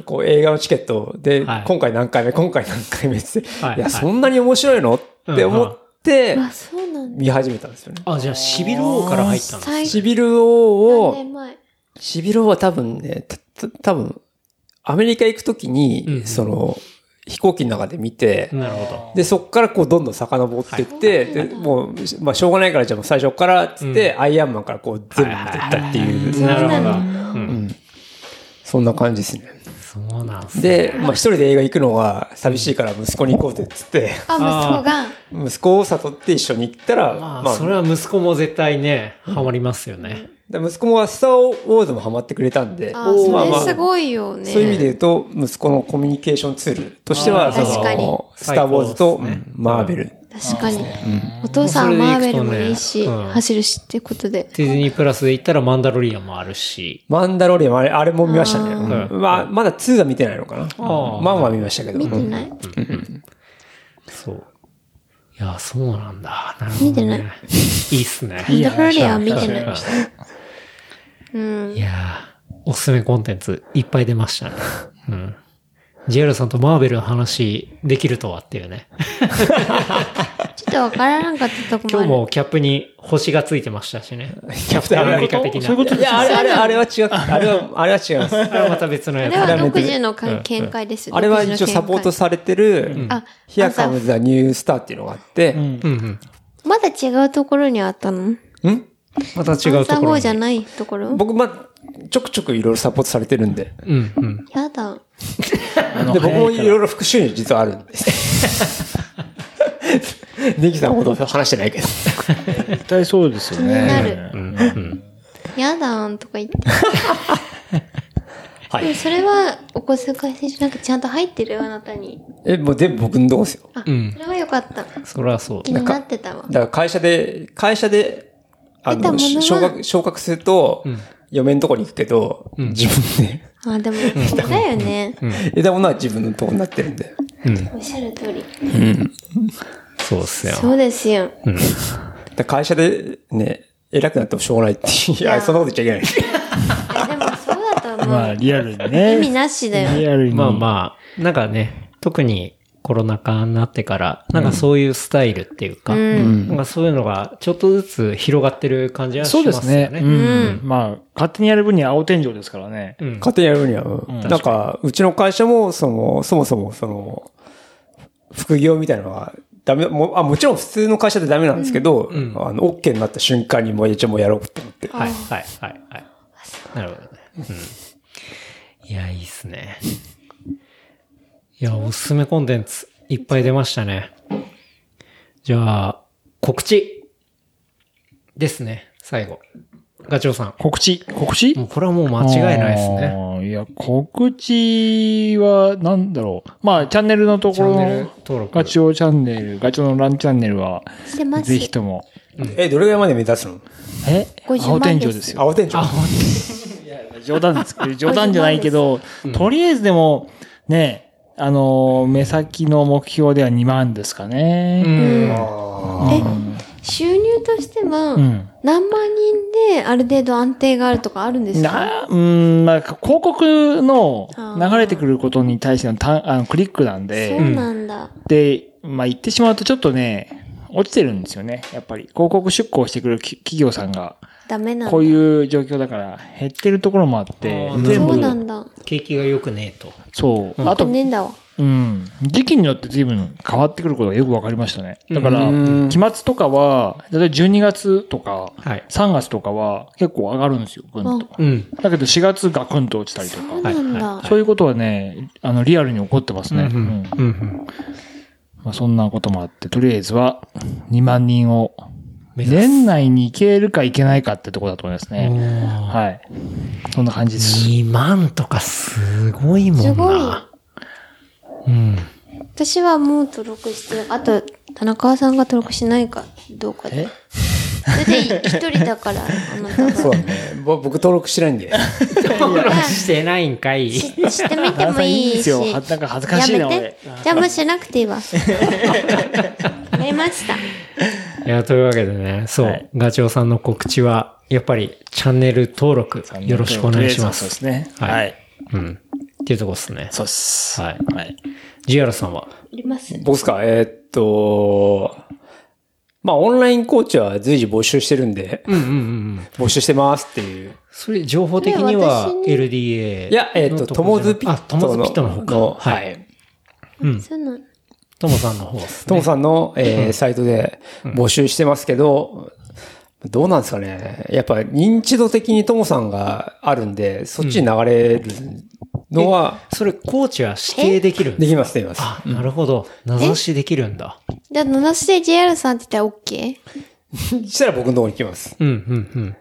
こう映画のチケットで、
はい
今回何回目、今回何回目って、
はい
い、や、
はい
そんなに面白いのって思って、
あ、そうなんだ。
見始めたんですよね。
あ、じゃあ、シビル王から入ったんだ。
最
シビルウォー
何
を、
年前。
シビロは多分ね、た、た多分、アメリカ行くときに、
うんうん
その、飛行機の中で見て、
なるほ
で、そっからこう、どんどん遡ってって、
はい
で、もう、まあ、しょうがないから、じゃあもう最初から、つって、アイアンマンからこう、全部見てったっていう、
ど。なるほど。う
うんん。そんな感じですね。
そうなんすね。
で、まあ、一人で映画行くのは寂しいから、息子に行こうぜ、っつって、
あ、息子が。
息子を悟って一緒に行ったら、
ま
ま
あ、それ
あ、
は息子も絶対ね、ハマりますよね。
で息子もスターウォーズもハマってくれたんで、
あ、
ま
そ
あま
れ
あ
すごいよね。
そういう意味で言うと、息子のコミュニケーションツールとして
あ
は、
ー
そ
確かに
の、スター・ウォーズと、
最高ですね
うんマーベル。
確かに。お父さんは
それで
マー
行くとね
ベルもいいし、
うん
走るしってことで。
ディズニープラスで言ったら、マンダロリアンもあるし。
マンダロリアンもあれ、あれも見ましたね。
ー
うんまあ、まだ2が見てないのかな。
あー
マンは見ましたけど。
見て
うん
ない
そう。いや、そうなんだ。なるほど、ね。
見てない
いいっすね。
マンダロリアンは見てない
いやー、おすすめコンテンツいっぱい出ま したね。うん。ジェルさんとマーベルの話できるとはっていうね。
ちょっとわからなかったとこもあ
今
る。
日もキャップに星がついてましたしね。キャプテンアメリカ的な。
そういうこと
いや、あれ、あれ、あれは違う。あれは、あれは違います。
あれはまた別のや
あ
つ。
れは
あ
独自のか見解です。
あれは一応サポート
独
されてる、
自の見解あ、
ヒアカムザ・ニュースターっていうのがあって、ん
うんうん。
まだ違うところにあったの
また違
ア
う
ン
と
サー
ころ
4
に
じ。ゃないところ
僕、まあ、ちょくちょくいろいろサポートされてるんで。
うんうん。
やだ。
で、僕もいろいろ復習に実はあるんです。 ネギさんほど話してないけど。
絶対そうですよ
気にな
ね
る。
うん
やだんとか言って。
は
でも
い。
それはお小遣い選手なんかちゃんと入ってるよあなたに。
え、もう全部僕のとこですよ。
あ、
うん
それはよかった。
そりゃそう
気。になってたわ
だ。から会社で、会社で、あ
出たも
の、
のは
昇格、昇格すると、嫁のとこに行くけど、自分で、
あ、でも、そうだよね。
枝物は自分のとこになってるんで。
おっしゃる通り。
そうっすよ。
そうですよ。
だから会社でね、偉くなってもしょうがないって。いや、
や
そんなこと言っちゃいけない。
あでもそうだと思う。
まあ、リアルに
意味
ね。
なしだよ。
リアルに。
まあまあ、なんかね、特にコロナ禍になってから、なんかそういうスタイルっていうか、なんかそういうのがちょっとずつ広がってる感じはし
そう
ま
です
よ
す
ね。
ね。うん。まあ、勝手にやる分には青天井ですからね。
うん
勝手にやるには、うんなんか、うちの会社も、その、そもそも、その、副業みたいなのはダメ、もうあ、もちろん普通の会社でダメなんですけど、あの、OK になった瞬間にもう一応もうやろうって思って。
はい、はい、はい、はい。なるほどね。うん。いや、いいっすね。いや、おすすめコンテンツ、いっぱい出ましたね。じゃあ、告知ですね、最後。ガチョウさん。
告知告知
もうこれはもう間違いないですね。
ね。いや、告知は、なんだろう。まあ、チャンネルのところ
チャンネル登録
ガチオチャンネル、ガチオのランチャンネルは、
してます
ぜひとも。
え、どれぐらいまで目指すの
え
50万
青天井ですよ。
青天井。
冗談ですけど、冗談じゃないけど、とりあえずでも、ね、あのー、目先の目標では2万ですか
う
ね。
ん。
え、収入としては
ん、
何万人である程度安定があるとかあるんですか
な、うん、まあ、広告の
あー
流れてくることに対してのたあのクリックなん
そ
で、
うなんだ。
で、まあ、言ってしまうとちょっとね、落ちてるんですよね。やっぱり、広告出稿してくるき企業さんが、
ダメなんだ
こう。いう状況だから減ってるところもあって
あ、ー
全
そう
部
な、んだ。
景気が良くねえと。
そう。あ
あと
と、
ねんだわ。
うん。時期によって随分変わってくることがよくわかりましたね。だから、
うん
期末とかは、例えば12月とか、
はい
3月とかは結構上がるんですよ、ぐんと。
うん。
だけど4月がくんと落ちたりと
そうな
か。
んだ。
そういうことはね、あの、リアルに起こってますね。うん
うん。
まあ、そんなこともあって、とりあえずは2万人を、
目指す
年内に行けるか行けないかってとこだと思います
お
ね。
ー
はい。そんな感じです。
2万とかすごいもんな。
すごい
うん。
私はもう登録して、あと、田中さんが登録しないかどうかで。それで一人だから、あな た
そう
が。
だね。 ぼ僕登録してないんで。
登録 してないんかい。
ししてみてもいいし。
よ。なんか恥ずかしいな、
やめ
俺
て。。じゃあもうしなくていい わ。わかりました。
いや、というわけでね、そう、
はい
ガチョウさんの告知は、やっぱりチャンネル登録よろしくお願いしま。
そうですすね。
は
はいい。
うん。っていうとこですね。
そうっす。
はい
はい。
ジアラさんは。
いります。
僕っすかえーっと、まあ、オンラインコーチは随時募集してるんで、
うんうんうん。
募集してますっていう。
それ、情報的には
それ私に
LDA。
いや、えーっと、トモズピ
あ、
ッ
トモ
ト
ズピットの方
の、
か。
の
は。
はいい。
そうなの。
トモさんの方です
ト
ね。
モさんの、えーサイトで募集してますけど、どうなんですかね。やっぱ認知度的にトモさんがあるんで、そっちに流れるのは、
それ、コーチは指定できるん
で
です
きます、できます。
あ、なるほど。名指しできるんだ。
じゃあ、野田市で JR さんって言ったら OK?
したら僕のとこに来ます。
うんうんうん。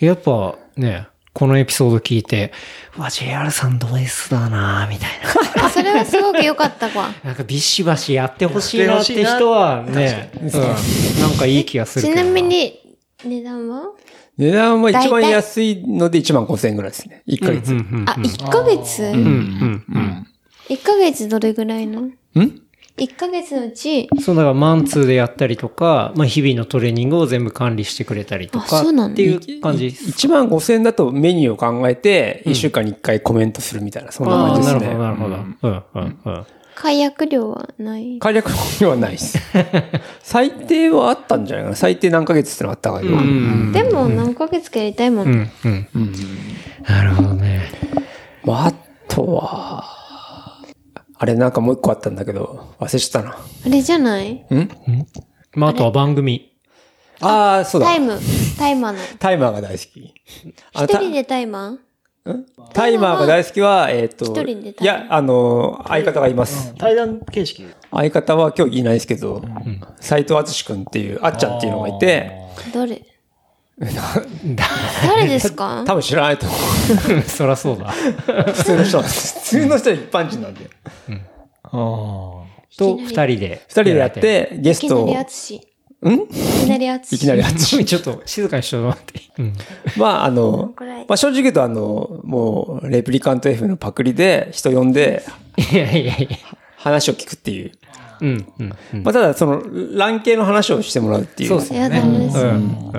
やっぱね、このエピソード聞いて、うわ、JR さんド S だなぁみたいな。
あそれはすごく良かったわ。
なんかビシバシやってほしいなって人はね、うん、なんかいい気がする
ち
けど。
なみ、に、値段は
値段は一
大
番
体
安いので1万5000円ぐらいですね。1ヶ月。
あ、1ヶ月
うん
?1
うん
ヶ月どれぐらいの
ん
?1 ヶ月のうち、
うん。そう、だからマンツーでやったりとか、まあ日々のトレーニングを全部管理してくれたりと
あ
か、
そうなの
っていう感じです。
1万5000円だとメニューを考えて、1週間に1回コメントするみたいな、そんな
あ
感
あ、
じで
な
す
る
ね。
ほど、なるほど。うんうんうん。
解約料はない。
簡略にはない です。最低はあったんじゃないかな。最低何ヶ月ってのはあったかけど。
でも、何ヶ月かやりたいもん。
うんうん。なるほどね。
まあ、あとは、あれなんかもう一個あったんだけど、忘れちゃったな。
あれじゃない
まああとは番組。
ああー、そうだ
タ。イム、タイマーの。
タイマーが大好き。あの
一
た
人でタイマー
タイマーが大好きは、えっ、と、
一人でタ
い
イマー
や、あの、相方がいます。
対談形式
相方は今日いないですけど、斎藤敦君っていう、あっちゃんっていうのがいて、
誰誰ですか
多分知らないと思
そらそう だ。
う。普通の人なんです。普通の人は一般人なんで。
あ
と、二人で。
二人でやって、ゲ
い
ス
きな
ト
りあ
を
つ、し。んいきなりあつし。
いきなりあつ。
ちょっと静かにしと待って。
まあ、あの、まあ、正直言うと、あの、もう、レプリカント F のパクリで人呼んで
いやいやいや。
話を聞くっていう。
うん、うん、
まあ、ただ、その、乱系の話をしてもらうっていう。
そうです
や
ね。
だね。
うん、うん、うん。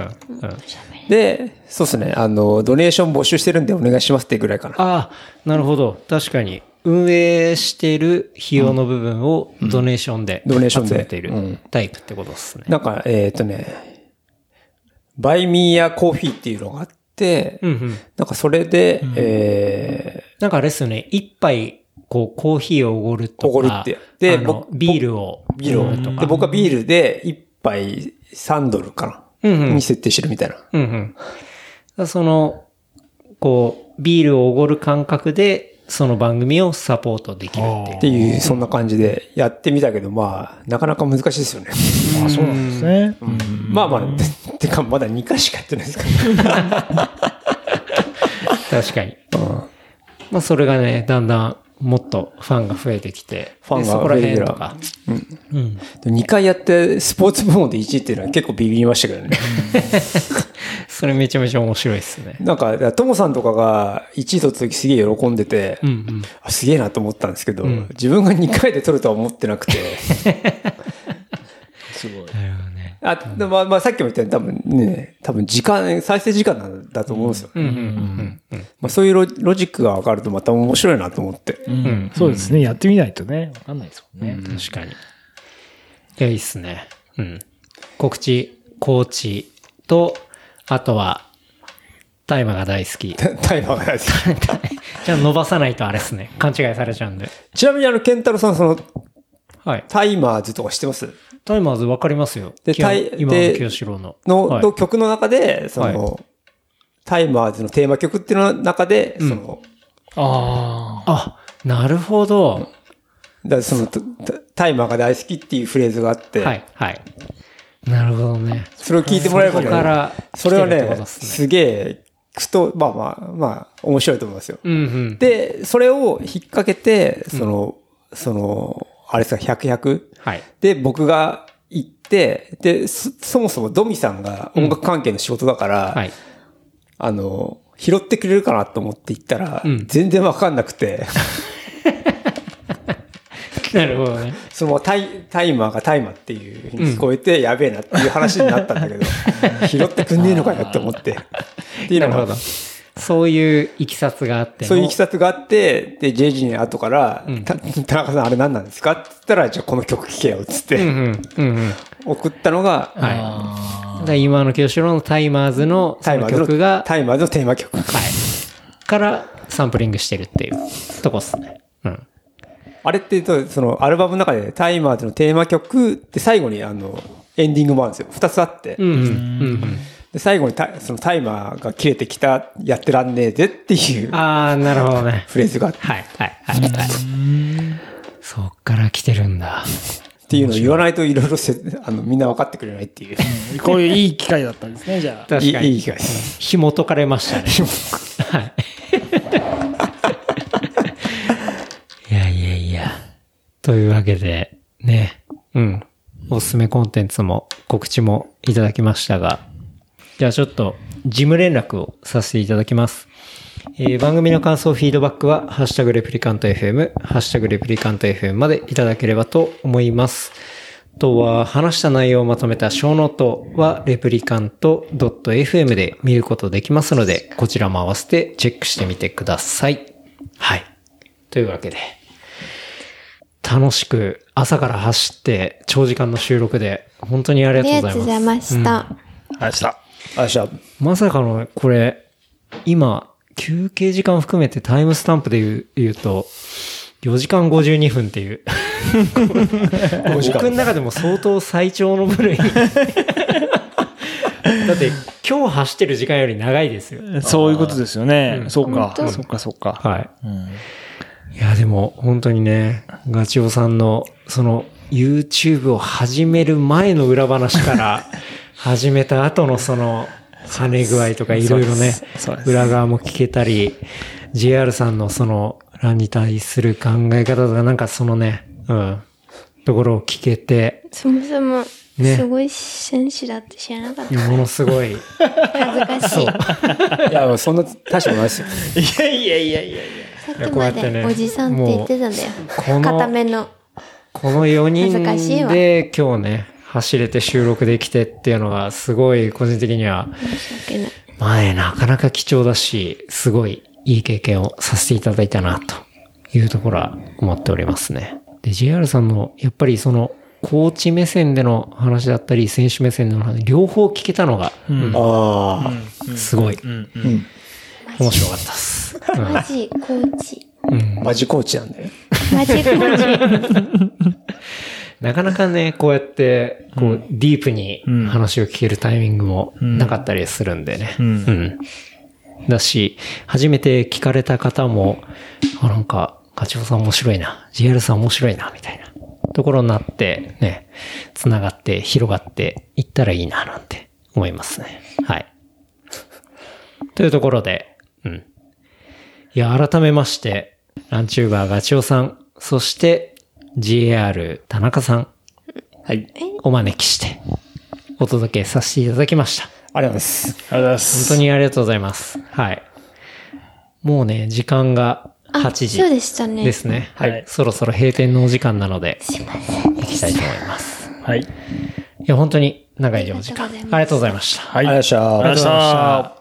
で、そうですね。あの、ドネーション募集してるんでお願いしますってぐらいかな。
ああ、なるほど。確かに。運営してる費用の部分をドネーションで、
ドネーションで
集めていうる
ん
タイプってことですね。
なんか、えっ、とね、バイミーやコーヒーっていうのがあって、
うん、うん。
なんかそれで、え
なんかあれですよね。一杯こう、コーヒーをおごるとか。
おごるってで
あの
僕
ビールを。
ビール
おごると
を。
か
で、僕はビールで1杯3ドルかな、
うんうん
に設定してるみたいな。
うんうん。だからその、こう、ビールをおごる感覚で、その番組をサポートできるっていう
っていう、そんな感じでやってみたけど、まあ、なかなか難しいですよね。
あ、そうなんですね。
まあまあ、てか、まだ2回しかやってないですから、
確かに。
うん
まあそれがね、だんだんもっとファンが増えてきて、
ファンが
でそこら辺とか。うん。
でも2回やって、スポーツ部門で1位っていうのは結構ビビりましたけどね。
それめちゃめちゃ面白いですね。
なんか、だからトモさんとかが1位取った時すげえ喜んでて、
うんうん。
あすげえなと思ったんですけど、
ん
自分が2回で取るとは思ってなくて。
すごい。
なるほどね。
あ、でもまあ、まあ、さっきも言ったように多分ね、多分時間、再生時間なんだと思うんですよ。
うんうん
まあ、そういうロロジックが分かるとまた面白いなと思って。
うんうん。うん。
そうですね。やってみないとね、わかんないですもんね。
確かに。いや、いいっすね。うん。告知、コーチと、あとは、大麻が大好き。
タイマーがないです
じゃあ伸ばさないとあれっすね。勘違いされちゃうんで。
ちなみにあの、ケンタロウさん、その、
はい。
タイマーズとか知ってます
タイマーズわかりますよ。
で
清
タイ
今
で
の清志郎の。
の、
はい
の曲の中で、その、タイマーズのテーマ曲っていうの中で、その、
あ
あ、なるほど。
だからそのタタイマーが大好きっていうフレーズがあって、
はい、はい。なるほどね。
それを聞いてもらえば
そこか
ね、
ら
それは
来てるってこ
ね、
とっす
すげえ、くと、まあまあ、まあ、面白いと思いますよ。
うんうん。
で、それを引っ掛けて、その、その、あれさ、100、100?
はい。
で、僕が行って、で、そそもそもドミさんが音楽関係の仕事だから、
はい。
あの、拾ってくれるかなと思って行ったら、
うん
全然わかんなく て、
なるほどね。
そのタイタイマーがタイマーっていうふうに聞こえて、やべえなっていう話になったんだけど、 拾ってくんねえのかよって思って。っていう
な
の
るほ
が
ど。、そういういきさつがあっての
そういういきさつがあって、で、JG に後から、た田中さんあれ何なんですかって言ったら、じゃあこの曲聴けよっつって、
うんうん。うんうん。
送ったのが、
はい。で今の清志郎のタイマーズのそ
タイマ
の
ーズの
曲が、
タイマーズのテーマ曲。
からサンプリングしてるっていうとこっすね。うん。
あれってと、そのアルバムの中でタイマーズのテーマ曲って最後にあの、エンディングもあるんですよ。二つあって。
うんうん。うんうん。
で、最後にタイそのタイマーが切れてきた、やってらんねえぜっていう
あー、なるほどね。
フレーズがあって、
はい、はい、はい、はい。そっから来てるんだ。
っていうのを言わないといろいろ せ、あの、みんな分かってくれないっていう。
あ。こういういい機会だったんですね、じゃあ。
確か
いいい
に。
い機会です。
紐解かれましたね。はい。いやいやいや。というわけで、ね。うん。おすすめコンテンツも告知もいただきましたが、じゃあちょっと事務連絡をさせていただきます。えー番組の感想、フィードバックは、ハッシュタグレプリカント FM、ハッシュタグレプリカント FM までいただければと思います。あとは、話した内容をまとめた小ノートは、レプリカント .fm で見ることできますので、こちらも合わせてチェックしてみてください。はい。というわけで、楽しく朝から走って長時間の収録で、本当にあり
あ
がとう
りが
ござい
とう
ま
ご
す
ざい。ました。
明日。
あ、じゃあ、
まさかの、これ、今、休憩時間含めてタイムスタンプで言う言うと、4時間52分っていう。
時間
僕の中でも相当最長の 部類。だって、今日走ってる時間より長いですよ。
そういうことですよね。そうか。
本当
そうか、そうか。
はい。
うん
いや、でも、本当にね、ガチオさんの、その、YouTube を始める前の裏話 から、始めた後のその、跳ね具合とかいろいろ
そうで
ね
すそうで、す
裏側も聞けたり、JR さんのその、ランに対する考え方とか、なんかそのね、うん、ところを聞けて、
そもそも、
ね
すごい選手だって知らなかっ
ものすごい、
た。恥ずかしい。
いや、そんな大したことないですよ。
いやいやいやいやい
さっ
いや
き
こうや
ま
ってね
でおじさんって言ってたんだよ。
こ
固め
の、
の。
この4人
恥ずかしいわ
で今日ね、走れて収録できてっていうのが、すごい個人的には、
申し訳ない。
まあね、なかなか貴重だし、すごいいい経験をさせていただいたな、というところは思っておりますね。で、JR さんの、やっぱりその、コーチ目線での話だったり、選手目線での話、両方聞けたのが、
ああ、
すごい、
や。うんうん。
面白かったです。
マジ、コーチ。
マジコーチなんだよ。
マジコーチ。
なかなかね、こうやって、こう、ディープに
うん
話を聞けるタイミングも
ん
なかったりするんでね。
うん
うんだし、初めて聞かれた方も、あ、なんか、ガチョウさん面白いな、GR さん面白いな、みたいなところになって、ね、繋がって、広がっていったらいいな、なんて思いますね。はい。というところで、うん。いや、改めまして、ランチューバーガチオさん、そして、GAR 田中さん、
はい。
お招きして、お届けさせていただきました。
ありがとうございます。
ありがとうございます。
本当にありがとうございます。はい。もうね、時間が8時
そうでしたね。
ですね。
はい
はい。そろそろ閉店のお時間なので、行きたいと思います。
はい。
いや、本当に長いお時間。あ
あり
り
が
が
と
と
う
う
ござ
ござ
い
い
ま
ました。
はい。
ありがとうございました
ありがとうございました。